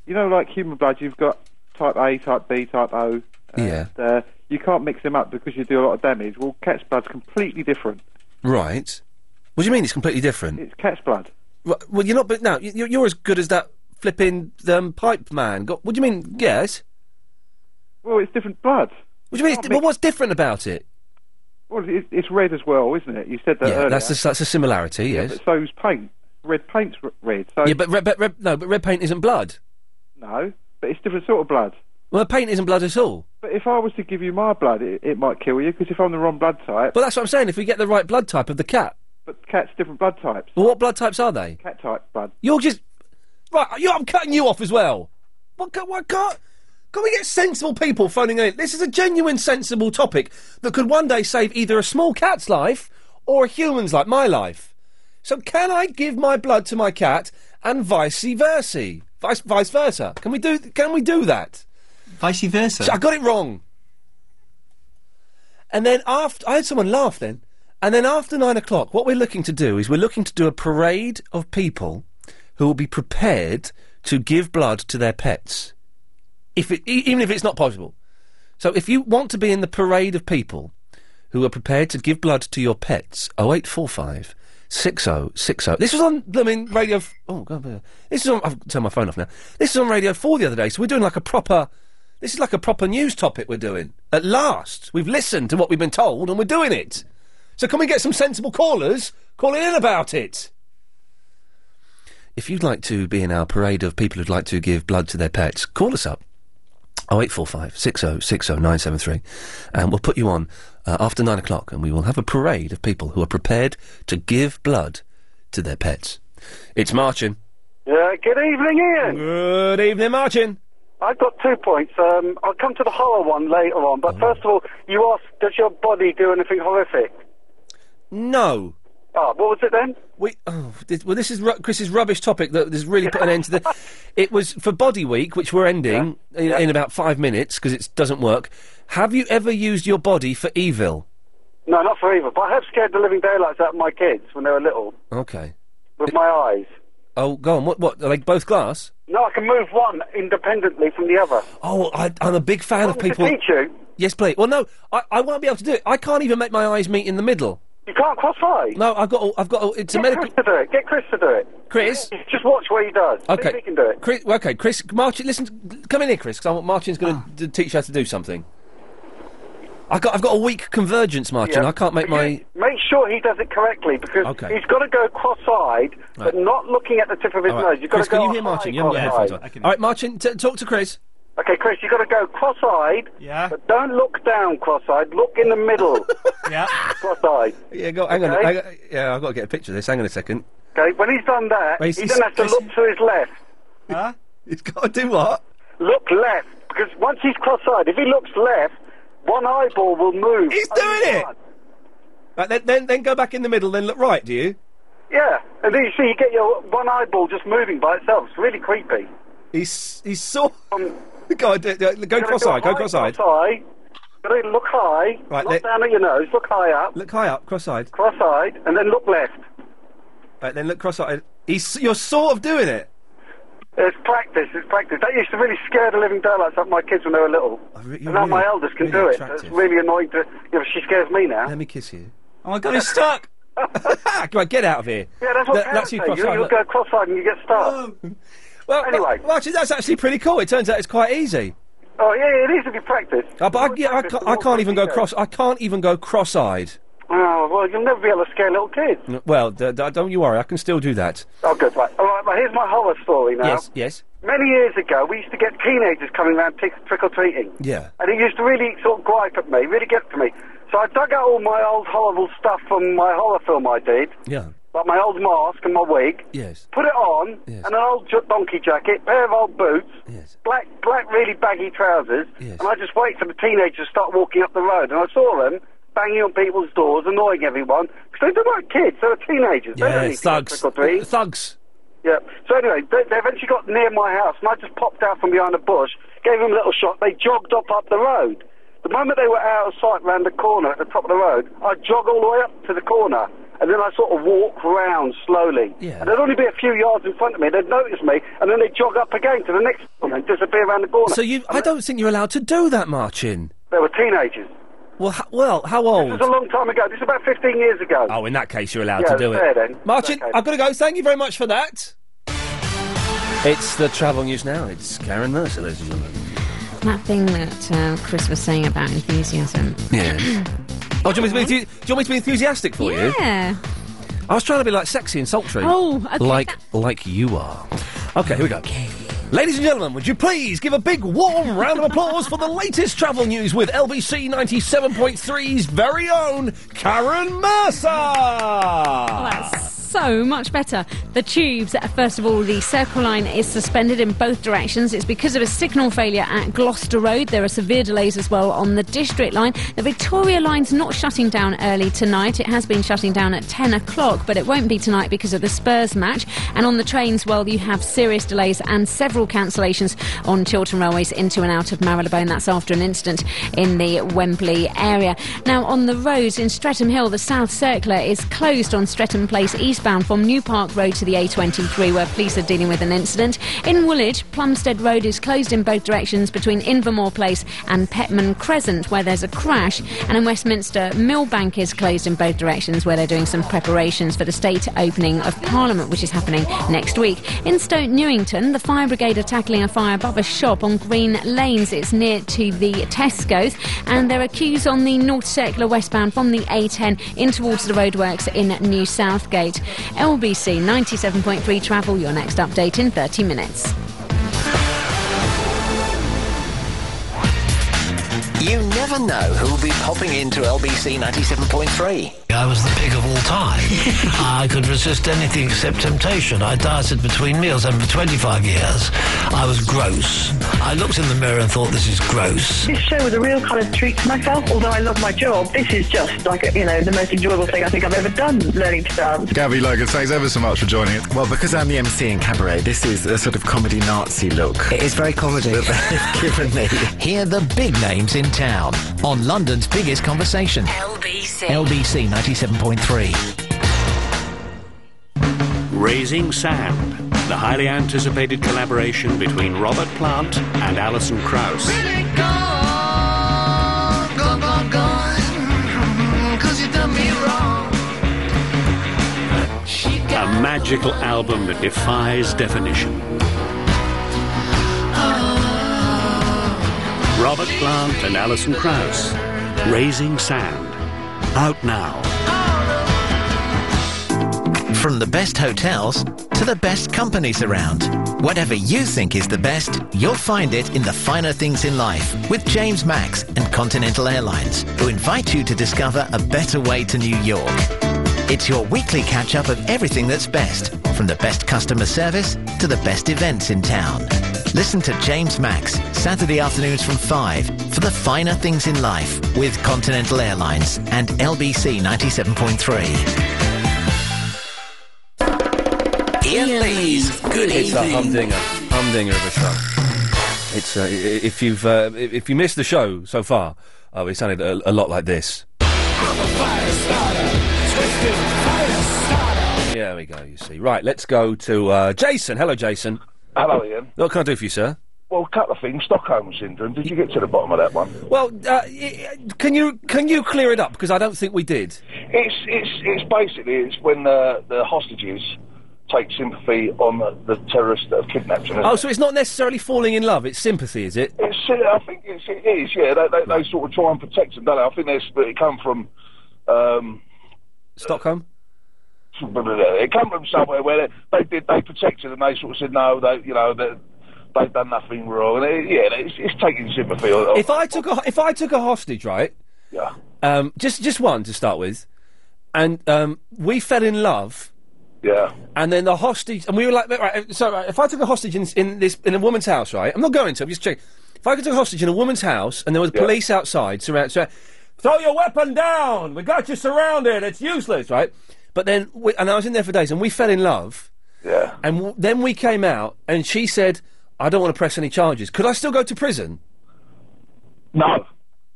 S43: you know, like human blood, you've got type A, type B, type O.
S3: yeah.
S43: Uh, you can't mix them up because you do a lot of damage. Well, cat's blood's completely different.
S3: Right. What do you mean it's completely different?
S43: It's cat's blood.
S3: Well, well, you're not. But no, you- you're as good as that flipping um, pipe man. Got, what do you mean? Yes.
S43: Well, it's different blood.
S3: What do you mean? It's, di- well, what's different about it?
S43: Well, it's, it's red as well, isn't it? You said that
S3: yeah,
S43: earlier.
S3: that's a, that's a similarity.
S43: Yeah,
S3: yes.
S43: but so's paint. Red paint's r- red. So
S3: yeah, but red, but red, no, but red paint isn't blood.
S43: no, but it's different sort of blood.
S3: Well, paint isn't blood at all.
S43: But if I was to give you my blood, it, it might kill you because if I'm the wrong blood type,
S3: Well, that's what I'm saying. If we get the right blood type of the cat,
S43: but cats different blood types.
S3: well, what blood types are they?
S43: Cat type blood.
S3: You're just right. You, I'm cutting you off as well. What? ca- What can't? Can we get sensible people phoning in? This is a genuine sensible topic that could one day save either a small cat's life or a human's life, my life. So can I give my blood to my cat and vice versa? Vice, vice versa. Can we do? Can we do that?
S4: Vice versa.
S3: I got it wrong. And then after, I had someone laugh then. And then after nine o'clock, what we're looking to do is we're looking to do a parade of people who will be prepared to give blood to their pets, if it, e- even if it's not possible. So if you want to be in the parade of people who are prepared to give blood to your pets, 0845 6060. This was on, I mean, radio. F- oh, God. uh, This is on. I've turned my phone off now. This is on Radio 4 the other day, so we're doing like a proper. This is like a proper news topic we're doing. At last, we've listened to what we've been told and we're doing it. So can we get some sensible callers calling in about it? If you'd like to be in our parade of people who'd like to give blood to their pets, call us up. 0845 6060 973. And we'll put you on uh, after nine o'clock and we will have a parade of people who are prepared to give blood to their pets. It's Martin.
S51: Yeah, good evening, Ian.
S3: Good evening, Martin.
S51: I've got two points. Um, I'll come to the horror one later on,
S3: Mm.
S51: but first of all, you asked, does your body do anything horrific?
S3: No.
S51: Ah, what was it then?
S3: We, oh, this, well, this is ru- Chris's rubbish topic that has really put an end to the. It was for Body Week, which we're ending In, in about five minutes because it doesn't work. Have you ever used your body for evil?
S51: No, not for either, but I have scared the living daylights out of my kids when they were little,
S3: Okay.
S51: with my eyes.
S3: Oh, go on. What? What? Like both glass?
S51: No, I can move one independently from the other.
S3: Oh, I, I'm a big fan of
S51: Want me to
S3: people.
S51: teach you?
S3: Yes, please. Well, no, I, I won't be able to do it. I can't even make my eyes meet in the middle.
S51: You can't cross eyes.
S3: No, I've got. I've got. It's a
S51: Get
S3: medical.
S51: Chris to do it. Get Chris to do it.
S3: Chris?
S51: Just watch what he does. See if
S3: Okay.
S51: he can do it.
S3: Chris, well, okay, Chris, Martin, listen, come in here, Chris, because I want Martin's going
S51: Ah.
S3: to d- teach you how to do something. I got, I've got a weak convergence, Martin.
S51: Yeah.
S3: I can't make my.
S51: Make sure he does it correctly because
S3: Okay.
S51: he's got to go cross-eyed, but not looking at the tip of his
S3: All right.
S51: nose. You've got
S3: Chris,
S51: to go.
S3: can you hear Martin? You haven't got
S51: high
S3: headphones
S51: cross-eyed.
S3: on. All right, Martin, t- talk to Chris.
S51: Okay, Chris, you've got to go cross-eyed.
S4: Yeah.
S51: But don't look down cross-eyed. Look in the middle.
S4: yeah.
S51: Cross-eyed.
S3: Yeah, go. Hang on.
S51: Okay?
S3: hang on. Yeah, I've got to get a picture of this. Hang on a second.
S51: Okay, when he's done that,
S3: Wait,
S51: he
S3: he's-
S51: doesn't have to
S3: Chris-
S51: look to his left.
S4: Huh?
S3: He's got to do what?
S51: Look left, because once he's cross-eyed, if he looks left, one eyeball will move. He's doing it.
S3: Right, then, then, then go back in the middle, then look right, do you?
S51: Yeah, and then you see you get your one eyeball just moving by itself. It's really creepy.
S3: He's he's so. go on, do, do, go
S51: You're gonna
S3: cross eyed,
S51: do a
S3: go
S51: high
S3: cross eyed.
S51: Cross-eye, gotta look high,
S3: Right,
S51: look
S3: let-
S51: down at your nose, look high up,
S3: Look high up, cross-eyed.
S51: cross-eyed, and then look left.
S3: Right, then look cross-eyed. He's, you're sort of doing it.
S51: It's practice, it's practice. That used to really scare the living daylights out of my kids when they were little. and now my eldest can do it. so It's really annoying to. You know, she scares me now.
S3: Let me kiss you. Oh my god, he's stuck! right, get out of here.
S51: Yeah, that's what
S3: That-
S51: parents
S3: that's you
S51: say. You,
S3: cross-eyed.
S51: you'll go cross-eyed and you get stuck.
S3: Well,
S51: anyway.
S3: Well, actually, that's actually pretty cool. It turns out it's quite easy.
S51: Oh yeah, it is if you practice.
S3: Uh, but I, yeah, I, ca- I can't even go
S51: go.
S3: cross. I can't even go cross-eyed.
S51: Oh well, you'll never be able to scare little kids.
S3: N- Well, d- d- don't you worry. I can still do that.
S51: Oh, good. Right. All right. Well, here's my horror story now.
S3: Yes, yes,
S51: Many years ago, we used to get teenagers coming round t- trick or treating,
S3: yeah.
S51: and it used to really sort of gripe at me, really get to me. So I dug out all my old horrible stuff from my horror film I did,
S3: Yeah.
S51: like my old mask and my wig.
S3: Yes.
S51: Put it on, and an old j- donkey jacket, pair of old boots, black, black, really baggy trousers, and I just wait for the teenagers to start walking up the road, and I saw them banging on people's doors, annoying everyone because they weren't kids, they were teenagers. they
S3: Yeah,
S51: don't need to go
S3: thugs.
S51: trick or treat.
S3: Uh, Thugs.
S51: Yeah. So anyway, they, they eventually got near my house, and I just popped out from behind a bush, gave them a little shot. They jogged up up the road. The moment they were out of sight round the corner at the top of the road, I jog all the way up to the corner, and then I sort of walk round slowly. Yeah. And they'd only be a few yards in front of me. They'd notice me, and then they'd jog up again to the next corner and disappear around the corner.
S3: So you, I don't think you're allowed to do that, Martin.
S51: They were teenagers.
S3: Well, h- well, how old?
S51: This was a long time ago. This is about 15 years ago.
S3: Oh, in that case, you're allowed
S51: Yeah,
S3: to do
S51: fair
S3: it.
S51: then.
S3: Martin,
S51: Okay.
S3: I've got to go. Thank you very much for that. It's the travel news now. It's Karen Mercer, ladies and gentlemen.
S52: That thing that uh, Chris was saying about enthusiasm.
S3: Yeah. oh, do you, want me to be, enthu- do you want me to be enthusiastic for you?
S52: Yeah.
S3: I was trying to be like sexy and sultry.
S52: Oh, okay,
S3: like like you are. Okay, here we go. Ladies and gentlemen, would you please give a big warm round of applause for the latest travel news with LBC 97.3's very own Karen Mercer.
S44: Oh, that's so much better. The tubes, first of all, the Circle Line is suspended in both directions. It's because of a signal failure at Gloucester Road. There are severe delays as well on the District Line. The Victoria Line's not shutting down early tonight. It has been shutting down at 10 o'clock, but it won't be tonight because of the Spurs match. And on the trains, well, you have serious delays and several cancellations on Chiltern Railways into and out of Marylebone. That's after an incident in the Wembley area. Now, on the roads in Streatham Hill, the South Circular is closed on Streatham Place eastbound from New Park Road to the A23, where police are dealing with an incident. In Woolwich, Plumstead Road is closed in both directions between Invermore Place and Petman Crescent, where there's a crash. And in Westminster, Millbank is closed in both directions, where they're doing some preparations for the state opening of Parliament, which is happening next week. In Stoke Newington, the fire brigade are tackling a fire above a shop on Green Lanes. It's near to the Tesco's, and there are queues on the North Circular westbound from the A10 in towards the roadworks in New Southgate. LBC 97.3 travel, your next update in 30 minutes.
S1: You never know who'll be popping into LBC 97.3.
S5: I was the pig of all time. I could resist anything except temptation. I dieted between meals, and for 25 years, I was gross. I looked in the mirror and thought, this is gross.
S14: This show was a real kind of treat to myself. Although I love my job, this is just like you know the most enjoyable thing I think I've ever done. Learning to dance.
S53: Gabby Logan, thanks ever so much for joining us.
S14: Well, because I'm the
S53: MC in Cabaret, this is a sort of comedy Nazi look.
S1: It is very comedy. given me. Hear the big names in town on London's biggest conversation.
S25: LBC.
S1: LBC 97.3.
S27: Raising Sand, the highly anticipated collaboration between Robert Plant and Alison Krauss.
S47: Gone, gone, gone. Cause you
S3: Mm-hmm.
S47: done me wrong.
S27: A magical album that defies definition. Robert Plant and Alison Krauss, Raising Sand, out now.
S1: From the best hotels to the best companies around. Whatever you think is the best, you'll find it in the finer things in life with James Max and Continental Airlines, who invite you to discover a better way to New York. It's your weekly catch up of everything that's best, from the best customer service to the best events in town. Listen to James Max, Saturday afternoons from 5, for the finer things in life with Continental Airlines and LBC 97.3.
S3: Ian Lee's
S1: Good
S3: It's a
S1: Evening.
S3: humdinger, humdinger of a show. It's uh, i- i- if you've uh, i- if you missed the show so far, Oh, it sounded a, a lot like this. There we go, you see. Right, let's go to uh, Jason. Hello, Jason.
S54: Hello, Ian.
S3: What can I do for you, sir?
S54: Well, a couple of things. Stockholm syndrome. Did you get to the bottom of that one?
S3: Well, uh, y- y- can you can you clear it up? Because I don't think we did.
S54: It's it's it's basically it's when the the hostages take sympathy on the, the terrorists that have kidnapped them. isn't
S3: Oh,
S54: it?
S3: so it's not necessarily falling in love. It's sympathy, is it?
S54: It's, uh, I think it's, it is, yeah. They, they, they sort of try and protect them, don't they? I think that's, but it come from. Um,
S3: Stockholm?
S54: It come from somewhere where they, they did, they protected and they sort of said, no, they, you know, they, they've done nothing wrong. And it, yeah, it's, it's taking sympathy. On,
S3: If I took a if I took a hostage, right?
S54: Yeah.
S3: Um, just just one to start with, and um, we fell in love.
S54: Yeah.
S3: And then the hostage, and we were like, right. So right, if I took a hostage in, in this in a woman's house, right? I'm not going to. I'm just checking. If I could take a hostage in a woman's house, and there was police outside, surround, surround, throw your weapon down. We got you surrounded. It's useless, right? But then, we, and I was in there for days, and we fell in love.
S54: Yeah.
S3: And w- then we came out, and she said, "I don't want to press any charges. Could I still go to prison?"
S54: No.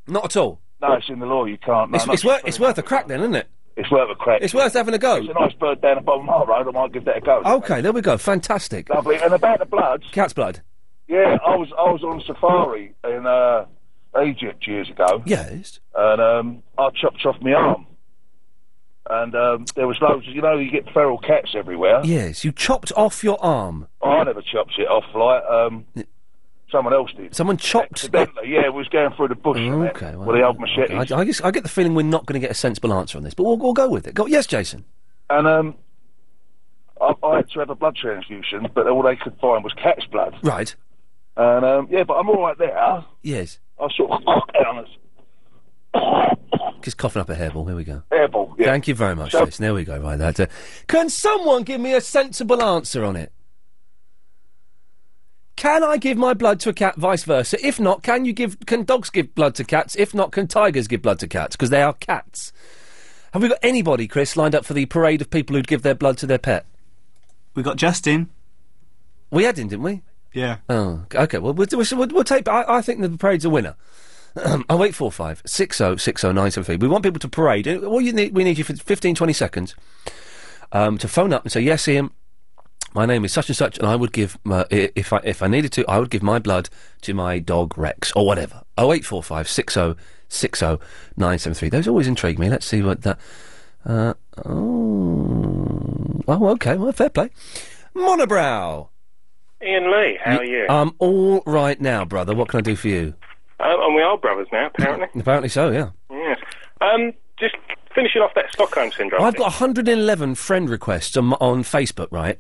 S3: Not at all.
S54: No, it's in the law. You can't. No,
S3: it's
S54: not
S3: it's, wor- it's worth a crack, then, isn't it?
S54: It's worth a crack.
S3: It's worth having a go.
S54: It's a nice bird down the bottom of my road. I might give that a go.
S3: Okay, there we go. Fantastic.
S54: Lovely. And about the bloods.
S3: Cat's blood.
S54: Yeah, I was I was on safari in uh, Egypt years ago.
S3: Yes.
S54: And um, I chopped off my arm. And um, there was loads. Of, you know, you get feral cats everywhere.
S3: Yes, you chopped off your arm.
S54: I never chopped it off. Like um, someone else did.
S3: Someone chopped.
S54: Accidentally, yeah, we was going through the bush.
S3: Oh, Okay.
S54: Well, the old machete.
S3: I, I, guess, I get the feeling we're not going to get a sensible answer on this, but we'll, we'll go with it. Go, yes, Jason.
S54: And um, I, I had to have a blood transfusion, but all they could find was cat's blood.
S3: Right.
S54: And um, yeah, but I'm all right there. I
S3: Yes.
S54: sort of down as
S3: Just coughing up a hairball. Here we go.
S54: airball. Yeah.
S3: Thank you very much,
S54: So-
S3: Jason. There we go. Right, that. uh, can someone give me a sensible answer on it? Can I give my blood to a cat? Vice versa. If not, can you give? Can dogs give blood to cats? If not, can tigers give blood to cats? Because they are cats. Have we got anybody, Chris, lined up for the parade of people who'd give their blood to their pet?
S4: We got Justin.
S3: We had him, didn't we?
S4: Yeah.
S3: Oh, g- okay. Well, we'll, we'll, we'll, we'll take. I, I think the parade's a winner. Oh eight four five six zero six zero nine seven three. We want people to parade. Uh, All you need, we need you for 15, 20 seconds um, to phone up and say, "Yes, Ian, my name is such and such, and I would give my, i- if I if I needed to, I would give my blood to my dog Rex or whatever." Oh eight four five six zero six zero nine seven three. Those always intrigue me. Let's see what that. Uh, oh, oh, okay. Well, fair play. Monobrow. Um,
S7: Ian Lee, how are you?
S3: I'm all right now, brother. What can I do for you?
S7: Um, and we are brothers now, apparently.
S3: Apparently so, yeah.
S7: yes. Um, just finishing off that Stockholm syndrome.
S3: I've got 111 friend requests on, on Facebook, right?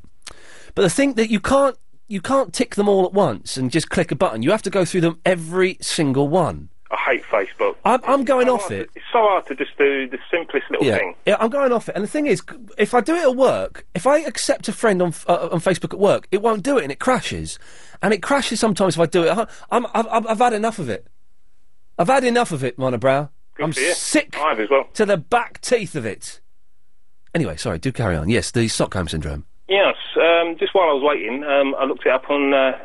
S3: But the thing that you can't you can't tick them all at once and just click a button. You have to go through them every single one.
S7: I hate Facebook.
S3: I'm, I'm going off it.
S7: It's so hard to just do the simplest little
S3: Yeah.
S7: thing.
S3: yeah, I'm going off it. And the thing is, c- if I do it at work, if I accept a friend on f- uh, on Facebook at work, it won't do it and it crashes. And it crashes sometimes if I do it. at ho- I'm, I've, I've I've had enough of it. I've had enough of it, Monobrow. I'm
S7: for you.
S3: sick
S7: I've as well.
S3: to the back teeth of it. Anyway, sorry, do carry on. Yes, the Stockholm syndrome.
S7: Yes. Um, just while I was waiting, um, I looked it up on uh,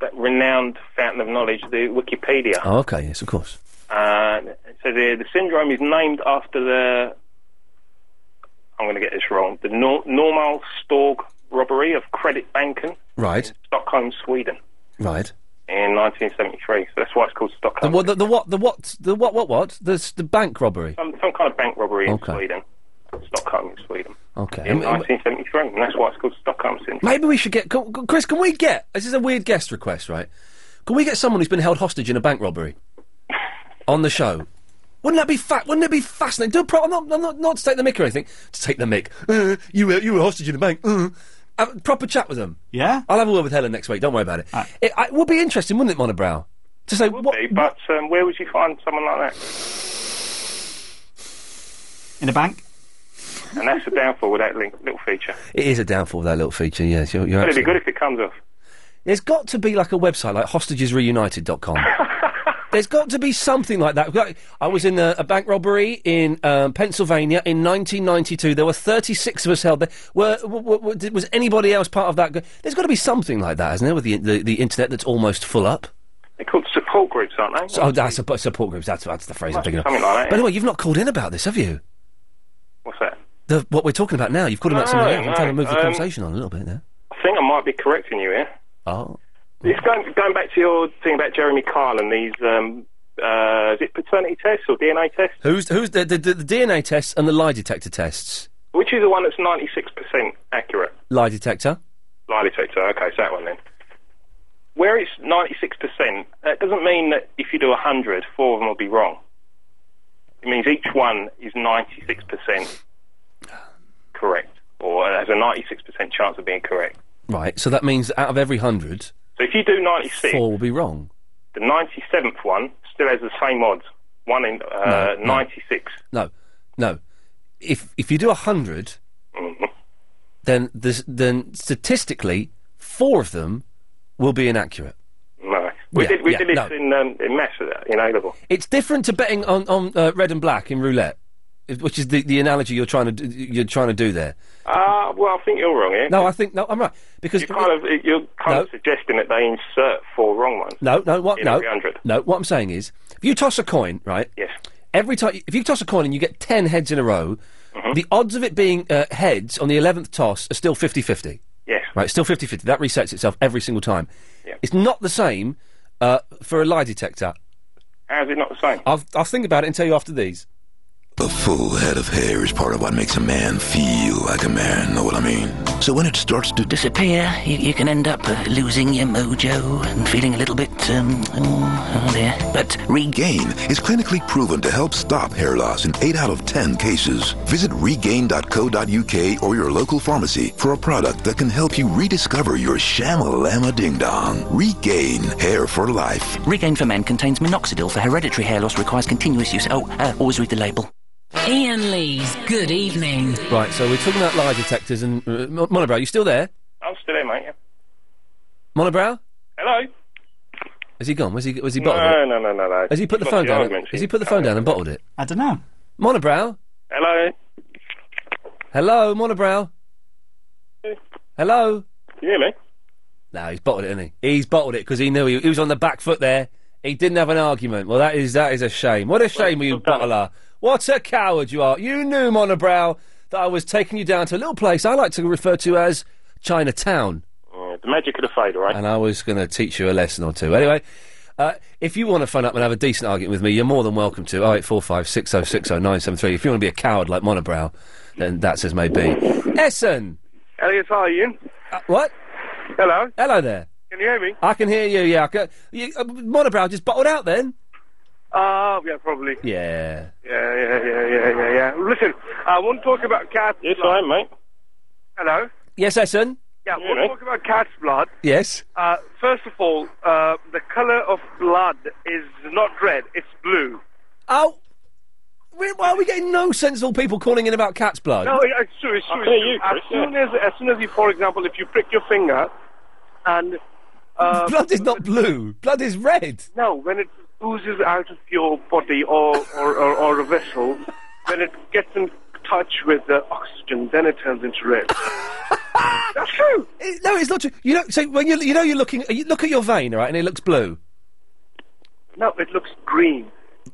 S7: that renowned fountain of knowledge, the Wikipedia.
S3: Oh, okay, yes, of course.
S7: Uh, it says here the syndrome is named after the. I'm going to get this wrong. The Nor- Normal Storg robbery of Credit Banken,
S3: Right,
S7: Stockholm, Sweden,
S3: right.
S7: in 1973. So that's why it's called Stockholm.
S3: The, what, the, the what? The what? The what? What? What? The s- the bank robbery.
S7: Some, some kind of bank robbery
S3: Okay.
S7: in Sweden. Stockholm in Sweden.
S3: Okay.
S7: In
S3: Um,
S7: 1973, and that's why it's called Stockholm Syndrome.
S3: Maybe we should get can- can- Chris. Can we get? This is a weird guest request, right? Can we get someone who's been held hostage in a bank robbery on the show? Wouldn't that be fa- Wouldn't it be fascinating? Do a pro- I'm not, I'm not, not to take the mick or anything. To take the mick. Uh, you were you were hostage in a bank. Uh, have a proper chat with them.
S4: Yeah.
S3: I'll have a word with Helen next week. Don't worry about it. it, I- it would be interesting, wouldn't it, Monobrow? To say what?
S7: Be, But um, where would you find someone like that?
S4: In a bank.
S7: And that's the downfall with that link, little feature.
S3: It is a downfall of that little feature. Yes, you're, you're
S7: But it'd be
S3: absolutely-
S7: good if it comes off.
S3: There's got to be like a website like hostagesreunited.com. There's got to be something like that. Like, I was in a, a bank robbery in um, Pennsylvania in 1992. There were 36 of us held there. Were, w- w- w- did- was anybody else part of that? go- There's got to be something like that, hasn't there, with the, the, the internet that's almost full up?
S7: They're called
S55: support groups, aren't they?
S3: So, oh, that's support, support groups. That's that's the phrase I'm thinking of.
S55: something like that,
S3: By the
S55: yeah.
S3: way, you've not called in about this, have you?
S55: What's that?
S3: The, what we're talking about now. You've called in about
S55: No,
S3: something else. I'm
S55: no,
S3: trying to move the
S55: um,
S3: conversation on a little bit there.
S55: I think I might be correcting you here.
S3: Oh,
S55: It's going, going back to your thing about Jeremy Kyle and these, um, uh, is it paternity tests or DNA tests?
S3: who's who's the the, the, the DNA tests and the lie detector tests?
S55: Which is the one that's 96% accurate?
S3: Lie detector.
S55: Lie detector, okay, it's that one then. Where it's 96%, that doesn't mean that if you do 100, four of them will be wrong. It means each one is 96% correct, or has a 96% chance of being correct.
S3: Right. So that means out of every hundred,
S55: So if you do 96,
S3: four will be wrong.
S55: the 97th one still has the same odds. One in uh,
S3: No, no.
S55: 96.
S3: No, no. If if you do a 100 then this, then statistically four of them will be inaccurate.
S55: No. We
S3: Yeah,
S55: did, we
S3: yeah,
S55: did this
S3: no.
S55: in, um, in maths uh, in A level.
S3: It's different to betting on on uh, red and black in roulette, if- which is the, the analogy you're trying to do, you're trying to do there.
S55: Uh, well, I think you're wrong here.
S3: No, I think no, I'm right because
S55: you're kind of, you're kind of suggesting that they insert four wrong ones.
S3: No, no, what?
S55: In
S3: No,
S55: every 100.
S3: no. What I'm saying is, if you toss a coin, right?
S55: Yes.
S3: Every time, if you toss a coin and you get ten heads in a row,
S55: Mm-hmm.
S3: the odds of it being uh, heads on the eleventh toss are still 50-50.
S55: Yes.
S3: Right, still 50-50. That resets itself every single time.
S55: Yeah.
S3: It's not the same uh, for a lie detector.
S55: How's it not the same?
S3: I'll, I'll think about it and tell you after these.
S23: A full head of hair is part of what makes a man feel like a man, know what I mean? So when it starts to
S41: Disappear, you, you can end up uh, losing your mojo and feeling a little bit, um, oh, oh dear.
S23: But Regain is clinically proven to help stop hair loss in 8 out of 10 cases. Visit regain.co.uk or your local pharmacy for a product that can help you rediscover your shamalama ding dong. Regain hair for life.
S41: Regain for Men contains minoxidil for hereditary hair loss, requires continuous use. Oh, uh, always read the label.
S2: Ian Lee's Good Evening.
S3: Right, so we're talking about lie detectors and uh, Mon- monobrow. You still there,
S55: I'm still there, mate. Yeah.
S3: monobrow?
S55: Hello?
S3: Has he gone? Was he? Was he
S55: No,
S3: bottled it?
S55: no, no, no, no.
S3: Has he put the
S55: Lost
S3: phone
S55: the
S3: down?
S55: argument,
S3: Has
S55: she-
S3: he put the phone down and bottled it?
S4: I don't know.
S3: Monobrow.
S55: Hello?
S3: Hello, monobrow. Hello.
S55: Can you hear me?
S3: No, he's bottled it, isn't he? He's bottled it because he knew he, he was on the back foot there. He didn't have an argument. Well, that is that is a shame. What a shame, you bottler. What a coward you are. You knew, monobrow, that I was taking you down to a little place I like to refer to as Chinatown.
S55: Yeah, the magic of the fader, right?
S3: And I was going to teach you a lesson or two. Anyway, uh, if you want to phone up and have a decent argument with me, you're more than welcome to. 0845 6060 973. If you want to be a coward like Monobrow, then that's as may be. Essen! Uh,
S43: Elliot, how are you?
S3: what?
S43: Hello?
S3: Hello there.
S43: Can you hear me?
S3: I can hear you, yeah. I can, you, uh, Monobrow just bottled out then?
S43: Uh, yeah, probably.
S3: Yeah.
S43: Yeah, yeah, yeah, yeah, yeah, yeah. Listen, I want to talk about cat's yes, blood. Yes, I am,
S55: mate.
S43: Hello?
S3: Yes, Essen?
S43: Yeah, I want to talk about cat's blood.
S3: Yes.
S43: Uh, first of all, uh, the colour of blood is not red, it's blue.
S3: Oh! we- Why are we getting no sensible people calling in about cat's blood?
S43: No, it- uh, it's true. It's true.
S3: I hear
S43: it's true.
S3: you,
S43: as
S3: Chris,
S43: soon as, as soon as you, for example, if you prick your finger, and uh,
S3: blood is not blue. Blood is red.
S43: No, when it oozes out of your body or or, or, or a vessel, when it gets in touch with the oxygen, then it turns into red. That's true.
S3: no, it's not true. You know, so when you you know you're looking, you look at your vein, all right, and it looks blue,
S43: No, it looks green.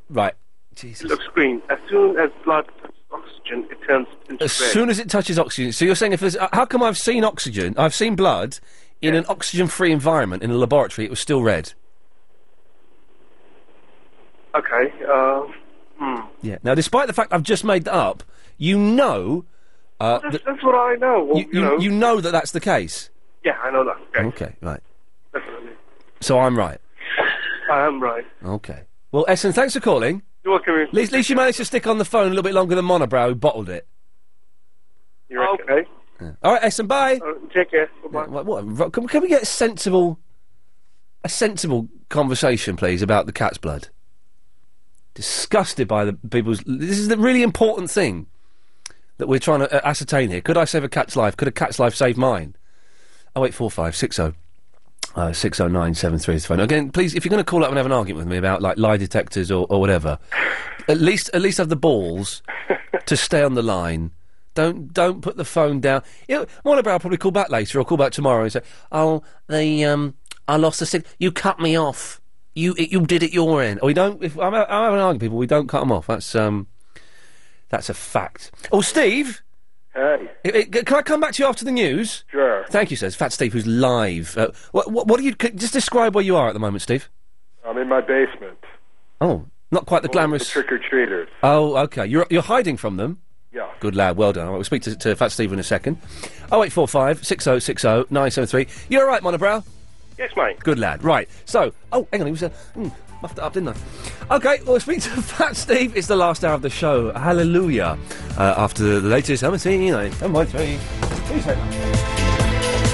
S3: right?
S43: It looks green. As soon as blood touches oxygen, it turns into
S3: As
S43: red.
S3: soon as it touches oxygen. So you're saying if there's, uh, how come I've seen oxygen, I've seen blood in an oxygen-free environment in a laboratory, it was still red.
S43: okay. Uh,
S56: um,
S43: hmm.
S3: Yeah. Now, despite the fact I've just made that up, you know, uh,
S43: That's,
S3: that,
S43: that's what I know. Well,
S3: you, you,
S43: know.
S3: you know that that's the case.
S43: Yeah, I know that.
S3: Okay, right.
S43: Definitely.
S3: So I'm right.
S43: I am right.
S3: Okay. Well, Essen, thanks for calling.
S43: You're welcome.
S3: At least, at least you managed to stick on the phone a little bit longer than Monobrow, who bottled it.
S43: okay.
S3: All right, Essen, bye.
S43: Uh, take care. Bye-bye.
S3: What, what, ro- can, can we get a sensible, a sensible conversation, please, about the cat's blood? Disgusted by the people's. This is the really important thing that we're trying to uh, ascertain here. Could I save a cat's life? Could a cat's life save mine? Oh wait, four five six zero. Uh, 60973 is the phone. Again, please, if you're going to call up and have an argument with me about like lie detectors or, or whatever, at least at least have the balls to stay on the line. Don't don't put the phone down. You know, Monobrow will probably call back later. I'll call back tomorrow and say, "Oh, the um, I lost the signal. You cut me off. You it, you did it your end. We don't. If I'm, I'm having an argument, people. We don't cut them off. That's um, that's a fact. Oh, Steve.
S56: Hey.
S3: I- I- can I come back to you after the news?
S56: Sure.
S3: Thank you, says Fat Steve, who's live. Uh, what, what, what are you? c- Just describe where you are at the moment, Steve.
S56: I'm in my basement.
S3: Oh, not quite the glamorous.
S56: Trick or treaters.
S3: Oh, okay. You're you're hiding from them.
S56: Yeah.
S3: Good lad. Well done. All right, we'll speak to, to Fat Steve in a second. Oh eight four five six zero six zero nine seven three. You're all right, Monobrow.
S56: Yes, mate.
S3: Good lad. Right. So, oh, hang on. He was uh, mm, muffed it up, didn't I? Okay. Well, speak to Fat Steve. It's the last hour of the show. Hallelujah. Uh, after the latest, I'm seeing you. Come on, three. Please take that.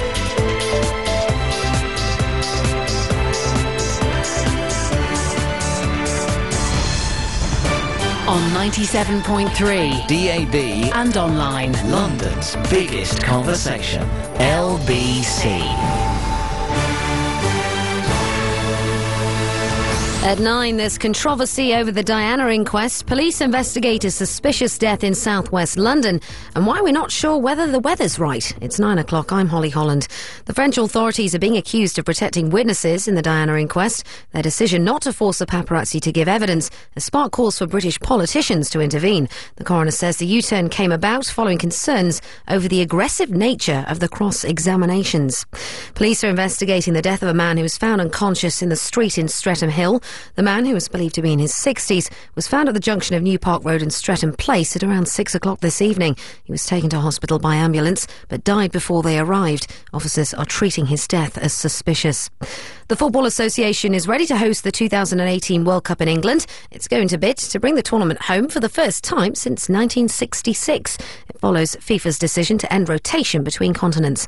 S20: On 97.3
S1: DAB
S20: and online.
S1: London's biggest conversation, LBC.
S35: At nine, there's controversy over the Diana inquest. Police investigate a suspicious death in southwest London, and why we're not sure whether the weather's right. It's nine o'clock. I'm Holly Holland. The French authorities are being accused of protecting witnesses in the Diana inquest. Their decision not to force a paparazzi to give evidence has sparked calls for British politicians to intervene. The coroner says the U-turn came about following concerns over the aggressive nature of the cross-examinations. Police are investigating the death of a man who was found unconscious in the street in Streatham Hill. The man, who was believed to be in his 60s, was found at the junction of New Park Road and Streatham Place at around 6 o'clock this evening. He was taken to hospital by ambulance but died before they arrived. Officers are treating his death as suspicious. The Football Association is ready to host the 2018 World Cup in England. It's going to bid to bring the tournament home for the first time since 1966. It follows FIFA's decision to end rotation between continents.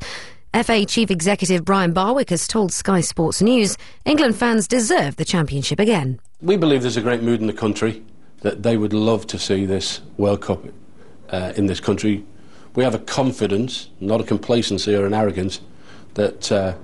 S35: FA Chief Executive Brian Barwick has told Sky Sports News England fans deserve the championship again.
S57: We believe there's a great mood in the country that they would love to see this World Cup uh, in this country. We have a confidence, not a complacency or an arrogance, that uh,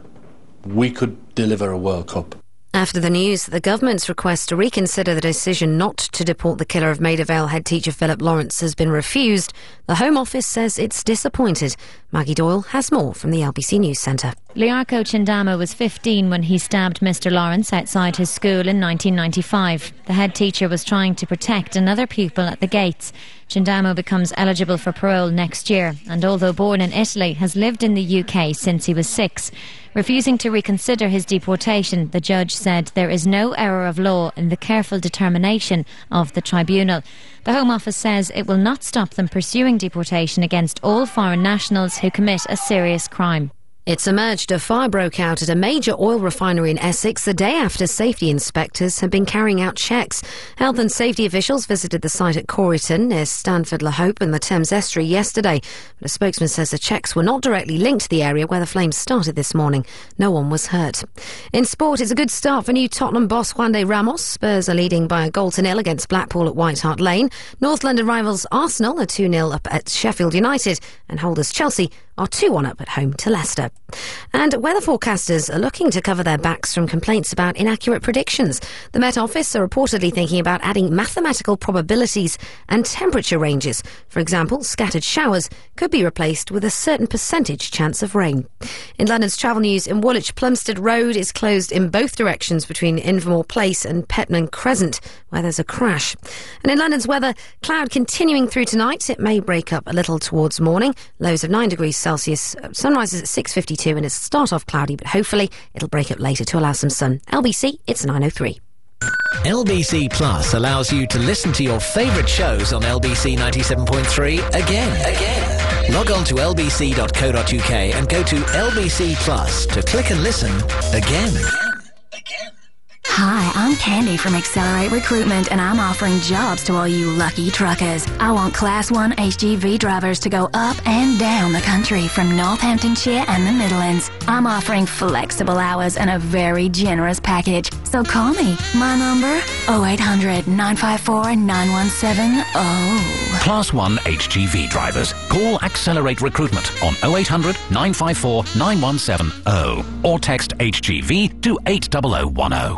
S57: we could deliver a World Cup.
S35: After the news, the government's request to reconsider the decision not to deport the killer of Maida Vale head teacher Philip Lawrence has been refused. The Home Office says it's disappointed. Maggie Doyle has more from the LBC News Centre.
S58: Liarco Chindama was 15 when he stabbed Mr. Lawrence outside his school in 1995. The head teacher was trying to protect another pupil at the gates. Chindamo becomes eligible for parole next year, and although born in Italy, has lived in the UK since he was six. Refusing to reconsider his deportation, the judge said there is no error of law in the careful determination of the tribunal. The Home Office says it will not stop them pursuing deportation against all foreign nationals who commit a serious crime.
S35: It's emerged a fire broke out at a major oil refinery in Essex the day after safety inspectors had been carrying out checks. Health and safety officials visited the site at Corryton near Stanford La Hope in the Thames Estuary yesterday. But a spokesman says the checks were not directly linked to the area where the flames started this morning. No one was hurt. In sport, it's a good start for new Tottenham boss Juan de Ramos. Spurs are leading by a goal to nil against Blackpool at White Hart Lane. North London rivals Arsenal are 2 0 up at Sheffield United, and holders Chelsea are 2 1 up at home to Leicester. And weather forecasters are looking to cover their backs from complaints about inaccurate predictions. The Met Office are reportedly thinking about adding mathematical probabilities and temperature ranges. For example, scattered showers could be replaced with a certain percentage chance of rain. In London's travel news, in Woolwich, Plumstead Road is closed in both directions between Invermore Place and Petman Crescent, where there's a crash. And in London's weather, cloud continuing through tonight. It may break up a little towards morning. Lows of 9 degrees Celsius. Uh, Sunrise is at 6.52 and it'll start off cloudy, but hopefully it'll break up later to allow some sun. LBC, it's 9.03.
S1: LBC Plus allows you to listen to your favourite shows on LBC 97.3 again. Again. Log on to lbc.co.uk and go to LBC Plus to click and listen again.
S59: Hi, I'm Candy from Accelerate Recruitment, and I'm offering jobs to all you lucky truckers. I want Class 1 HGV drivers to go up and down the country from Northamptonshire and the Midlands. I'm offering flexible hours and a very generous package. So call me. My number 0800 954 917 Oh.
S27: Class 1 HGV drivers. Call Accelerate Recruitment on 0800 954 9170 or text HGV to 80010.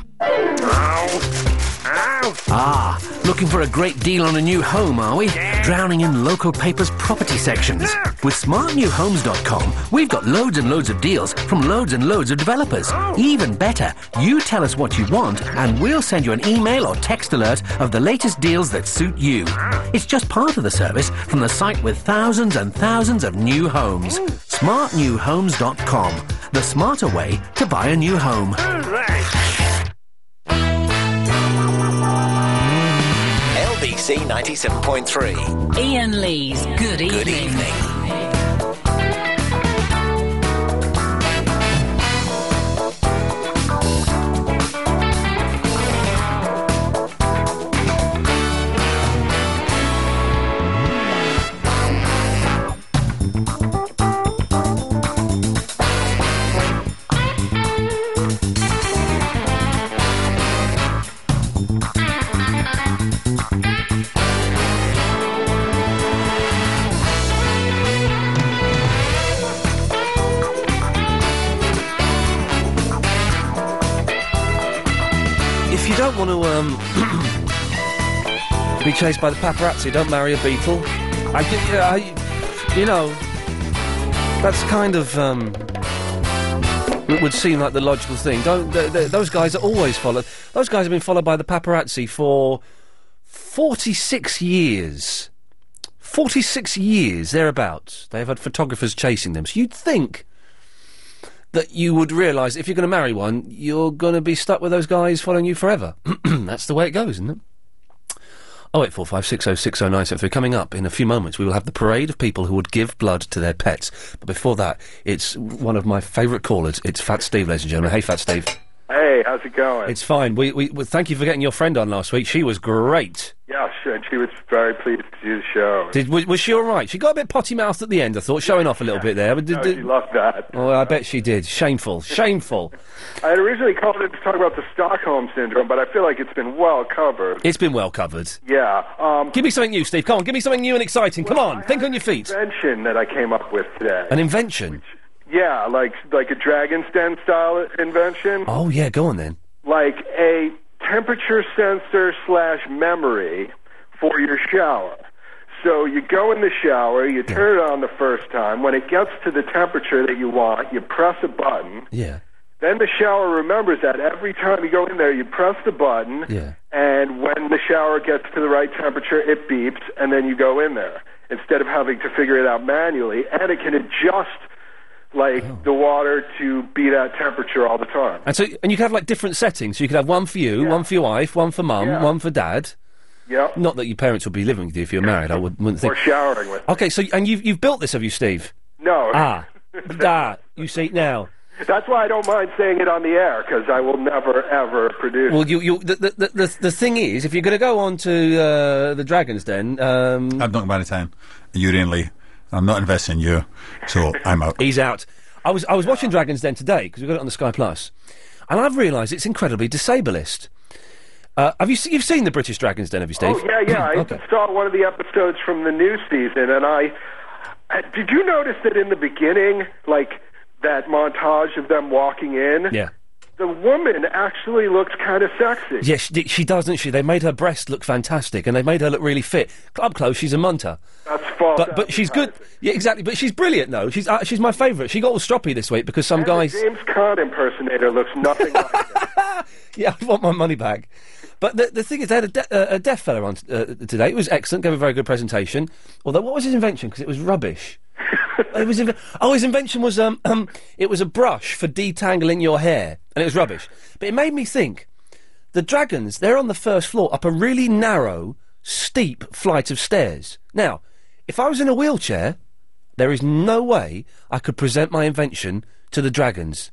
S60: Ah, looking for a great deal on a new home, are we?
S50: drowning in local papers' property sections. With smartnewhomes.com, we've got loads and loads of deals from loads and loads of developers. Even better, you tell us what you want, and we'll send you an email or text alert of the latest deals that suit you. It's just part of the service from the site with thousands and thousands of new homes. Smartnewhomes.com, the smarter way to buy a new home.
S1: LBC 97.3.
S20: Ian Lee's Good Evening.
S1: Good evening.
S3: If you don't want to um, be chased by the paparazzi, don't marry a beetle. I, get- yeah, I- you know, that's kind of um, it would seem like the logical thing. Don't th- th- those guys are always followed? Those guys have been followed by the paparazzi for forty-six years. Forty-six years thereabouts. They have had photographers chasing them. So you'd think that you would realise if you're going to marry one, you're going to be stuck with those guys following you forever. That's the way it goes, isn't it? Oh, 08456060973. Coming up in a few moments, we will have the parade of people who would give blood to their pets. But before that, it's one of my favourite callers. It's Fat Steve, ladies and gentlemen. Hey, Fat Steve.
S56: Hey, how's it going?
S3: It's fine. We, we, we thank you for getting your friend on last week. She was great.
S56: yeah, sure. And she was very pleased to do the show.
S3: Did was, was she all right? She got a bit potty mouthed at the end. I thought, showing off a little bit there. But did,
S56: No,
S3: did-
S56: she loved that.
S3: oh, I bet she did. Shameful, shameful.
S56: I had originally called in to talk about the Stockholm syndrome, but I feel like it's been well covered.
S3: It's been well covered.
S56: Yeah. Um,
S3: Give me something new, Steve. Come on, give me something new and exciting. Come on, think on your feet.
S56: invention that I came up with today.
S3: An invention.
S56: Yeah, like like a dragon's den style invention.
S3: Oh yeah, go on then.
S56: like a temperature sensor slash memory for your shower. So you go in the shower, you turn it on the first time. When it gets to the temperature that you want, you press a button.
S3: Yeah.
S56: Then the shower remembers that every time you go in there, you press the button.
S3: Yeah.
S56: And when the shower gets to the right temperature, it beeps, and then you go in there instead of having to figure it out manually. And it can adjust like
S3: Oh.
S56: the water to be that temperature all the time.
S3: And so, and you could have like different settings. So you could have one for you, one for your wife, one for mum,
S56: Yeah.
S3: one for dad.
S56: Yeah.
S3: Not that your parents would be living with you if you're married. I would, wouldn't think.
S56: Or showering with. Oh,
S3: Okay, so and you've you've built this, have you, Steve?
S56: No.
S3: Ah, ah, you see now.
S56: That's why I don't mind saying it on the air because I will never ever produce.
S3: Well, you, you the, the, the, the, the thing is, if you're going to go on to uh, the Dragon's Den, um,
S32: I'm not going to You're in Lee. I'm not investing in you, so I'm out.
S3: He's out. I was I was watching Dragons Den today because we got it on the Sky Plus, and I've realised it's incredibly disablest. Uh, have you se- you've seen the British Dragons Den? Have you, Steve?
S56: Oh yeah, yeah. I saw one of the episodes from the new season, and I uh, did. You notice that in the beginning, like that montage of them walking in.
S3: Yeah.
S56: The woman actually looked kind of sexy.
S3: Yes, she, she does, doesn't she? They made her breast look fantastic, and they made her look really fit. Up close, she's a munter.
S56: That's false.
S3: But but she's good. Yeah, exactly. But she's brilliant, though. She's uh, she's my favourite. She got all stroppy this week because some guys.
S56: James Conn impersonator looks nothing like
S3: Yeah, I want my money back. But the, the thing is, they had a, de- uh, a deaf fella on t- uh, today. It was excellent, gave a very good presentation. Although, what was his invention? Because it was rubbish. it was inve- oh, his invention was um, um, it was a brush for detangling your hair, and it was rubbish. But it made me think. The dragons, they're on the first floor up a really narrow, steep flight of stairs. Now, if I was in a wheelchair, there is no way I could present my invention to the dragons.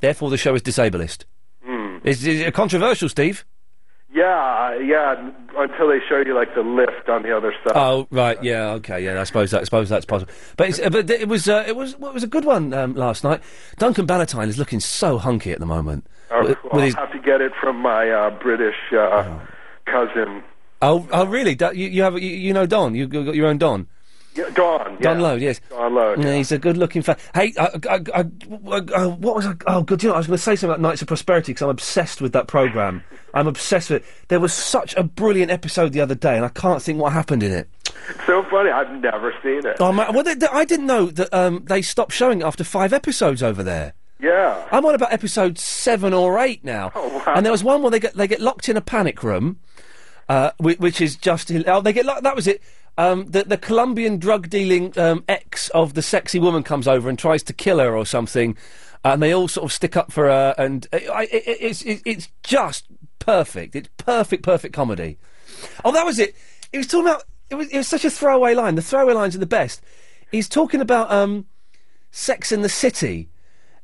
S3: Therefore, the show is disablest.
S56: Hmm.
S3: Is, is it controversial, Steve?
S56: Yeah, yeah. Until they show you like the lift on the other side.
S3: Oh right, yeah, okay, yeah. I suppose that, I suppose that's possible. But it's, uh, but th- it was uh, it was well, it was a good one um, last night. Duncan Ballantyne is looking so hunky at the moment.
S56: Or-
S3: With-
S56: Oh, I'll
S3: with his-
S56: have to get it from my uh, British uh, cousin,
S3: oh, oh, really? Da- you, you have you, you know Don? You you got your own Don?
S56: yeah, Don.
S3: Don
S56: yeah.
S3: Lowe, yes.
S56: Don Lowe.
S3: Yeah, he's a good-looking fan. Hey, I, I, I, I- uh, what was I? Oh, good. You know, I was going to say something about Knights of Prosperity because I'm obsessed with that program. I'm obsessed with it. There was such a brilliant episode the other day, and I can't think what happened in it.
S56: so funny. I've never seen it.
S3: Oh, man. Well, they, they- I didn't know that um, they stopped showing it after five episodes over there.
S56: Yeah.
S3: I'm on about episode seven or eight now.
S56: Oh,
S3: And there was one where they get they get locked in a panic room, uh, which, which is just hil- oh they get locked. That was it. Um, the, the Colombian drug dealing um, ex of the sexy woman comes over and tries to kill her or something, and they all sort of stick up for her. And uh, I, it, it- it's it, it's just perfect. It's perfect, perfect comedy. Oh, that was it. He was talking about. It was, it was such a throwaway line. The throwaway lines are the best. He's talking about um, Sex in the City.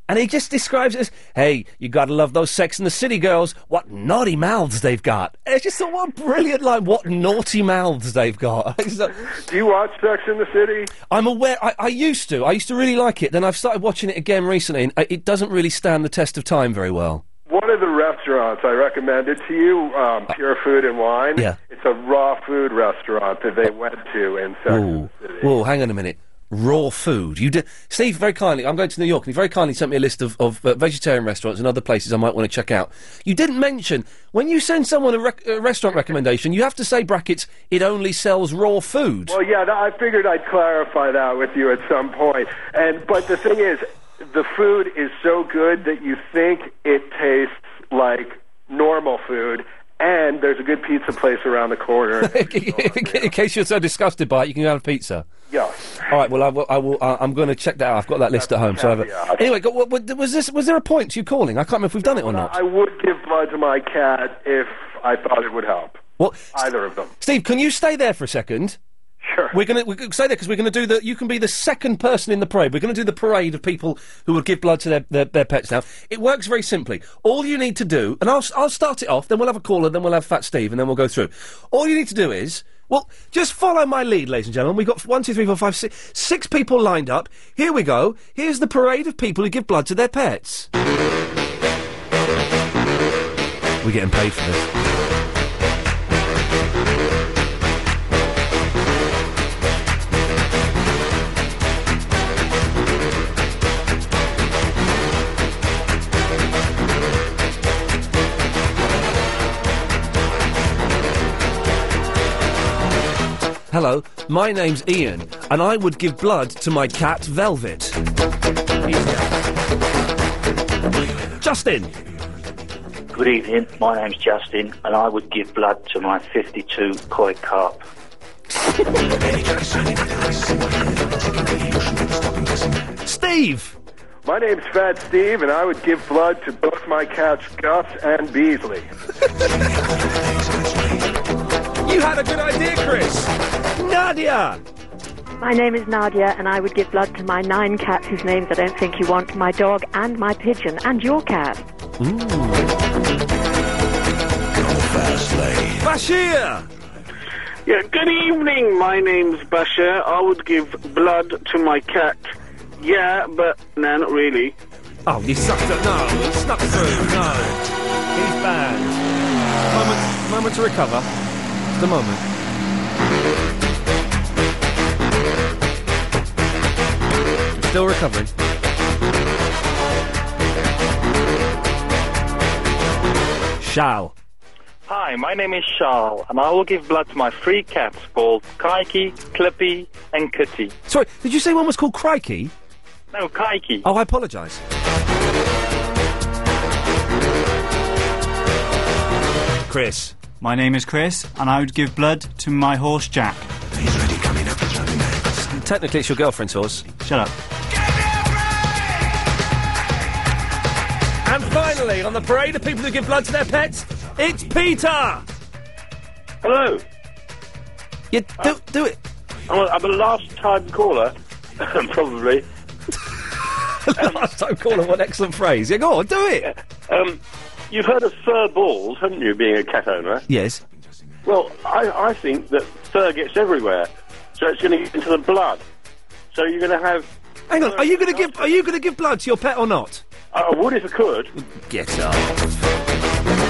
S3: And he just describes it as, hey, you gotta love those Sex in the City girls. What naughty mouths they've got. And it's just thought, what a brilliant line. What naughty mouths they've got. It's like-
S56: Do you watch Sex in the City?
S3: I'm aware, I, I used to. I used to really like it. Then I've started watching it again recently, and uh, it doesn't really stand the test of time very well.
S56: One of the restaurants I recommended to you, um, Pure Food and Wine.
S3: yeah.
S56: It's a raw food restaurant that they went to in Sex.
S3: Ooh. Whoa, hang on a minute. Raw food. You did. Steve, very kindly, I'm going to New York, and he very kindly sent me a list of, of uh, vegetarian restaurants and other places I might want to check out. You didn't mention, when you send someone a, rec- a restaurant recommendation, you have to say, brackets, it only sells raw food.
S56: Well, yeah, th- I figured I'd clarify that with you at some point. And but the thing is, the food is so good that you think it tastes like normal food, and there's a good pizza place around the corner.
S3: In case you're so disgusted by it, you can have a pizza.
S56: yeah.
S3: All right. Well, I will. I will uh, I'm going to check that out. I've got that list at home. So I have a... anyway, go, what, what, was this? Was there a point to you calling? I can't remember if we've done it or not.
S56: I would give blood to my cat if I thought it would help.
S3: What?
S56: Either of them.
S3: Steve, can you stay there for a second?
S56: Sure.
S3: We're gonna we stay there because we're gonna do the. You can be the second person in the parade. We're gonna do the parade of people who would give blood to their, their, their pets. Now it works very simply. All you need to do, and I'll s- I'll start it off. Then we'll have a caller. Then we'll have Fat Steve, and then we'll go through. All you need to do is well, just follow my lead, ladies and gentlemen. We've got one, two, three, four, five, six, six people lined up. Here we go. Here's the parade of people who give blood to their pets. We're getting paid for this. Hello, my name's Ian, and I would give blood to my cat Velvet. Justin!
S5: Good evening. My name's Justin, and I would give blood to my 52 koi carp.
S3: Steve!
S56: My name's Fat Steve, and I would give blood to both my cats, Gus and Beasley.
S3: You had a good idea, Chris! Nadia!
S22: My name is Nadia, and I would give blood to my nine cats whose names I don't think you want, my dog and my pigeon, and your cat.
S3: Bashir!
S43: Yeah, good evening. My name's Bashir. I would give blood to my cat. Yeah, but no, not really.
S3: Oh, you sucked up. No, he snuck through. No. He's banned. Moment, moment to recover. Just a moment. Still recovering. Shall.
S43: Hi, my name is Charles, and I will give blood to my three cats called Kaiki, Clippy, and Kitty.
S3: Sorry, did you say one was called Crikey?
S43: No, Kaiki.
S3: Oh, I apologise. Chris.
S4: My name is Chris, and I would give blood to my horse Jack.
S3: Technically, it's your girlfriend's horse.
S4: Shut up.
S3: And finally, on the parade of people who give blood to their pets, it's Peter!
S51: Hello.
S3: Yeah, do, do it.
S51: I'm a, I'm a last-time caller, probably.
S3: Last time caller, what an excellent phrase. Yeah, go on, do it.
S51: Um, you've heard of fur balls, haven't you, being a cat owner?
S3: Yes.
S51: Well, I, I think that fur gets everywhere, so it's going to get into the blood. So you're going to have...
S3: Hang on, are you going to give are you going to give blood to your pet or not?
S51: I I would if I could.
S3: Get up.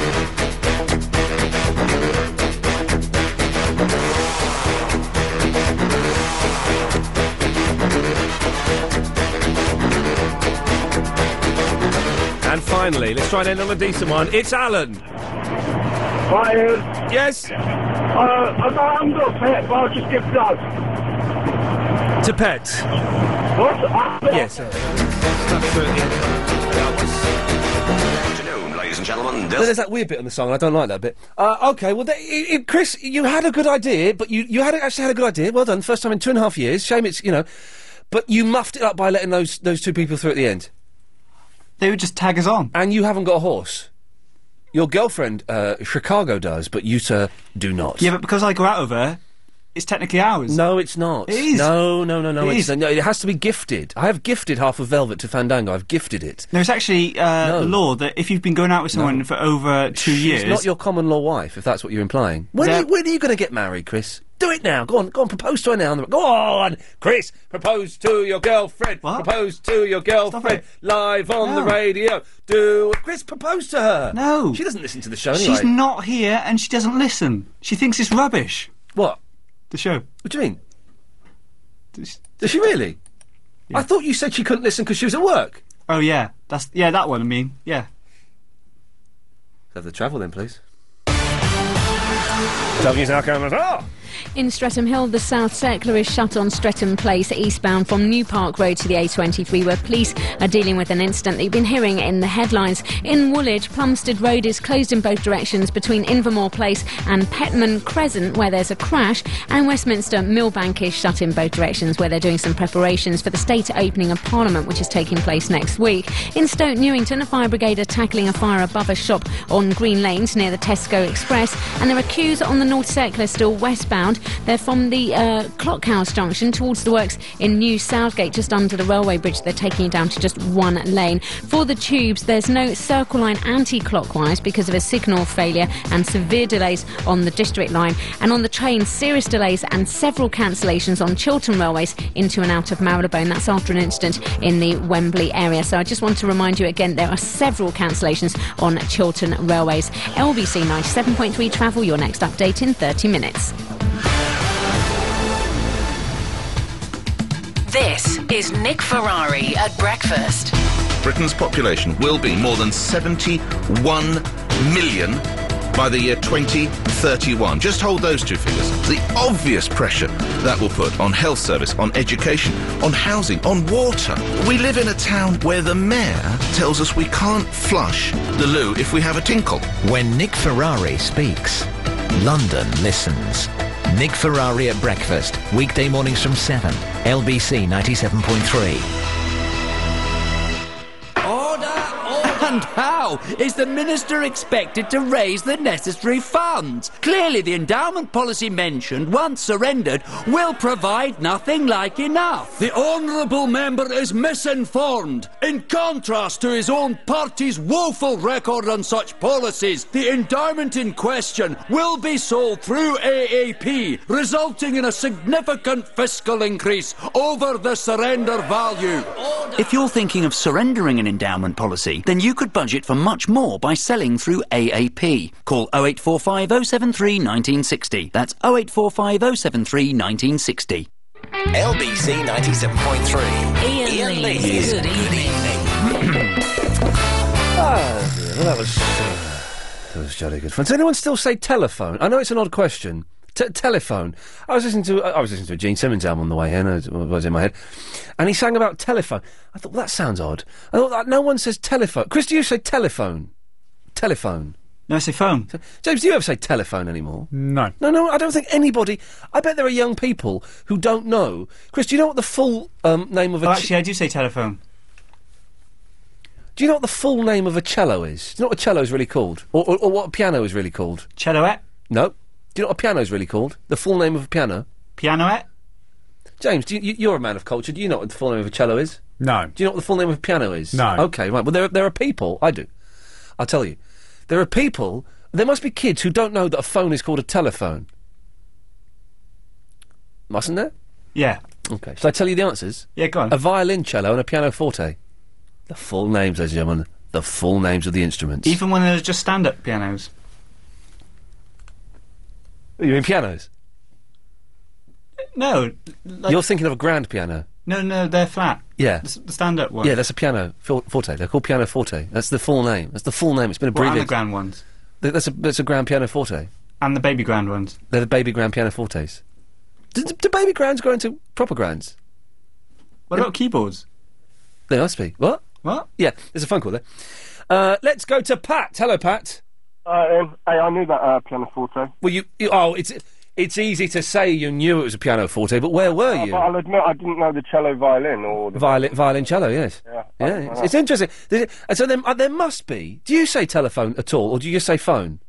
S3: And finally, let's try and end on a decent one. It's Alan.
S54: Right,
S3: Yes? Uh,
S54: I haven't got a pet, but I'll just give blood.
S3: To pet.
S54: What? I-
S3: Yes.
S12: Ladies and gentlemen,
S3: But there's that weird bit on the song, and I don't like that bit. Uh, okay, well, th- i i Chris, you had a good idea, but you, you had actually had a good idea. Well done, first time in two and a half years. Shame it's you know, but you muffed it up by letting those those two people through at the end.
S4: They would just tag us on,
S3: and you haven't got a horse. Your girlfriend, uh, Chicago, does, but you, sir, do not.
S4: Yeah, but because I go out of her, it's technically ours.
S3: No, it's not.
S4: It is.
S3: No, no, no, no.
S4: It
S3: it's,
S4: is.
S3: no it has to be gifted. I have gifted half of Velvet to Fandango. I've gifted it.
S4: No, it's actually uh,
S3: No.
S4: law that if you've been going out with someone
S3: No.
S4: for over two
S3: She's
S4: years,
S3: not your common law wife, if that's what you're implying. When, are, you, when are you going to get married, Chris? Do it now. Go on, go on. Propose to her now. on the- Go on, Chris. Propose to your girlfriend. Propose to your girlfriend. Live on the
S4: No.
S3: radio. Do Chris propose to her?
S4: No.
S3: she doesn't listen to the show. Anyway.
S4: she's not here and she doesn't listen. She thinks it's rubbish.
S3: What?
S4: The show.
S3: What do you mean? Does she really? I thought you said she couldn't listen because she was at work.
S4: Oh yeah, that's yeah that one. I mean yeah.
S3: Have the travel then, please. W's now coming. Oh,
S44: In Streatham Hill, the South Circular is shut on Streatham Place eastbound from New Park Road to the A23, where police are dealing with an incident that you've been hearing in the headlines. In Woolwich, Plumstead Road is closed in both directions between Invermore Place and Petman Crescent, where there's a crash, and Westminster Millbank is shut in both directions, where they're doing some preparations for the state opening of Parliament, which is taking place next week. In Stoke Newington, a fire brigade are tackling a fire above a shop on Green Lanes near the Tesco Express, and there are queues on the North Circular still westbound. They're from the uh, Clockhouse Junction towards the works in New Southgate, just under the railway bridge. They're taking it down to just one lane. For the tubes, there's no Circle Line anti-clockwise because of a signal failure and severe delays on the District Line, and on the trains, serious delays and several cancellations on Chiltern Railways into and out of Marylebone. That's after an incident in the Wembley area. So I just want to remind you again, there are several cancellations on Chiltern Railways. LBC 97.3 travel. Your next update in 30 minutes.
S20: This is Nick Ferrari at breakfast.
S12: Britain's population will be more than 71 million by the year 2031. Just hold those two figures. The obvious pressure that will put on health service, on education, on housing, on water. We live in a town where the mayor tells us we can't flush the loo if we have a tinkle.
S1: When Nick Ferrari speaks, London listens. Nick Ferrari at breakfast, weekday mornings from 7, LBC 97.3.
S17: And how is the minister expected to raise the necessary funds? Clearly, the endowment policy mentioned, once surrendered, will provide nothing like enough. The honourable member is misinformed. In contrast to his own party's woeful record on such policies, the endowment in question will be sold through AAP, resulting in a significant fiscal increase over the surrender value.
S27: If you're thinking of surrendering an endowment policy, then you could budget for much more by selling through AAP. Call 0845 073 1960. That's 0845 073 1960.
S1: LBC 97.3.
S20: Ian, Lee. Good evening.
S3: Ah, dear. well, that was uh, that was jolly good fun. Does anyone still say telephone? I know it's an odd question. T- telephone. I was listening to I was listening to a Gene Simmons album on the way here. and it was in my head, and he sang about telephone. I thought well, that sounds odd. I thought that no one says telephone. Chris, do you say telephone? Telephone.
S4: No, I say phone.
S3: James, do you ever say telephone anymore?
S32: No.
S3: No, no, I don't think anybody. I bet there are young people who don't know. Chris, do you know what the full um, name of a?
S4: Oh, actually, I do say telephone.
S3: Do you know what the full name of a cello is? Do you know what a cello is really called? Or, or, or what a piano is really called?
S4: Celloette?
S3: No. Do you know what a piano is really called? The full name of a piano?
S4: Pianoette?
S3: James, do you, you, you're a man of culture. Do you know what the full name of a cello is?
S32: No.
S3: Do you know what the full name of a piano is?
S32: No.
S3: Okay, right. Well, there, are- there are people. I do. I'll tell you. There are people. There must be kids who don't know that a phone is called a telephone. Mustn't there?
S4: Yeah.
S3: Okay. Shall I tell you the answers?
S4: Yeah, go on.
S3: A violoncello and a pianoforte. The full names, ladies and gentlemen. The full names of the instruments.
S4: Even when there's just stand-up pianos.
S3: You mean pianos?
S4: No, like-
S3: You're thinking of a grand piano.
S4: no, no, they're flat.
S3: Yeah.
S4: The, s- the stand-up one.
S3: Yeah, that's a piano for- forte. They're called piano forte. That's the full name. That's the full name. It's been
S4: What, and
S3: abbreviated.
S4: the grand ones.
S3: Th- That's a that's a grand pianoforte.
S4: And the baby grand ones.
S3: They're the baby grand pianofortes. Do, do- do baby grands grow into proper grands?
S4: What about keyboards?
S3: They must be. What?
S4: What?
S3: Yeah, there's a phone call there. Uh, let's go to Pat. Hello, Pat.
S26: Uh, hey, I knew that uh, pianoforte.
S3: Well, you, you oh, it's it's easy to say you knew it was a pianoforte, but where were
S26: Uh,
S3: you?
S26: but I'll admit I didn't know the cello violin or the.
S3: Violin, violoncello, yes.
S26: Yeah, I
S3: yeah
S26: didn't know
S3: it's,
S26: that.
S3: it's interesting. There's- and so there, uh, there must be. Do you say telephone at all, or do you just say phone?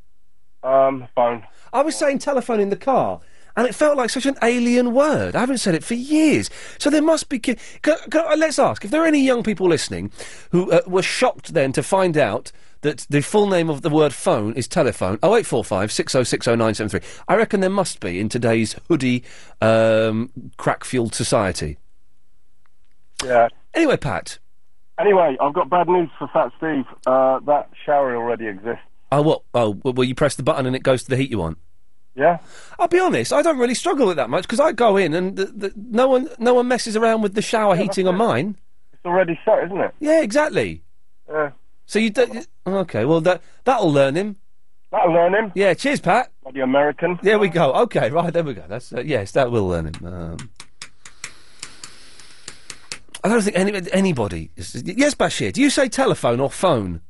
S26: Um, phone.
S3: I was saying telephone in the car, and it felt like such an alien word. I haven't said it for years. So there must be. Ki- c- c- uh, let's ask if there are any young people listening who uh, were shocked then to find out that the full name of the word phone is telephone. Oh eight four five six zero six zero nine seven three. I reckon there must be in today's hoodie, um, crack fueled society.
S26: Yeah.
S3: Anyway, Pat.
S26: Anyway, I've got bad news for Fat Steve. Uh, that shower already exists.
S3: Oh, what? Oh, w- well, you press the button and it goes to the heat you want.
S26: Yeah.
S3: I'll be honest. I don't really struggle with that much because I go in and th th no one, no one messes around with the shower heating on mine.
S26: It's already set, isn't it?
S3: Yeah, exactly.
S26: Yeah.
S3: So you don't. you- Okay, well that that'll learn him.
S26: That'll learn him.
S3: Yeah. Cheers, Pat.
S26: Bloody American.
S3: There we go. Okay, right. There we go. That's uh, yes. That will learn him. Um, I don't think any, anybody. Is, yes, Bashir. Do you say telephone or phone?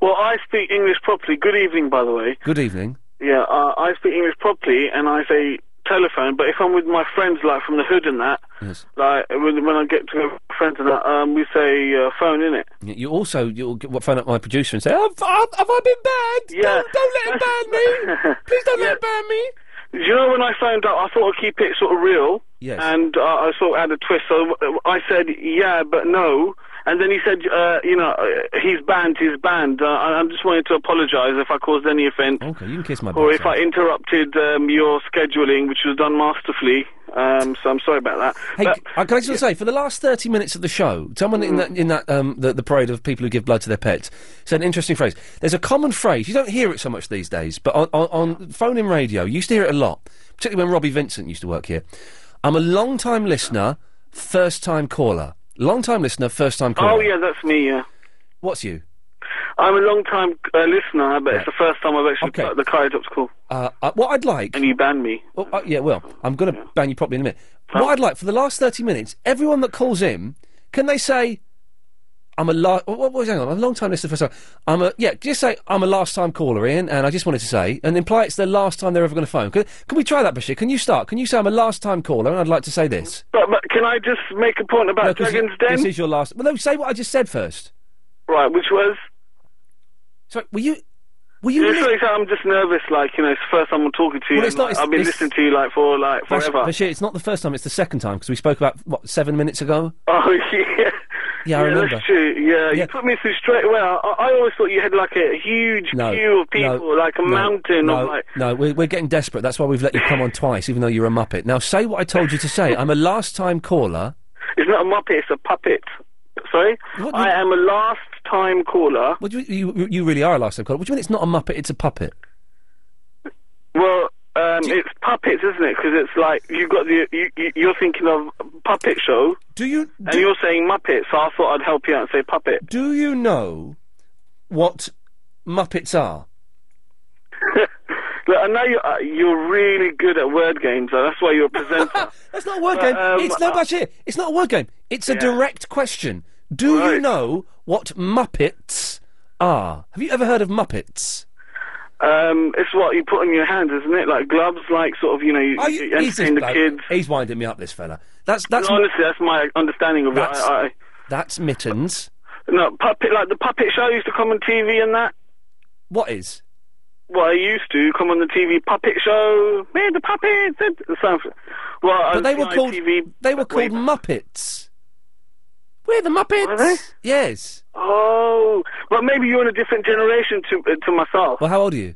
S43: Well, I speak English properly. Good evening, by the way.
S3: Good evening.
S43: Yeah, uh, I speak English properly, and I say telephone. But if I'm with my friends, like from the hood and that,
S3: Yes.
S43: like when, when I get to my friends and that, um, we say uh, phone in it.
S3: You- You also you'll g- phone up my producer and say, "Oh, Have, have I been
S43: Yeah.
S3: banned?
S43: Don't,
S3: don't let it ban me. Please don't let
S43: it
S3: ban me.
S43: Do you know when I phoned up, I thought I'd keep it sort of real.
S3: Yes.
S43: And uh, I sort of had a twist. So uh, I said, yeah, but no. And then he said, uh, you know, uh, he's banned, he's banned. Uh, I, I'm just wanting to apologise if I caused any offence.
S3: Okay, you can kiss my
S43: Or
S3: butt,
S43: if I interrupted um, your scheduling, which was done masterfully. Um, so I'm sorry about that. Mm.
S3: Hey, I can I just say, for the last 30 minutes of the show, someone in that, in that um, the, the parade of people who give blood to their pets said an interesting phrase. There's a common phrase, you don't hear it so much these days, but on, on, on phone in radio, you used to hear it a lot, particularly when Robbie Vincent used to work here. I'm a long time listener, first time caller. Long time listener, first time caller.
S43: Oh, yeah, that's me, yeah.
S3: What's you?
S43: I'm a long time uh, listener, but it's the first time I've actually
S3: Okay.
S43: cut the Courage Up School.
S3: Uh, uh, what I'd like.
S43: And you banned me.
S3: Oh, uh, yeah, well, I'm going to ban you properly in a minute. What I'd like for the last 30 minutes, everyone that calls in, can they say, I'm a last. What was hang on? I'm a long time listener. First time. I'm a yeah. Just say I'm a last time caller, Ian, and I just wanted to say and imply it's the last time they're ever going to phone. Can, can we try that, Bashir? Can you start? Can you say I'm a last time caller and I'd like to say this?
S43: But, but can I just make a point about
S3: No, 'cause
S43: Dragon's
S3: you-
S43: Den?
S3: This is your last. Well, no, say what I just said first.
S43: Right, which was.
S3: So were you? Were you?
S43: Just like, I'm just nervous, like you know, it's the first time I'm talking to you.
S3: Well, it's
S43: and,
S3: not-
S43: like,
S3: it's-
S43: I've been
S3: it's-
S43: listening to you like for like
S3: Bash-
S43: forever.
S3: Bashir, it's not the first time. It's the second time because we spoke about what seven minutes ago.
S43: Oh yeah.
S3: Yeah, I remember.
S43: That's true. Yeah, you put me through straight away. I, I always thought you had like a huge
S3: No,
S43: queue of people,
S3: no,
S43: like a
S3: no,
S43: mountain
S3: No,
S43: of like.
S3: no, we're, we're getting desperate. That's why we've let you come on twice, even though you're a muppet. Now say what I told you to say. I'm a last time caller.
S43: It's not a muppet. It's a puppet. Sorry, I am a last time caller.
S3: What do you, you, you really are a last time caller. What do you mean it's not a muppet? It's a puppet.
S43: Well, um, it's puppets, isn't it? Because it's like you got the you, you, you're thinking of puppet show.
S3: Do you?
S43: and you're saying Muppet, so I thought I'd help you out and say puppet.
S3: Do you know what Muppets are?
S43: Look, I know you're, uh, you're really good at word games, so that's why you're a presenter.
S3: That's not a word
S43: But,
S3: game.
S43: um,
S3: it's no
S43: I-
S3: Bashir. It's not a word game. It's a
S43: Yeah.
S3: direct question. Do you know what Muppets are? Have you ever heard of Muppets?
S43: Um, it's what you put on your hands, isn't it? Like gloves, like sort of, you know, you,
S3: Are
S43: you
S3: you- he's this
S43: entertain the
S3: bloke.
S43: kids.
S3: He's winding me up, this fella. That's that's
S43: No, honestly, that's my understanding of
S3: That's-
S43: it. I, I,
S3: that's mittens.
S43: no, puppet, like the puppet show used to come on TV and that.
S3: What is?
S43: Well, I used to come on the TV puppet show. Man, the puppets. it- it sounds- Well, I
S3: But they
S43: was
S3: were
S43: on
S3: called
S43: TV
S3: they were
S43: way
S3: called Muppets. We're the Muppets. Yes.
S43: Oh, but maybe you're in a different generation to uh, to myself.
S3: Well, how old are you?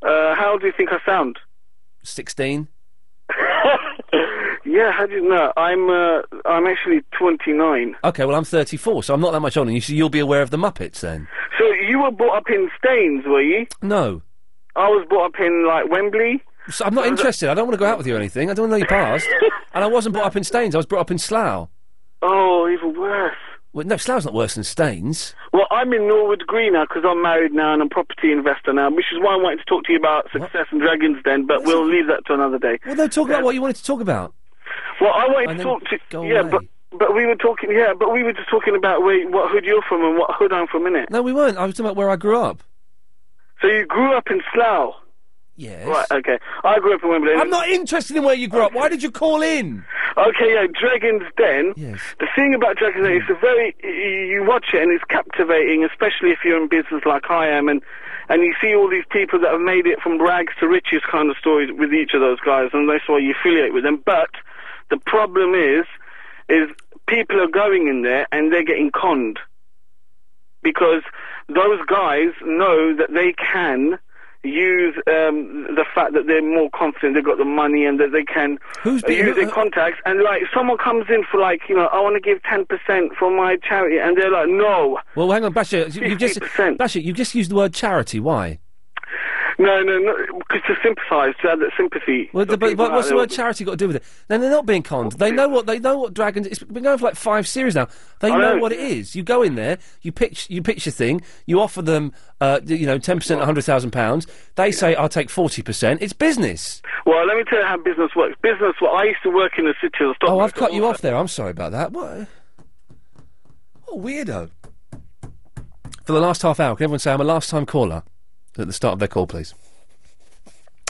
S43: Uh, how old do you think I sound?
S3: Sixteen.
S43: Yeah, how do you know? I'm uh, I'm actually 29.
S3: Okay, well I'm 34, so I'm not that much older. You see, you'll be aware of the Muppets then.
S43: So you were brought up in Staines, were you?
S3: No,
S43: I was brought up in like Wembley.
S3: so I'm not interested. I don't want to go out with you or anything. I don't want to know your past. and I wasn't brought up in Staines. I was brought up in Slough.
S43: Oh, even worse.
S3: Well, no, Slough's not worse than Staines.
S43: Well, I'm in Norwood Green now because I'm married now and I'm a property investor now, which is why I wanted to talk to you about Success and Dragons Den, but we'll leave that to another day.
S3: Well, no, talk
S43: Yeah.
S3: about what you wanted to talk about.
S43: Well, I wanted
S3: And
S43: to
S3: then
S43: talk to
S3: go
S43: yeah,
S3: away.
S43: but but we were talking yeah, but we were just talking about where what hood you're from and what hood I'm from, innit?
S3: No, we weren't. I was talking about where I grew up.
S43: So you grew up in Slough.
S3: Yes.
S43: Right. Okay. I grew up in Wimbledon.
S3: I'm not interested in where you grew up. Why did you call in?
S43: Okay, yeah, Dragon's Den. The thing about Dragon's Den, it's a very, y- you watch it and it's captivating, especially if you're in business like I am, and, and you see all these people that have made it from rags to riches kind of stories with each of those guys, and that's why you affiliate with them. But the problem is, is people are going in there and they're getting conned. Because those guys know that they can use um, the fact that they're more confident, they've got the money, and that they can
S3: Who's
S43: uh,
S3: be-
S43: use their contacts. And like, someone comes in for like, you know, I want to give ten percent for my charity, and they're like, no,
S3: Well, hang on, Basher. you- You've just Basher, you've just used the word charity. Why?
S43: no, no, no, because to sympathise, to have that sympathy.
S3: Well,
S43: for
S3: the, but,
S43: people
S3: but what's
S43: out
S3: the
S43: there.
S3: word charity got to do with it? Then they're not being conned. They know what they know what dragons. It's been going for like five series now. They
S43: I
S3: know
S43: know.
S3: what it is. You go in there, you pitch, you pitch your thing, you offer them, uh, d- you know, ten percent, hundred thousand pounds. They say, "I'll take forty percent." It's business.
S43: Well, let me tell you how business works. Business, well, I used to work in the city of
S3: Oh, I've cut you off there. I'm sorry about that. What? What a weirdo. For the last half hour, can everyone say I'm a last time caller at the start of their call, please?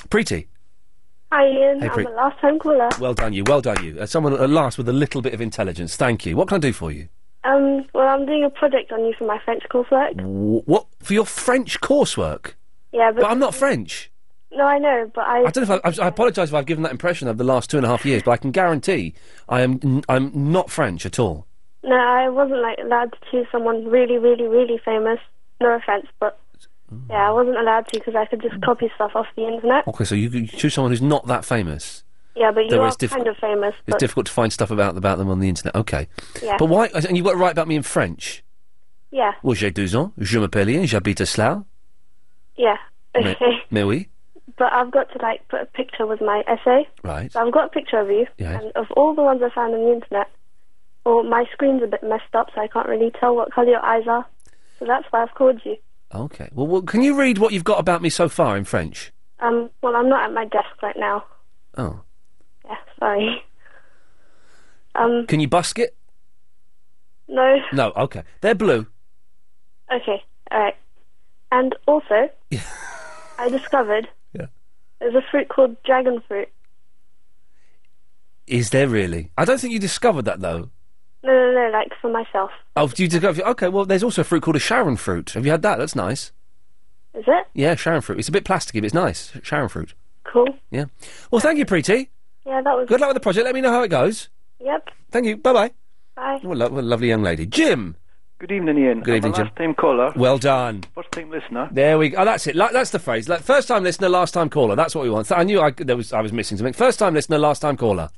S3: Preeti.
S7: Hi Ian,
S3: Hey, Preet.
S7: I'm a last time caller.
S3: Well done you, well done you. Uh, someone at last with a little bit of intelligence. Thank you. What can I do for you?
S7: Um, well, I'm doing a project on you for my French coursework.
S3: Wh- What for your French coursework?
S7: Yeah, but,
S3: But I'm not French.
S7: No, I know, but I.
S3: I don't know if I, I, I apologise if I've given that impression over the last two and a half years, but I can guarantee I am n- I'm not French at all.
S7: No, I wasn't like allowed to choose someone really, really, really famous. No offense, but yeah, I
S3: Mm.
S7: wasn't allowed to because I could just copy stuff off the internet.
S3: Okay, so you, you choose someone who's not that famous.
S7: Yeah, but you
S3: Though
S7: are
S3: it's difficult-
S7: kind of famous.
S3: It's
S7: But
S3: difficult to find stuff about about them on the internet. Okay,
S7: Yeah.
S3: but why? And you've got to write about me in French.
S7: yeah,
S3: Well, j'ai 12 ans, je m'appelle Ian, j'habite à Slough.
S7: yeah,
S3: Mais,
S7: okay.
S3: mais oui,
S7: But I've got to like put a picture with my essay.
S3: right.
S7: So I've got a picture of you,
S3: Yes.
S7: and of all the ones I found on the internet, well, my screen's a bit messed up, so I can't really tell what colour your eyes are. So that's why I've called you.
S3: Okay. Well, well, can you read what you've got about me so far in French?
S7: Um, well, I'm not at my desk right now.
S3: Oh.
S7: Yeah, sorry. Um,
S3: Can you busk it?
S7: no.
S3: No. Okay. They're blue.
S7: Okay, alright. And also, I discovered
S3: Yeah.
S7: there's a fruit called dragon fruit.
S3: Is there really? I don't think you discovered that though.
S7: No, no, no, like for myself.
S3: Oh, do you discover? Okay. Well, there's also a fruit called a Sharon fruit. Have you had that? That's nice.
S7: Is it?
S3: Yeah, Sharon fruit. It's a bit plasticky, but it's nice. Sharon fruit.
S7: Cool.
S3: Yeah. Well, thank you, Preeti.
S7: Yeah, that was.
S3: Good luck with the project. Let me know how it goes.
S7: Yep.
S3: Thank you. Bye bye.
S7: Bye.
S3: What a, lo- what a lovely young lady, Jim.
S61: Good evening, Ian.
S3: Good
S61: I'm
S3: evening,
S61: a
S3: Jim.
S61: last time caller,
S3: Well done.
S61: first time listener.
S3: There we go. Oh, that's it. Like, that's the phrase. Like, first time listener, last time caller. That's what we want. I knew I, there was, I was missing something. First time listener, last time caller.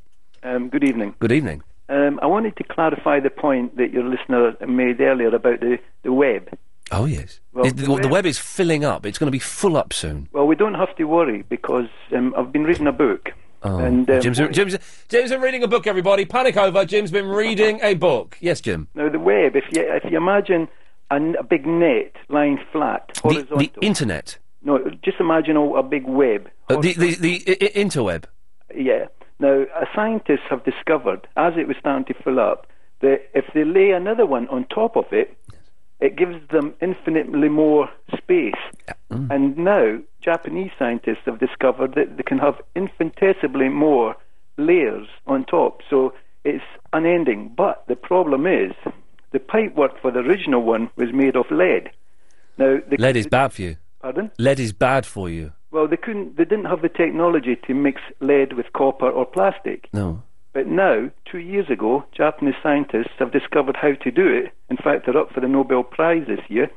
S61: Um, good evening.
S3: Good evening.
S61: Um, I wanted to clarify the point that your listener made earlier about the, the web.
S3: Oh, yes.
S61: Well,
S3: Is- the,
S61: the
S3: the web,
S61: web-
S3: is filling up. It's going to be full up soon.
S61: Well, we don't have to worry because um, I've been reading a book.
S3: Oh.
S61: And, um,
S3: Jim's, Jim's, Jim's been reading a book, everybody. Panic over. Jim's been reading a book. Yes, Jim.
S61: Now, the web, if you, if you imagine a, n- a big net lying flat,
S3: The,
S61: horizontal.
S3: the internet.
S61: no, just imagine a, a big web.
S3: Uh, the the, the I- I- interweb.
S61: Yeah. Now, uh, scientists have discovered, as it was starting to fill up, that if they lay another one on top of it, it gives them infinitely more space. And now, Japanese scientists have discovered that they can have infinitesimally more layers on top. So it's unending. But the problem is, the pipework for the original one was made of lead. Now, they,
S3: Lead is bad for you.
S61: Pardon?
S3: Lead is bad for you.
S61: Well, they couldn't. They didn't have the technology to mix lead with copper or plastic.
S3: No.
S61: But now, two years ago, Japanese scientists have discovered how to do it. In fact, they're up for the Nobel Prize this year.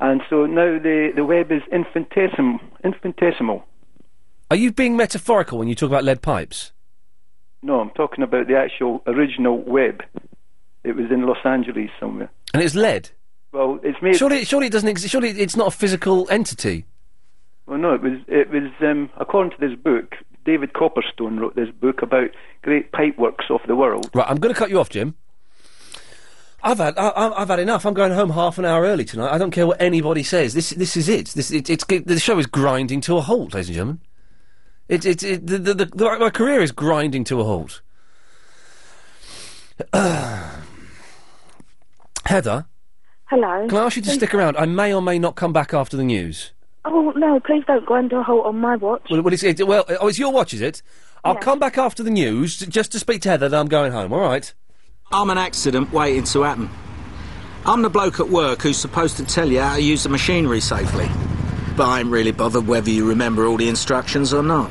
S61: And so now the, the web is infinitesimal. infinitesimal.
S3: Are you being metaphorical when you talk about lead pipes?
S61: No, I'm talking about the actual original web. It was in Los Angeles somewhere.
S3: And it's lead.
S61: Well, it's made.
S3: Surely, surely it doesn't exist. Surely it's not a physical entity.
S61: Well, no, it was. It was um, according to this book. David Copperstone wrote this book about great pipeworks of the world.
S3: Right, I'm going to cut you off, Jim. I've had I, I- I've had enough. I'm going home half an hour early tonight. I don't care what anybody says. This this is it. This it, it's the show is grinding to a halt, ladies and gentlemen. It it, it the, the, the, the my career is grinding to a halt. Heather,
S38: Hello.
S3: can I ask you to stick around? I may or may not come back after the news.
S38: Oh no! Please don't go into a halt on my watch.
S3: Well, well, it's, it, well oh, it's your watch, is it? I'll
S38: Yeah.
S3: come back after the news j- just to speak to Heather. Then I'm going home. All right.
S62: I'm an accident waiting to happen. I'm the bloke at work who's supposed to tell you how to use the machinery safely. But I ain't really bothered whether you remember all the instructions or not.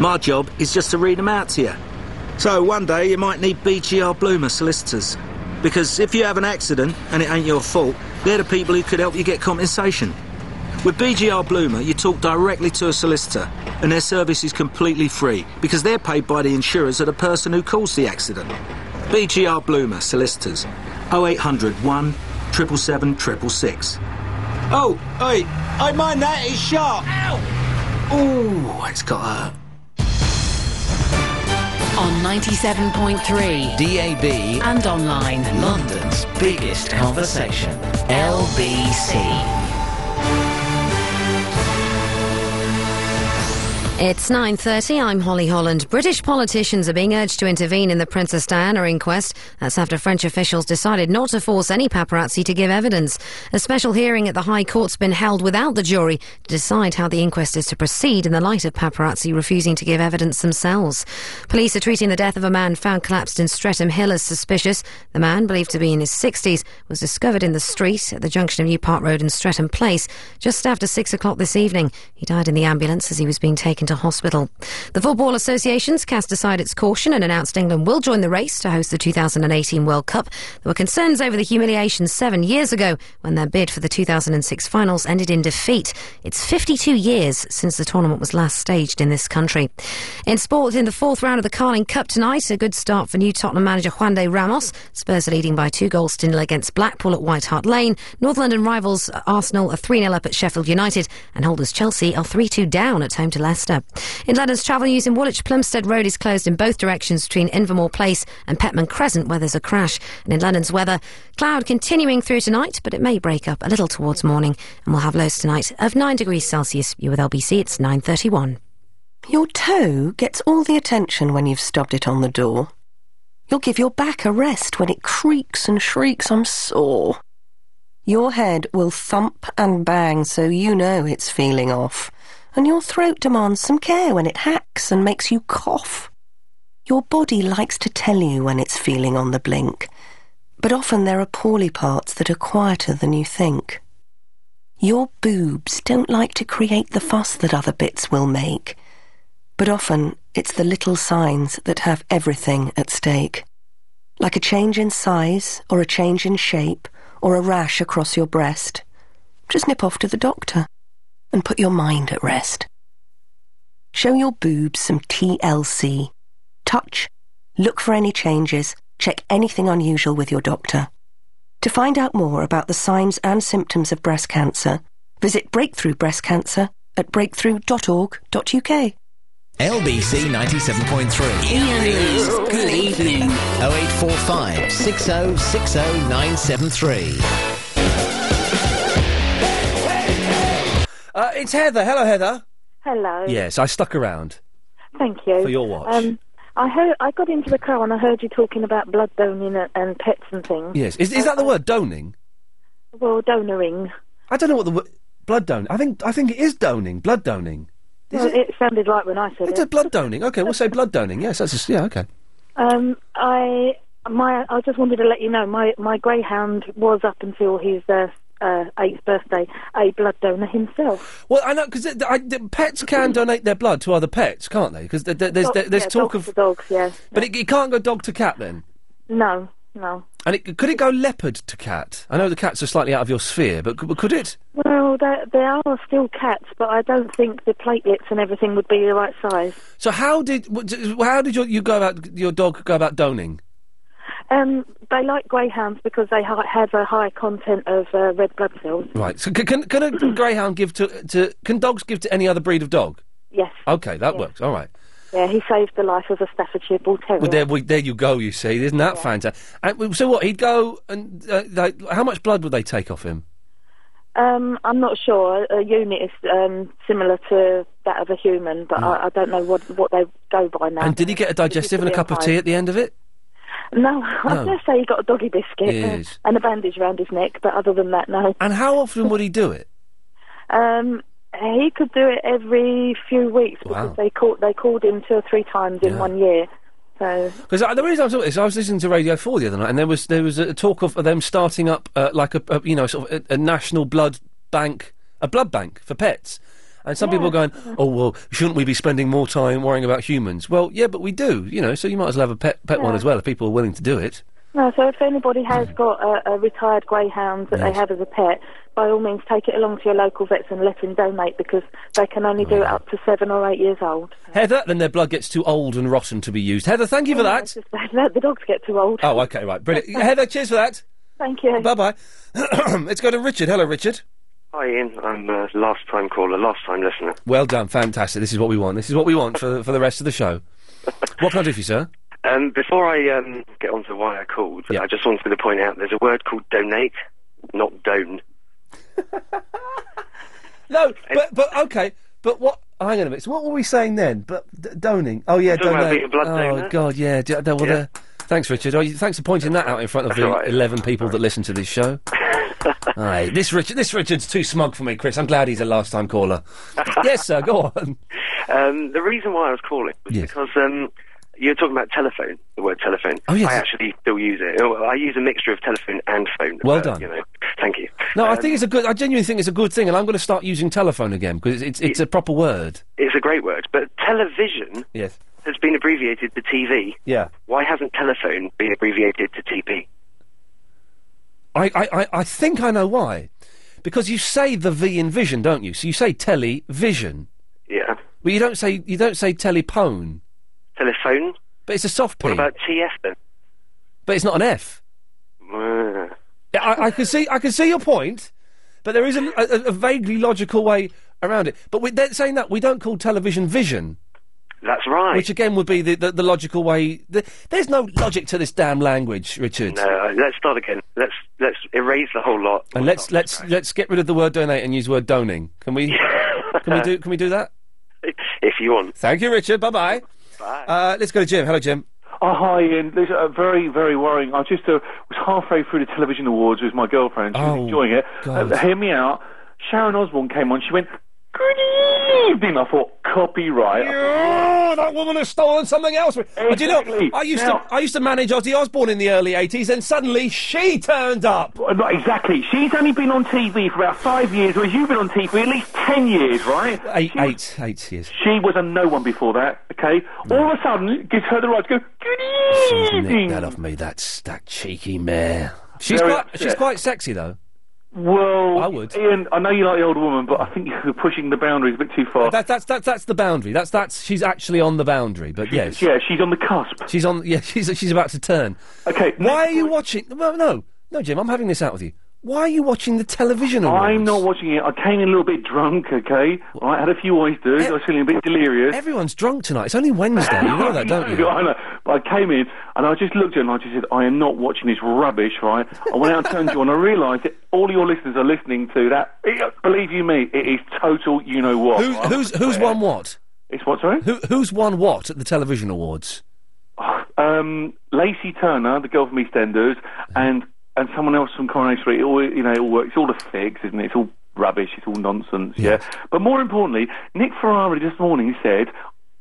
S62: My job is just to read them out to you. So one day you might need BGR Bloomer solicitors. Because if you have an accident and it ain't your fault, they're the people who could help you get compensation. With BGR Bloomer, you talk directly to a solicitor, and their service is completely free because they're paid by the insurers of the person who caused the accident. BGR Bloomer Solicitors, 0800 1 777 666. Oh, hey, hey, mind that, it's sharp. Ow! Ooh, it's got a.
S20: On 97.3
S1: DAB
S20: and online.
S1: London's biggest conversation. LBC.
S35: It's 9.30. I'm Holly Holland. British politicians are being urged to intervene in the Princess Diana inquest. That's after French officials decided not to force any paparazzi to give evidence. A special hearing at the High Court's been held without the jury to decide how the inquest is to proceed in the light of paparazzi refusing to give evidence themselves. Police are treating the death of a man found collapsed in Streatham Hill as suspicious. The man, believed to be in his 60s, was discovered in the street at the junction of New Park Road and Streatham Place just after 6 o'clock this evening. He died in the ambulance as he was being taken to hospital. The Football Association's cast aside its caution and announced England will join the race to host the 2018 World Cup. There were concerns over the humiliation seven years ago when their bid for the 2006 finals ended in defeat. It's 52 years since the tournament was last staged in this country. In sport, in the fourth round of the Carling Cup tonight, a good start for new Tottenham manager Juan de Ramos. Spurs are leading by two goals to nil against Blackpool at White Hart Lane. North London rivals Arsenal are 3 0 up at Sheffield United, and holders Chelsea are 3 2 down at home to Leicester. In London's travel news, in Woolwich, Plumstead Road is closed in both directions between Invermore Place and Petman Crescent, where there's a crash. And in London's weather, cloud continuing through tonight, but it may break up a little towards morning, and we'll have lows tonight of 9 degrees Celsius. You with LBC, it's 9.31.
S32: Your toe gets all the attention when you've stubbed it on the door. You'll give your back a rest when it creaks and shrieks, I'm sore. Your head will thump and bang so you know it's feeling off. And your throat demands some care when it hacks and makes you cough. Your body likes to tell you when it's feeling on the blink, but often there are poorly parts that are quieter than you think. Your boobs don't like to create the fuss that other bits will make but often it's the little signs that have everything at stake. Like a change in size, or a change in shape, or a rash across your breast. Just nip off to the doctor and put your mind at rest. Show your boobs some TLC. Touch, look for any changes, check anything unusual with your doctor. To find out more about the signs and symptoms of breast cancer, visit Breakthrough Breast Cancer at breakthrough.org.uk.
S1: LBC 97.3.
S32: Ian Lee's Good
S1: Evening. 0845 60 60 973.
S3: Uh, it's Heather. Hello, Heather.
S38: Hello.
S3: Yes, I stuck around.
S38: Thank you.
S3: For your watch.
S38: Um, I heard. I got into the car and I heard you talking about blood doning and, and pets and things.
S3: Yes, is, is that the word doning?
S38: Well, donoring.
S3: I don't know what the word blood don. I think I think it is doning. Blood doning.
S38: Well, it? sounded like when I said
S3: It's a
S38: it.
S3: blood doning. Okay, we'll say blood doning. Yes, that's just, yeah. Okay.
S38: Um, I my I just wanted to let you know my my greyhound was up until his uh, uh, eighth birthday a blood donor himself.
S3: Well, I know because pets can donate their blood to other pets, can't they? Because there, there- there's
S38: Dog-
S3: there, there's
S38: yeah,
S3: talk
S38: dogs
S3: of
S38: to dogs. Yeah.
S3: but it, it can't go dog to cat then.
S38: No. No.
S3: And it, could it go leopard to cat? I know the cats are slightly out of your sphere, but could, but could it?
S38: Well, there, there are still cats, but I don't think the platelets and everything would be the right size.
S3: So how did what- how did your, you go about your dog go about doning?
S38: Um, they like greyhounds because they ha- have a high content of uh, red blood cells.
S3: Right. So c- can can a greyhound give to to can dogs give to any other breed of dog?
S38: Yes.
S3: Okay, that works. All right.
S38: Yeah, he saved the life of a Staffordshire Bull Terrier.
S3: Well, there, we, there you go. You see, isn't that fantastic? And, w- so what? He'd go and uh, like, how much blood would they take off him?
S38: Um, I'm not sure. A unit is um, similar to that of a human, but I, I don't know what what they go by now.
S3: Mm. And did he get a digestive and a cup of tea at the end of it?
S38: No, I
S3: No.
S38: was going to say he got a doggy biscuit
S3: Yes.
S38: and a bandage round his neck, but other than that, no.
S3: And how often would he do it?
S38: Um, he could do it every few weeks
S3: Wow.
S38: because they called they called him two or three times in
S3: Yeah.
S38: one year. So
S3: Because the reason I'm talking is I was listening to Radio Four the other night, and there was there was a talk of them starting up uh, like a, a you know sort of a, a national blood bank, a blood bank for pets. And some people are going, oh well, shouldn't we be spending more time worrying about humans? Well, yeah, but we do, you know. So you might as well have a pet pet one
S38: Yeah.
S3: as well if people are willing to do it.
S38: no, so if anybody has got a, a retired greyhound that
S3: Hmm. Yes.
S38: they have as a pet, by all means take it along to your local vets and let him donate because they can only do it up to seven or eight years old.
S3: Heather, then their blood gets too old and rotten to be used. Heather, thank you for
S38: Yeah,
S3: that.
S38: it's Oh, just bad luck. the dogs get too old.
S3: Oh, okay, right, brilliant. Heather, cheers for that.
S38: Thank you.
S3: Bye bye. Let's go to Richard. Hello, Richard.
S14: Hi, Ian. Uh, I'm a last time caller, last time listener.
S3: Well done, fantastic. This is what we want. This is what we want for for the rest of the show. What can I do for you, sir?
S14: Um, before I um, get on to why I called, I just wanted to point out there's a word called donate, not don.
S3: No, but but okay, but what? Hang on a minute. So what were we saying then? But d- doning. Oh yeah,
S14: Talking about
S3: donate.
S14: being a blood
S3: oh
S14: donor.
S3: god, yeah. Do, do, well,
S14: Yeah.
S3: there- thanks, Richard. Oh, you- thanks for pointing that out in front of
S14: That's
S3: the
S14: all right.
S3: eleven people that listen to this show. Aye, this Richard, this Richard's too smug for me, Chris. I'm glad he's a last time caller. yes, sir. Go on.
S14: Um, the reason why I was calling was
S3: Yes.
S14: because um, you were talking about telephone, the word telephone.
S3: Oh, yes.
S14: I actually still use it. Oh, I use a mixture of telephone and phone.
S3: Well
S14: uh,
S3: done.
S14: You know. Thank you.
S3: No, I
S14: Um,
S3: think it's a good. I genuinely think it's a good thing, and I'm going to start using telephone again because it's it's a proper word.
S14: it's a great word, but television
S3: Yes.
S14: has been abbreviated to TV.
S3: Yeah.
S14: Why hasn't telephone been abbreviated to TP?
S3: I, I, I- I think I know why. Because you say the V in vision, don't you? So you say television.
S14: Yeah.
S3: But you don't say you don't say telepone.
S14: Telephone.
S3: But it's a soft P.
S14: What about TF then?
S3: But it's not an F.
S14: Mm.
S3: Yeah, I, I can see I can see your point, but there is a, a, a vaguely logical way around it. But with that, saying that, we don't call television vision.
S14: That's right.
S3: Which again would be the, the, the logical way. The, there's no logic to this damn language, Richard.
S14: No, uh, let's start again. Let's let's erase the whole lot.
S3: And let's let's let's get rid of the word donate and use the word doning. Can we? can we do? Can we do that?
S14: If you want.
S3: Thank you, Richard. Bye bye. Uh, let's go to Jim. Hello, Jim.
S63: Oh, hi, Ian. This uh, very, very worrying. I just uh, was halfway through the television awards with my girlfriend. She was
S26: Oh,
S63: enjoying it.
S26: God.
S63: Uh, hear me out. Sharon Osbourne came on. She went, "Good evening." I thought, copyright.
S3: Oh, that woman has stolen something else. But do you know,
S63: Exactly.
S3: I used
S63: Now-
S3: to I used to manage Ozzy Osbourne in the early '80s, and suddenly she turned up.
S63: Not exactly. She's only been on TV for about five years, whereas you've been on TV at least ten years, right?
S3: Eight, eight, eight years. Mm.
S63: She was a no one before that. Okay. All of a sudden, it gives her the right to go. Good evening.
S3: Nick that off me. That's that cheeky mare. She's
S63: Very
S3: quite
S63: upset.
S3: she's quite sexy though.
S63: Well,
S3: I would.
S63: Ian, I know you like the old woman, but I think you're pushing the boundaries a bit too far.
S3: That, that's that's that's the boundary. That's that's she's actually on the boundary. But yes,
S63: yeah, she's on the cusp.
S3: She's on. Yeah, she's she's about to turn.
S63: Okay.
S3: Why are you watching? Well, no, no, Jim. I'm having this out with you. Why are you watching the television? awards?
S63: I'm not watching it. I came in a little bit drunk, okay? I had a few oysters. I was feeling a bit delirious.
S3: Everyone's drunk tonight. It's only Wednesday. You know that, don't you?
S63: I know. But I came in and I just looked at him and I just said, I am not watching this rubbish, right? I went out and turned you on. I realised that all your listeners are listening to that. It- believe you me, it is total you know what.
S3: Who's who's who's won what?
S63: It's what, sorry?
S3: Who who's won what at the television awards?
S63: Um, Lacey Turner, the girl from EastEnders, and and someone else from Coronation Street. It all you know, it all works. It's all a fix, isn't it? It's all rubbish. It's all nonsense. Yeah. But more importantly, Nick Ferrari this morning said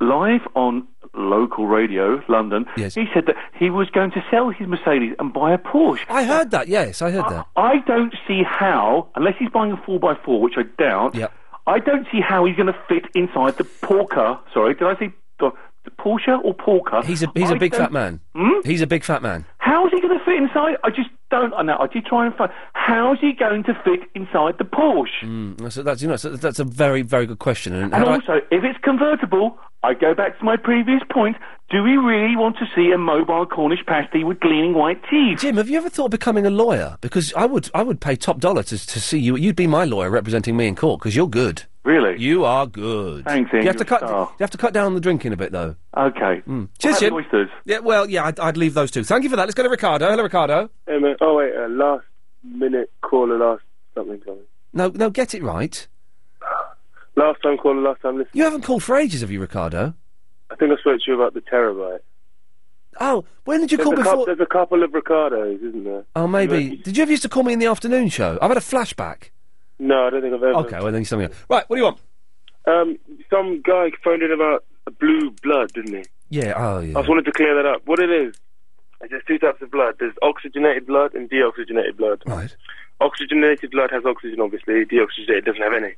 S63: live on local radio, London. He said that he was going to sell his Mercedes and buy a Porsche.
S3: I heard that. Yes, I heard that.
S63: I don't see how, unless he's buying a four by four, which I doubt. I don't see how he's going to fit inside the Porker. Sorry, did I say the, the Porsche or Porker?
S3: He's a he's
S63: a
S3: a big fat man.
S63: Hmm?
S3: He's a big fat man.
S63: How's he going to fit inside? I just don't. I know. I did try and find. How's he going to fit inside the Porsche?
S3: Mm, that's, that's you know that's, that's a very very good question. And,
S63: And
S3: I-
S63: also, if it's convertible, I go back to my previous point. Do we really want to see a mobile Cornish pasty with gleaming white teeth?
S3: Jim, have you ever thought of becoming a lawyer? Because I would I would pay top dollar to to see you. You'd be my lawyer representing me in court because you're good.
S63: Really?
S3: You are good.
S63: Thanks, Ian, Oh.
S3: You have
S63: you're
S3: to
S63: a
S3: cut.
S63: star.
S3: You have to cut down on the drinking a bit, though. Hmm.
S63: Okay.
S3: Cheers,
S63: about
S3: Jim.
S63: the oysters?
S3: Yeah. Well, yeah. I'd, I'd leave those two. Thank you for that. Let's go to Ricardo. Hello, Ricardo.
S60: Hey, man. Oh, wait, uh, last minute caller, last something, something.
S3: No, no. Get it right.
S60: Last time caller, last time listener.
S3: You haven't called for ages, have you, Ricardo?
S60: I think I spoke to you about the terabyte.
S3: Oh, when did you
S60: there's
S3: call
S60: a cou-
S3: before-
S60: there's a couple of Ricardos, isn't there?
S3: Oh, maybe. Did you ever used to call me in the afternoon show? I've had a flashback.
S60: No, I don't think I've ever.
S3: Okay. Well, then something. Else. Right. What do you want?
S60: Um, some guy phoned in about blue blood, didn't he?
S3: Yeah. Oh, yeah.
S60: I just wanted to clear that up. What it is, is there's two types of blood. There's oxygenated blood and deoxygenated blood.
S3: Right.
S60: Oxygenated blood has oxygen, obviously. Deoxygenated doesn't have any.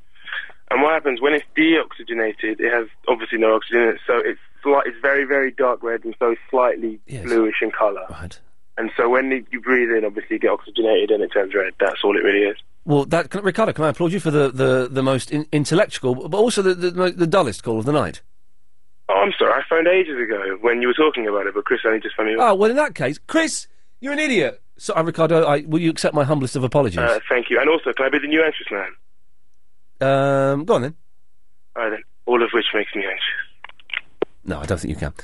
S60: And what happens when it's deoxygenated? It has obviously no oxygen in it, so it's slight, it's very, very dark red and so slightly bluish in colour.
S3: Right.
S60: And so when you- you breathe in, obviously you get oxygenated and it turns red. That's all it really is.
S3: Well, that can, Ricardo, can I applaud you for the the, the most in, intellectual, but also the, the mo- the dullest call of the night?
S60: Oh, I'm sorry, I phoned ages ago when you were talking about it, but Chris only just phoned me.
S3: Oh well, in that case, Chris, you're an idiot. So, uh, Ricardo, I, will you accept my humblest of apologies?
S60: uh, thank you. And also, can I be the new anxious man?
S3: um, go on then.
S60: All right, then. All of which makes me anxious.
S3: No, I don't think you can.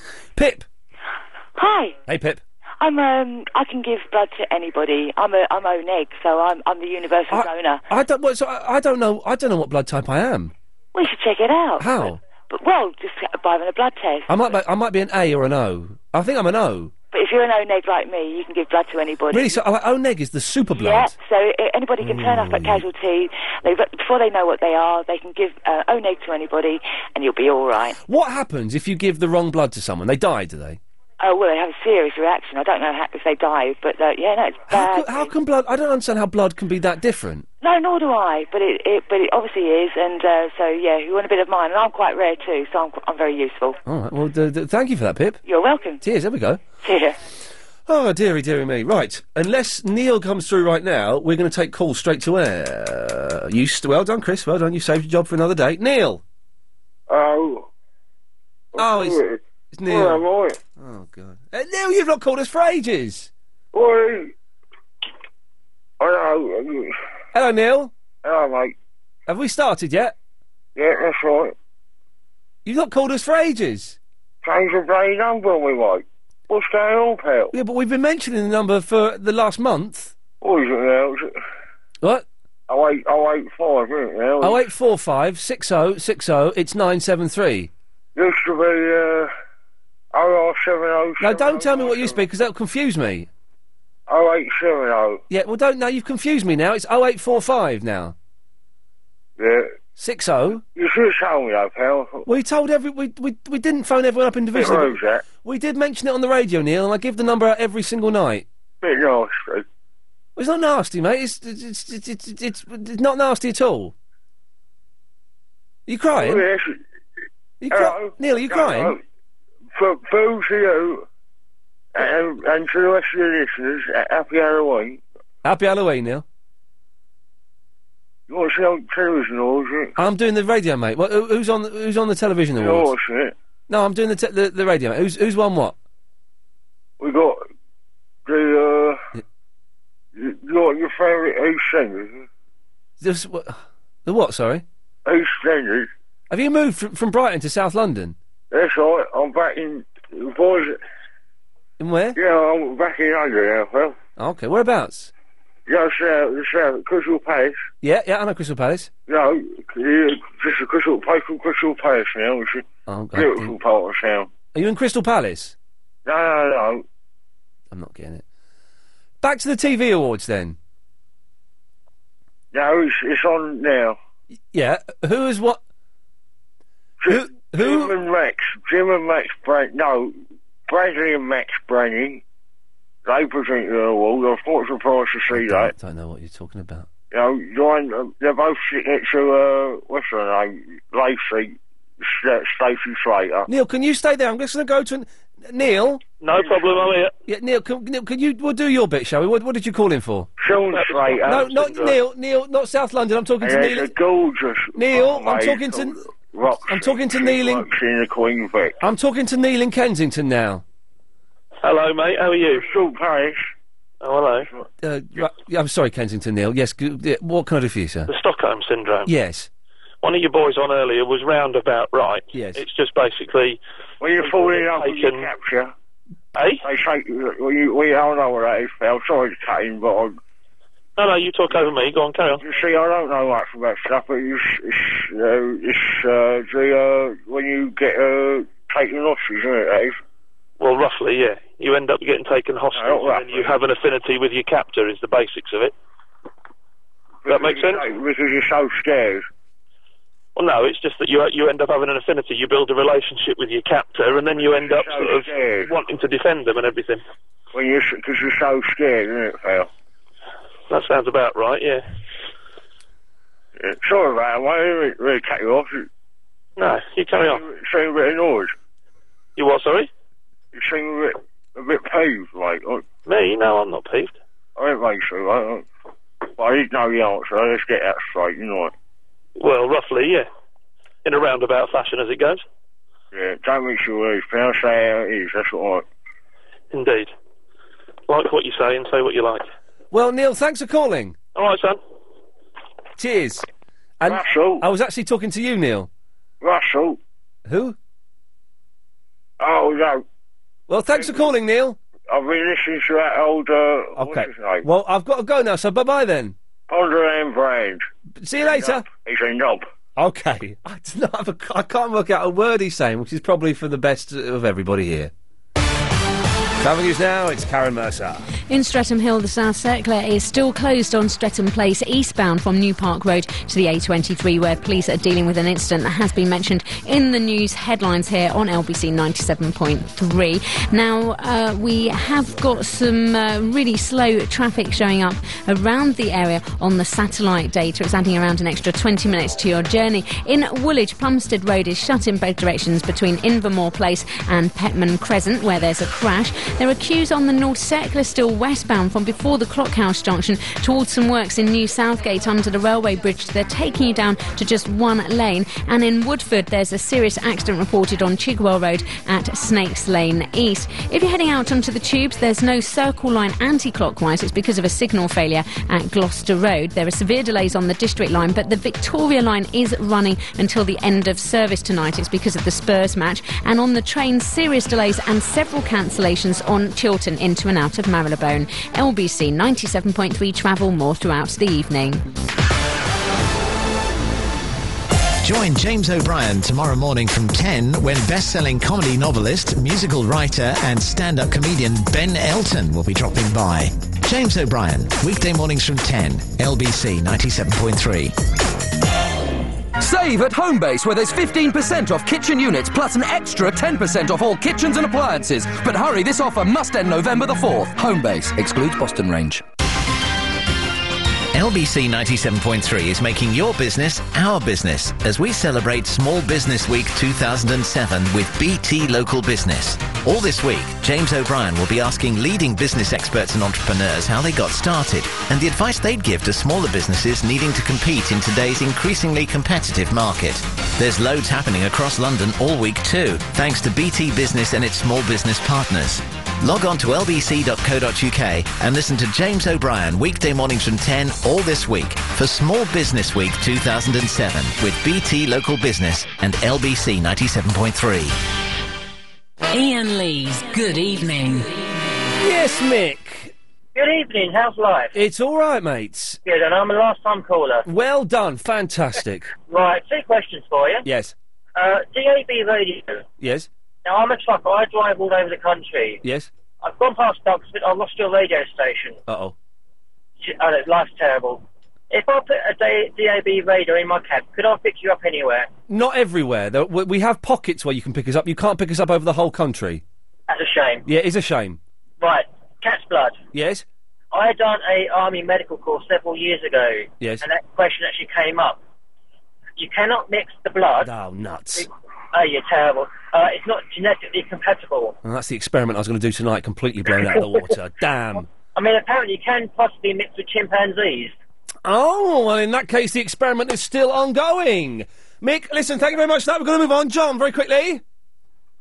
S64: Hi,
S3: Hey, Pip.
S64: I'm um I can give blood to anybody. I'm a I'm O neg, so I'm I'm the universal
S3: Ah.
S64: donor.
S3: I don't. Well, so I, I don't know. I don't know what blood type I am.
S64: We should check it out.
S3: How?
S64: But well, just by having a blood test.
S3: I might. Be, I might be an A or an O. I think I'm an O.
S64: But if you're an O neg like me, you can give blood to anybody.
S3: Really? So, like, O neg is the super blood.
S64: Yeah, so uh, anybody can turn
S3: Hmm.
S64: up at casualty. They, before they know what they are, they can give uh, O neg to anybody, and you'll be all right.
S3: What happens if you give the wrong blood to someone? They die, do they?
S64: Oh well, they have a serious reaction. I don't know how, if they die, but uh, yeah, no, it's bad.
S3: How, how can blood? I don't understand how blood can be that different.
S64: No, nor do I. But it, it but it obviously is, and uh, so yeah, if you want a bit of mine, and I'm quite rare too, so I'm qu- I'm very useful.
S3: All right. Well, d- d- thank you for that, Pip.
S64: You're welcome.
S3: Cheers. There we go.
S64: Cheers.
S3: Oh, dearie, dearie me. Right. Unless Neil comes through right now, we're going to take calls straight to air. You st- well done, Chris. Well done. You saved your job for another day. Neil.
S60: Oh.
S3: Oh, it's, it's Neil.
S60: Oh, I'm all right.
S3: Oh, God. Uh, Neil, you've not called us for ages.
S60: Oi. Oh, Hello.
S3: Hello, Neil.
S60: um, Hello, mate.
S3: Have we started yet?
S60: Yeah, that's right.
S3: You've not called us for ages.
S60: Change the bloody number, we might. What's going on, pal?
S3: Yeah, but we've been mentioning the number for the last month.
S60: Oh, is it now? Is it...
S3: What?
S60: Oh, eight, oh, eight, five, isn't it now?
S3: Oh eight four five six zero six zero. It's nine seven three.
S60: Used to be, uh, oh, seven, oh,
S3: Now, don't tell me what you speak because that'll confuse me.
S60: oh, eight, seven, oh.
S3: Yeah, well, don't. Now you've confused me. Now it's oh eight four five. Now
S60: Yeah.
S3: six zero.
S60: You should have told me, though, pal.
S3: We told every we, we we didn't phone everyone up individually.
S60: rude,
S3: but
S60: that.
S3: We did mention it on the radio, Neil, and I give the number out every single night.
S60: Bit nasty.
S3: It's not nasty, mate. It's it's it's it's, it's, it's, it's not nasty at all. you crying?
S60: Oh, yes.
S3: You cry- Neil, are you crying?
S60: For food to you and, and to the rest of the listeners, uh, happy Halloween.
S3: Happy Halloween, Neil.
S60: You want to see on television, or is it?
S3: I'm doing the radio, mate. Well, who- who's on the, who's on the television
S60: You're
S3: awards?
S60: watching it.
S3: No, I'm doing the, te- the the radio. Mate. Who's who's won what?
S60: We got the, uh, you got your favourite EastEnders.
S3: This, what, the what? Sorry.
S60: EastEnders.
S3: Have you moved from, from Brighton to South London?
S60: That's all right. I'm back in, boys.
S3: In where?
S60: Yeah, I'm back in London now, pal.
S3: Oh, Okay, whereabouts?
S60: Yeah, so, so, Crystal Palace.
S3: Yeah, yeah, I know Crystal Palace.
S60: No, yeah, just a Crystal Palace, Crystal Palace now. It's a
S3: Oh, God.
S60: beautiful part of town.
S3: Are you in Crystal Palace?
S60: No, no, no.
S3: I'm not getting it. Back to the TV awards then.
S60: No, it's, it's on now.
S3: Yeah, who is what? Who?
S60: Jim and Max. Jim and Max Brand. No, Bradley and Max Brandy. They present the award. I was quite surprised to see that.
S3: Don't know what you're talking about.
S60: You know, Ryan, um, they both sit next to, uh, what's her name? Lacey. St- Stacey Slater.
S3: Neil, can you stay there? I'm just going to go to an... Neil.
S60: No problem, I'm here.
S3: Yeah, Neil, can, Neil, can you? We'll do your bit, shall we? What, what did you call in for?
S60: Sean Slater.
S3: No, not Neil. Neil, not South London. I'm talking to
S60: And
S3: Neil.
S60: it's a gorgeous.
S3: Neil,
S43: Oh,
S3: I'm
S60: mate,
S3: talking to.
S60: Rock
S3: I'm talking to Neil. In,
S60: in the Queen Vic.
S3: I'm talking to Neil in Kensington now.
S60: Hello, mate. How are you? Sean Parish. Oh, hello.
S3: Uh, right, yeah, I'm sorry, Kensington Neil. Yes, g- yeah, what can I do for you, sir?
S47: The Stockholm syndrome.
S3: Yes.
S47: one of your boys on earlier was roundabout right.
S3: Yes.
S47: It's just basically.
S60: Were you falling off with your capture?
S47: Eh?
S60: They say, well, you, we all know what that is, Phil. Sorry to cut in, but I'm,
S47: No, no, you talk over me. Go on, carry on.
S60: you see, I don't know much about stuff, but you, s- it's, you know, it's, uh, the, uh, when you get, uh, taken hostage, isn't it, Dave?
S47: Well, roughly, yeah. You end up getting taken hostage,
S60: Oh,
S47: and then you have an affinity with your captor. Is the basics of it. That makes sense.
S60: Because you're so scared.
S47: Well, no, it's just that you you end up having an affinity. You build a relationship with your captor, and then you end up sort of wanting to defend them and everything.
S60: When you, because you're so scared, isn't it, Phil?
S47: That sounds about right. Yeah.
S60: Yeah, Sorry about that, mate. I didn't really cut you off.
S47: No, you carry on.
S60: You seem a bit annoyed.
S47: You what, sorry?
S60: You seem a bit, a bit peeved, like. I-
S47: Me? No, I'm not peeved.
S60: I don't think so, I don't. But I didn't know the answer. Let's get that straight, you know it.
S47: Well, roughly, yeah. In a roundabout fashion, as it goes.
S60: Yeah, don't make sure worries, pal. Say how it is, that's what
S47: Indeed. Like what you say, and say what you like.
S3: Well, Neil, thanks for calling.
S47: All right, son.
S3: Cheers. And I was actually talking to you, Neil.
S60: I... Russell.
S3: Who?
S60: Oh, no.
S3: Well, thanks for calling, Neil.
S60: I've been listening to that old, uh,
S3: Okay.
S60: what's his name?
S3: Well, I've got to go now, so bye bye then.
S60: Ponderland Brand.
S3: See you later.
S60: He's a knob.
S3: Okay. I, do not have a, I can't work out a word he's saying, which is probably for the best of everybody here. Travel news now, it's Karen Mercer.
S44: In Streatham Hill, the South Circular is still closed on Streatham Place eastbound from New Park Road to the A23, where police are dealing with an incident that has been mentioned in the news headlines here on LBC 97.3. Now, uh, we have got some uh, really slow traffic showing up around the area on the satellite data. It's adding around an extra 20 minutes to your journey. In Woolwich, Plumstead Road is shut in both directions between Invermore Place and Petman Crescent, where there's a crash. There are queues on the North Circular still westbound from before the Clockhouse Junction towards some works in New Southgate under the railway bridge. They're taking you down to just one lane. And in Woodford, there's a serious accident reported on Chigwell Road at Snakes Lane East. If you're heading out onto the tubes, there's no circle line anti clockwise. It's because of a signal failure at Gloucester Road. There are severe delays on the district line, but the Victoria line is running until the end of service tonight. It's because of the Spurs match. And on the train, serious delays and several cancellations on Chiltern into and out of Marylebone. LBC 97.3 travel more throughout the evening.
S1: Join James O'Brien tomorrow morning from 10 when best-selling comedy novelist, musical writer and stand-up comedian Ben Elton will be dropping by. James O'Brien, weekday mornings from 10, LBC 97.3.
S17: Save at Homebase, where there's 15% off kitchen units plus an extra 10% off all kitchens and appliances. But hurry, this offer must end November the 4th. Homebase excludes Boston range.
S1: LBC 97.3 is making your business our business as we celebrate Small Business Week 2007 with BT Local Business. All this week, James O'Brien will be asking leading business experts and entrepreneurs how they got started and the advice they'd give to smaller businesses needing to compete in today's increasingly competitive market. There's loads happening across London all week too, thanks to BT Business and its small business partners. Log on to lbc.co.uk and listen to James O'Brien weekday mornings from 10 all this week for Small Business Week 2007 with BT Local Business and LBC 97.3.
S2: Ian Lee's Good Evening.
S3: Yes, Mick.
S5: Good evening, how's life?
S3: It's all right, mates.
S5: Good, and I'm a last time caller.
S3: Well done, fantastic.
S5: Right, two questions for you.
S3: yes,
S5: Uh, DAB radio.
S3: yes,
S5: Now, I'm a trucker, I drive all over the country.
S3: yes.
S5: I've gone past Duxford, I lost your radio station.
S3: Uh oh.
S5: Sh- Oh, no, life's terrible. If I put a da- DAB radio in my cab, could I pick you up anywhere?
S3: Not everywhere. There, we we have pockets where you can pick us up. You can't pick us up over the whole country.
S5: That's a shame.
S3: Yeah, it's a shame.
S5: Right, cat's blood.
S3: Yes?
S5: I had done a army medical course several years ago.
S3: Yes.
S5: And that question actually came up. You cannot mix the blood.
S3: Oh, nuts.
S5: Oh, you're terrible. Uh, it's not genetically compatible.
S3: And that's the experiment I was going to do tonight, completely blown out of the water. Damn.
S5: I mean, apparently you can possibly mix with chimpanzees.
S3: Oh, well, in that case, the experiment is still ongoing. Mick, listen, thank you very much for that. We're going to move on. John, very quickly.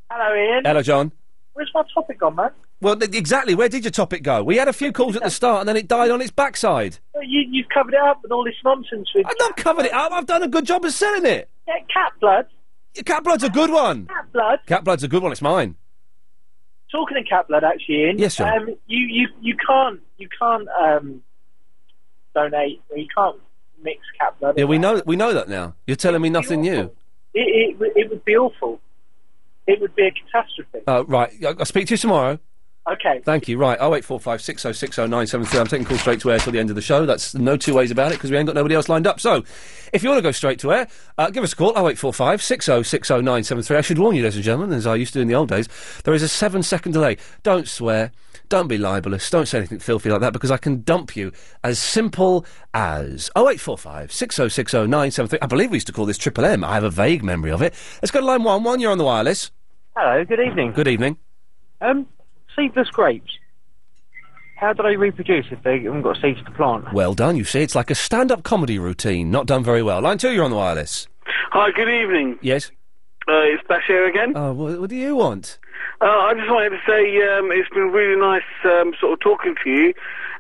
S5: Hello, Ian.
S3: Hello, John.
S5: Where's my topic gone, man?
S3: Well, th- exactly. Where did your topic go? We had a few calls at the start, and then it died on its backside.
S5: Well, You, you've covered it up with all this nonsense. With I've
S3: not covered it up. I've done a good job of selling it.
S5: Yeah, cat blood.
S3: Cat blood's a good one.
S5: Cat blood.
S3: Cat blood's a good one. It's mine.
S5: Talking of cat blood, actually, Ian.
S3: Yes, John.
S5: Um, you, you, you can't you can't um, donate. You can't mix cat blood.
S3: Yeah, we know we know that now. You're telling me nothing new.
S5: It, it, it would be awful. It would be a catastrophe.
S3: Uh, right. I- I'll speak to you tomorrow.
S5: Okay.
S3: Thank you. Right. 0845 6060 973. I'm taking calls straight to air till the end of the show. That's no two ways about it because we ain't got nobody else lined up. So, if you want to go straight to air, uh, give us a call. 0845 6060 973. I should warn you, ladies and gentlemen, as I used to do in the old days, there is a seven second delay. Don't swear. Don't be libelous. Don't say anything filthy like that because I can dump you as simple as 0845 6060 973. I believe we used to call this Triple M. I have a vague memory of it. Let's go to line 1 1. You're on the wireless.
S5: Hello. Good evening.
S3: Good evening.
S5: Um, seedless grapes. How do they reproduce if they haven't got seeds to plant?
S3: Well done. You see, it's like a stand-up comedy routine. Not done very well. Line two, you're on the wireless.
S43: Hi, good evening.
S3: Yes.
S43: Uh, it's Bash here again.
S3: Oh, what, what do you want?
S43: Uh, I just wanted to say um, it's been really nice um, sort of talking to you,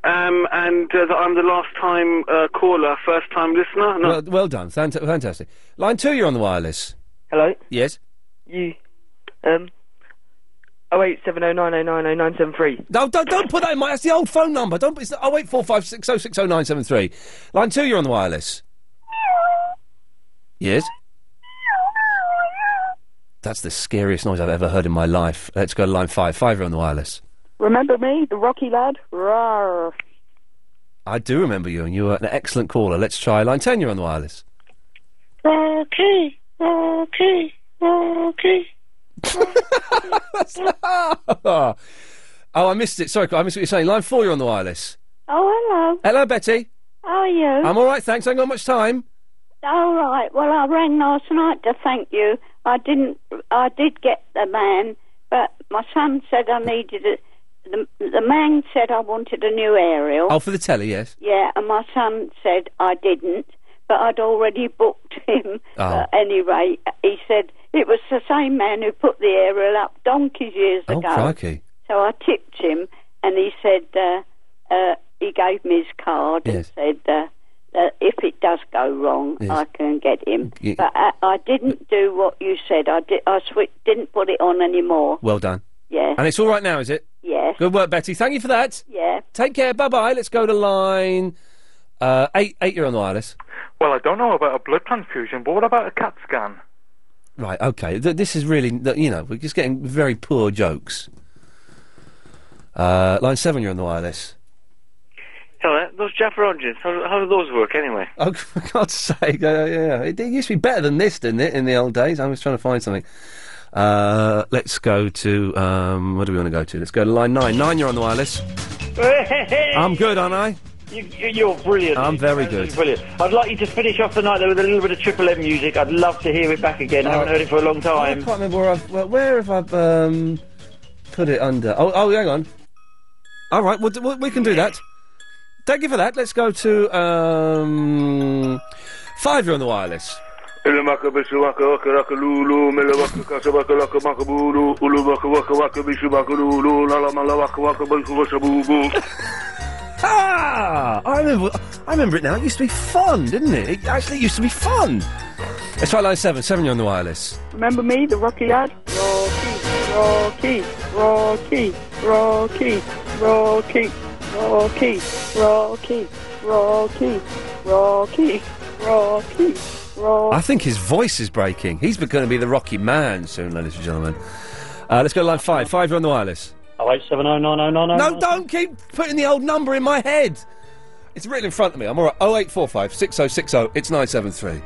S43: um, and uh, that I'm the last time uh, caller, first time listener. No,
S3: Well, well done. Fant- fantastic. Line two, you're on the wireless.
S12: Hello.
S3: Yes.
S12: You. Um. Oh eight seven oh nine oh nine oh nine seven three.
S3: No, don't, don't put that in my. That's the old phone number. Don't. It's oh eight four five six oh six oh nine seven three. Line two, you're on the wireless. Yes. That's the scariest noise I've ever heard in my life. Let's go to line five. Five, you're on the wireless.
S65: Remember me, the Rocky lad? Rawr.
S3: I do remember you, and you were an excellent caller. Let's try line ten. You're on the wireless.
S65: Rocky, Rocky, Rocky.
S3: oh, I missed it. Sorry, I missed what you're saying. Line four, you're on the wireless.
S65: Oh, hello.
S3: Hello, Betty.
S65: How are you?
S3: Uh, I'm all right, thanks. I ain't got much time.
S65: All right. Well, I rang last night to thank you. I didn't. I did get the man, but my son said I needed it. The, the man said I wanted a new aerial.
S3: Oh, for the telly, yes.
S65: Yeah, and my son said I didn't, but I'd already booked him.
S3: Oh.
S65: At any rate, he said it was the same man who put the aerial up donkeys years
S3: Oh,
S65: ago.
S3: crikey.
S65: So I tipped him, and he said uh, uh, he gave me his card
S3: Yes.
S65: and said uh, that if it does go wrong,
S3: Yes.
S65: I can get him.
S3: Ye-
S65: But I, I didn't do what you said. I did. I swi didn't put it on anymore.
S3: Well done.
S65: Yeah.
S3: And it's all right now, is it?
S65: Yes.
S3: Good work, Betty. Thank you for that.
S65: Yeah.
S3: Take care. Bye bye. Let's go to line uh, eight. Eight, you're on the wireless.
S54: Well, I don't know about a blood transfusion, but what about a CAT scan?
S3: Right. Okay. Th- this is really, th- you know, we're just getting very poor jokes. Uh, line seven, you're on the wireless.
S66: Hello, those Jaffa Rogers, how, how do those work anyway?
S3: Oh, for God's sake! Uh, yeah, it, it used to be better than this, didn't it? In the old days, I was trying to find something. Uh, let's go to um, what do we want to go to? Let's go to line nine. Nine, you're on the wireless. I'm good, aren't I?
S5: You, you- you're brilliant.
S3: I'm very
S5: Absolutely
S3: good.
S5: Brilliant. I'd like you to finish off the night though with a little bit of Triple M music. I'd love to hear it back again. I haven't heard it for a long
S3: I
S5: time.
S3: can't remember where I've. Well, where have I um, put it under? Oh, oh, hang on. All right, we'll, do- we we can do that. Thank you for that. Let's go to um, five. You're on the wireless.
S54: Ulamaka bisu waka waka raka lulu, mela waka kasa waka laka maka bulu, ulu waka waka waka bisu waka lulu, lala mala waka waka bisu wasa bubu.
S3: Ah, I remember. I remember it now. It used to be fun, didn't it? It actually used to be fun. Let's try line seven. Seven, you're on the wireless.
S65: Remember me, the Rocky lad?
S12: Rocky, Rocky, Rocky, Rocky, Rocky, Rocky, Rocky, Rocky, Rocky,
S5: Oh.
S12: Rocky.
S3: I think his voice is breaking. He's going to be the Rocky Man soon, ladies and gentlemen. Uh, let's go to line five. Five, you're on the wireless.
S5: Oh eight seven oh nine oh nine oh.
S3: No, don't keep putting the old number in my head. It's written in front of me. I'm all right. Oh, 0845 6060. oh. It's 973.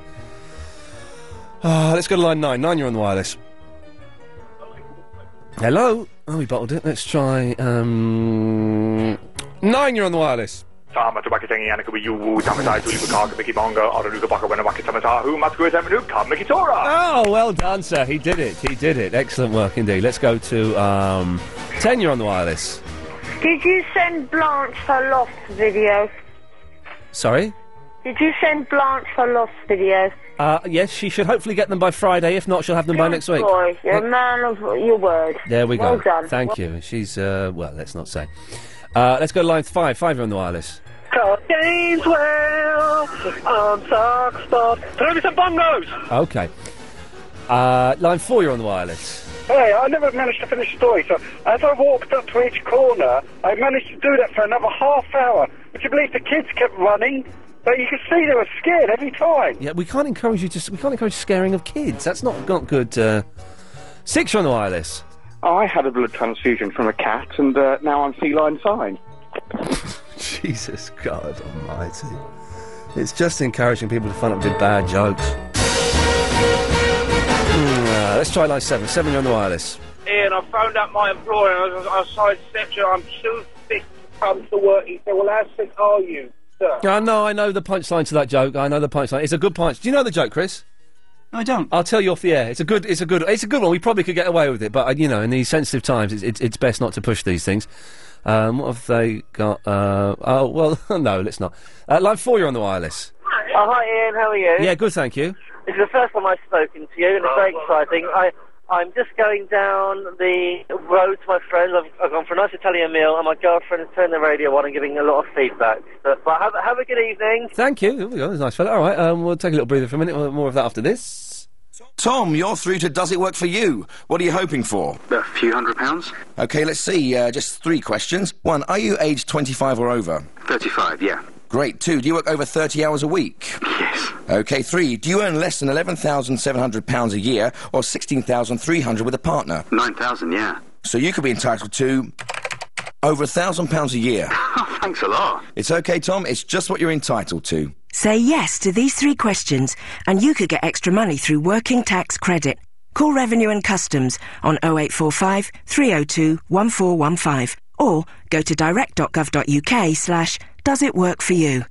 S3: Ah, let's go to line 9. 9, you're on the wireless. Hello? Oh, we bottled it. Let's try. Um, 9, you're on the wireless.
S54: Tama tobacco tangi anaka bi yu, tama tai tuli baka biki bonga, ara luka baka wena waka tama tahu, matku etama nuk, tama kitora.
S3: Oh, well done, sir. He did it. He did it. Excellent work indeed. Let's go to um, 10, you're on the wireless.
S30: Did you send Blanche her lost video?
S3: Sorry?
S30: Did you send Blanche her lost video?
S3: Uh, yes, she should hopefully get them by Friday. If not, she'll have them by next week.
S65: Boy, you're a man of your word.
S3: There we go.
S65: Well done.
S3: Thank
S65: Well-
S3: you. She's, uh, well, let's not say. Uh, let's go to line five. Five, you're on the wireless.
S5: Today's world on Talkspot. Throw me some bongos!
S3: Okay. Uh, line four, you're on the wireless.
S51: Hey, I never managed to finish the story. So as I walked up to each corner, I managed to do that for another half hour. Would you believe the kids kept running? But you could see they were scared every time.
S3: Yeah, we can't encourage you to. We can't encourage scaring of kids. That's not not good. Uh... Six, you're on the wireless.
S43: I had a blood transfusion from a cat, and uh, now I'm feline fine.
S3: Jesus God Almighty! It's just encouraging people to find out we did bad jokes. Mm, uh, let's try line seven. Seven, you're on the wireless.
S5: Ian, I phoned up my employer and I was, I was so exceptional. I'm too sick to come to work. He said, Well, how sick are you, sir?
S3: I know, I know the punchline to that joke. I know the punchline. It's a good punch. Do you know the joke, Chris? No, I don't. I'll tell you off the air. It's a good. It's a good. It's a good one. We probably could get away with it, but uh, you know, in these sensitive times, it's, it's, it's best not to push these things. Um, what have they got? Uh, oh well, no, let's not. Uh, line four, you're on the wireless.
S5: Oh, hi, Ian. How are you?
S3: Yeah, good, thank you.
S5: This is the first time I've spoken to you, and it's very exciting. I, I'm just going down the road to my friends. I've, I've gone for a nice Italian meal, and my girlfriend has turned the radio on and giving a lot of feedback. But, but have, have a good evening.
S3: Thank you. There we go. That's nice fella. All right, um, we'll take a little breather for a minute. We'll have more of that after this.
S28: Tom, you're through to Does It Work For You? What are you hoping for?
S14: A few hundred pounds.
S28: Okay, let's see. Uh, just three questions. One, are you aged 25 or over?
S14: 35, yeah.
S28: Great. Two, do you work over 30 hours a week? Yes. Okay, three, do you earn less than £11,700 a year or 16300 with a partner?
S14: 9,000, yeah.
S28: So you could be entitled to over £1,000 a year.
S14: Thanks a lot.
S28: It's okay, Tom. It's just what you're entitled to.
S19: Say yes to these three questions, and you could get extra money through working tax credit. Call Revenue and Customs on 0845 302 1415 or go to direct.gov.uk slash does it work for you.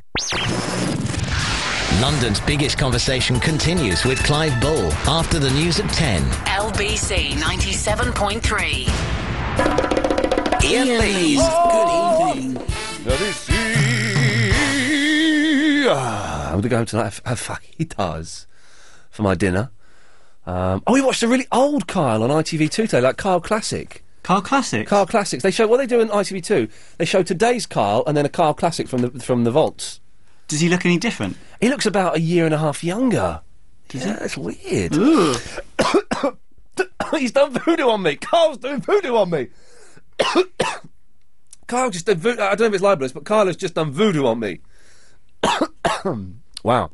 S1: London's biggest conversation continues with Clive Bull after the news at 10.
S8: LBC 97.3.
S1: Ian Lee's
S8: Good evening.
S3: Ah, I'm going to go home tonight. Have, have fajitas for my dinner. Um, oh, we watched a really old Kyle on ITV2 today, like Kyle Classic. Kyle Classics. Kyle Classics. They show what they do in ITV2. They show today's Kyle and then a Kyle Classic from the from the vaults. Does he look any different? He looks about a year and a half younger. Does yeah, that's weird. He's done voodoo on me. Kyle's doing voodoo on me. Kyle just did voodoo. I don't know if it's libelous, but Kyle has just done voodoo on me. wow.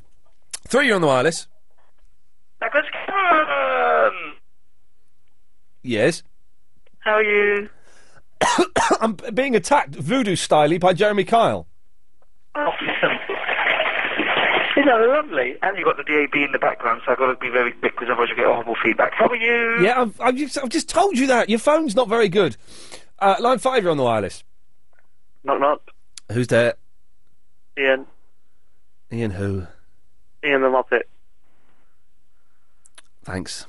S3: Three, you're on the wireless.
S5: Douglas Cameron!
S3: Yes.
S5: How are you?
S3: I'm b- being attacked voodoo styly by Jeremy Kyle.
S5: Isn't that lovely? And you've got the DAB in the background, so I've got to be very quick because otherwise you'll get horrible feedback. How are you?
S3: Yeah, I've, I've, just, I've just told you that. Your phone's not very good. Uh, line five, you're on the wireless.
S5: Knock, knock.
S3: Who's there?
S5: Ian.
S3: Ian who?
S5: Ian the Muppet.
S3: Thanks.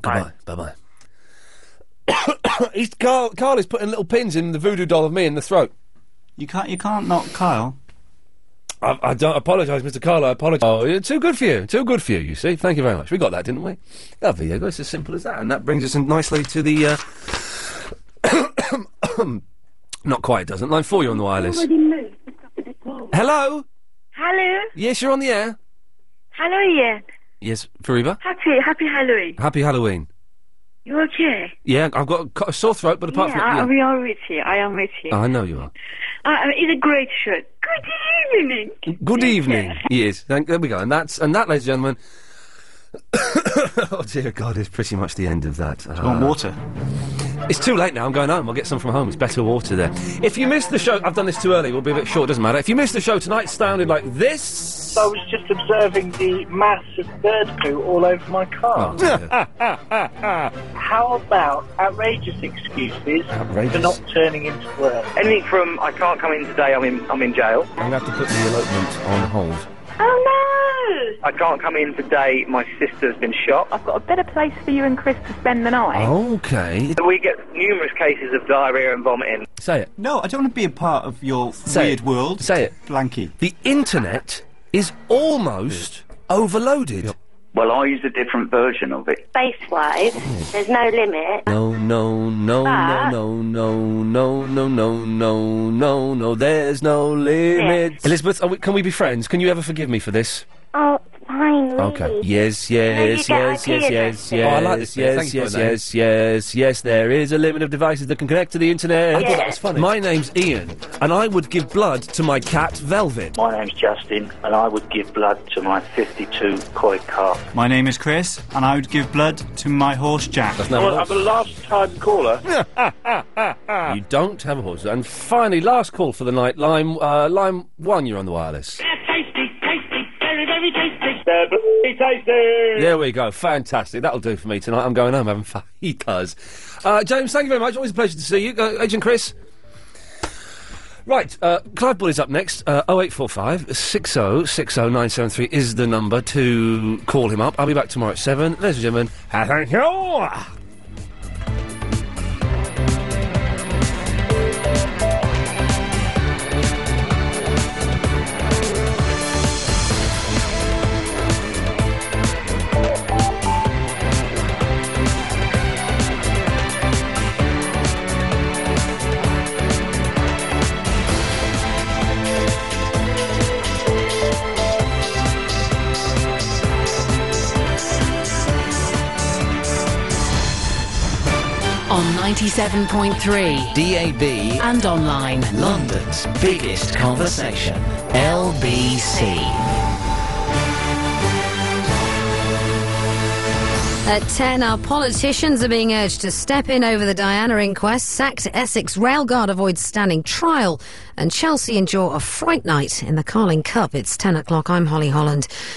S3: Goodbye. Bye bye. He's Carl, Carl is putting little pins in the voodoo doll of me in the throat. You can't. You can't not Kyle. I, I don't apologise, Mr. Carl. I apologise. Oh, yeah, too good for you. Too good for you. You see. Thank you very much. We got that, didn't we? Lovely. There you go. It's as simple as that, and that brings us in nicely to the. Uh... not quite. Doesn't line four. You're on the
S65: Oh
S3: wireless. Hello.
S65: Hello.
S3: Yes, you're on the air.
S65: Hello, Ian.
S3: Yes, Fariba.
S65: Happy, happy Halloween.
S3: Happy Halloween.
S65: You okay?
S3: Yeah, I've got a co- a sore throat, but apart
S65: yeah, I,
S3: from that,
S65: we are with you. I am with you.
S3: yeah. Oh, I know you are.
S65: I, I it's a great show. Good evening.
S3: Good evening. yes, thank, there we go. And that's and that, ladies and gentlemen. oh dear God, it's pretty much the end of that. Do
S4: you want water?
S3: It's too late now. I'm going home. I'll get some from home. It's better water there. If you missed the show, I've done this too early. We'll be a bit short. Doesn't matter. If you missed the show tonight, it sounded like this. So
S5: I was just observing the mass of bird poo all over my car.
S3: Oh, dear.
S5: How about outrageous excuses for not turning into work?
S14: Anything from I can't come in today, I'm in, I'm in jail.
S3: I'm going to have to put the elopement on hold.
S14: Oh no! I can't come in today, my sister's been shot.
S12: I've got a better place for you and Chris to spend the night.
S3: Okay.
S14: We get numerous cases of diarrhea and vomiting.
S3: Say it.
S4: No, I don't want to be a part of your weird world.
S3: Say it.
S4: Blanky.
S3: The internet is almost overloaded.
S13: Well, I use a different version of it.
S34: Space wise, there's no limit.
S3: No, no, no,
S34: But-
S3: no, no, no, no, no, no, no, no, no. There's no limit. Elizabeth, are we, can we be friends? Can you ever forgive me for this?
S34: Oh, finally.
S3: Okay. Yes, yes,
S34: you get
S3: yes, yes,
S34: IP
S3: yes, yes.
S34: addresses. Oh, I like this bit.
S3: Yes,
S34: Thanks for
S3: yes,
S34: that.
S3: yes, yes, yes. There is a limit of devices that can connect to the internet.
S34: I thought that was
S3: funny. My name's Ian, and I would give blood to my cat Velvet.
S5: My name's Justin, and I would give blood to my 52 koi calf.
S35: My name is Chris, and I would give blood to my horse Jack.
S4: Well, I'm the last time caller.
S3: You don't have a horse. And finally, last call for the night. Lime, uh, Lime One, you're on the wireless.
S43: tasty, tasty, very, very tasty. They're bloody tasty.
S3: There we go. Fantastic. That'll do for me tonight. I'm going home having fajitas. Uh, James, thank you very much. Always a pleasure to see you. Uh, Agent Chris. Right, uh, Clive Bull is up next. Uh, 0845 6060973 is the number to call him up. I'll be back tomorrow at 7. Ladies and gentlemen, thank you.
S67: On 97.3
S20: DAB
S67: and online.
S20: London's biggest conversation. LBC.
S35: At 10, our politicians are being urged to step in over the Diana inquest. Sacked Essex railguard avoids standing trial. And Chelsea endure a fright night in the Carling Cup. It's 10 o'clock. I'm Holly Holland.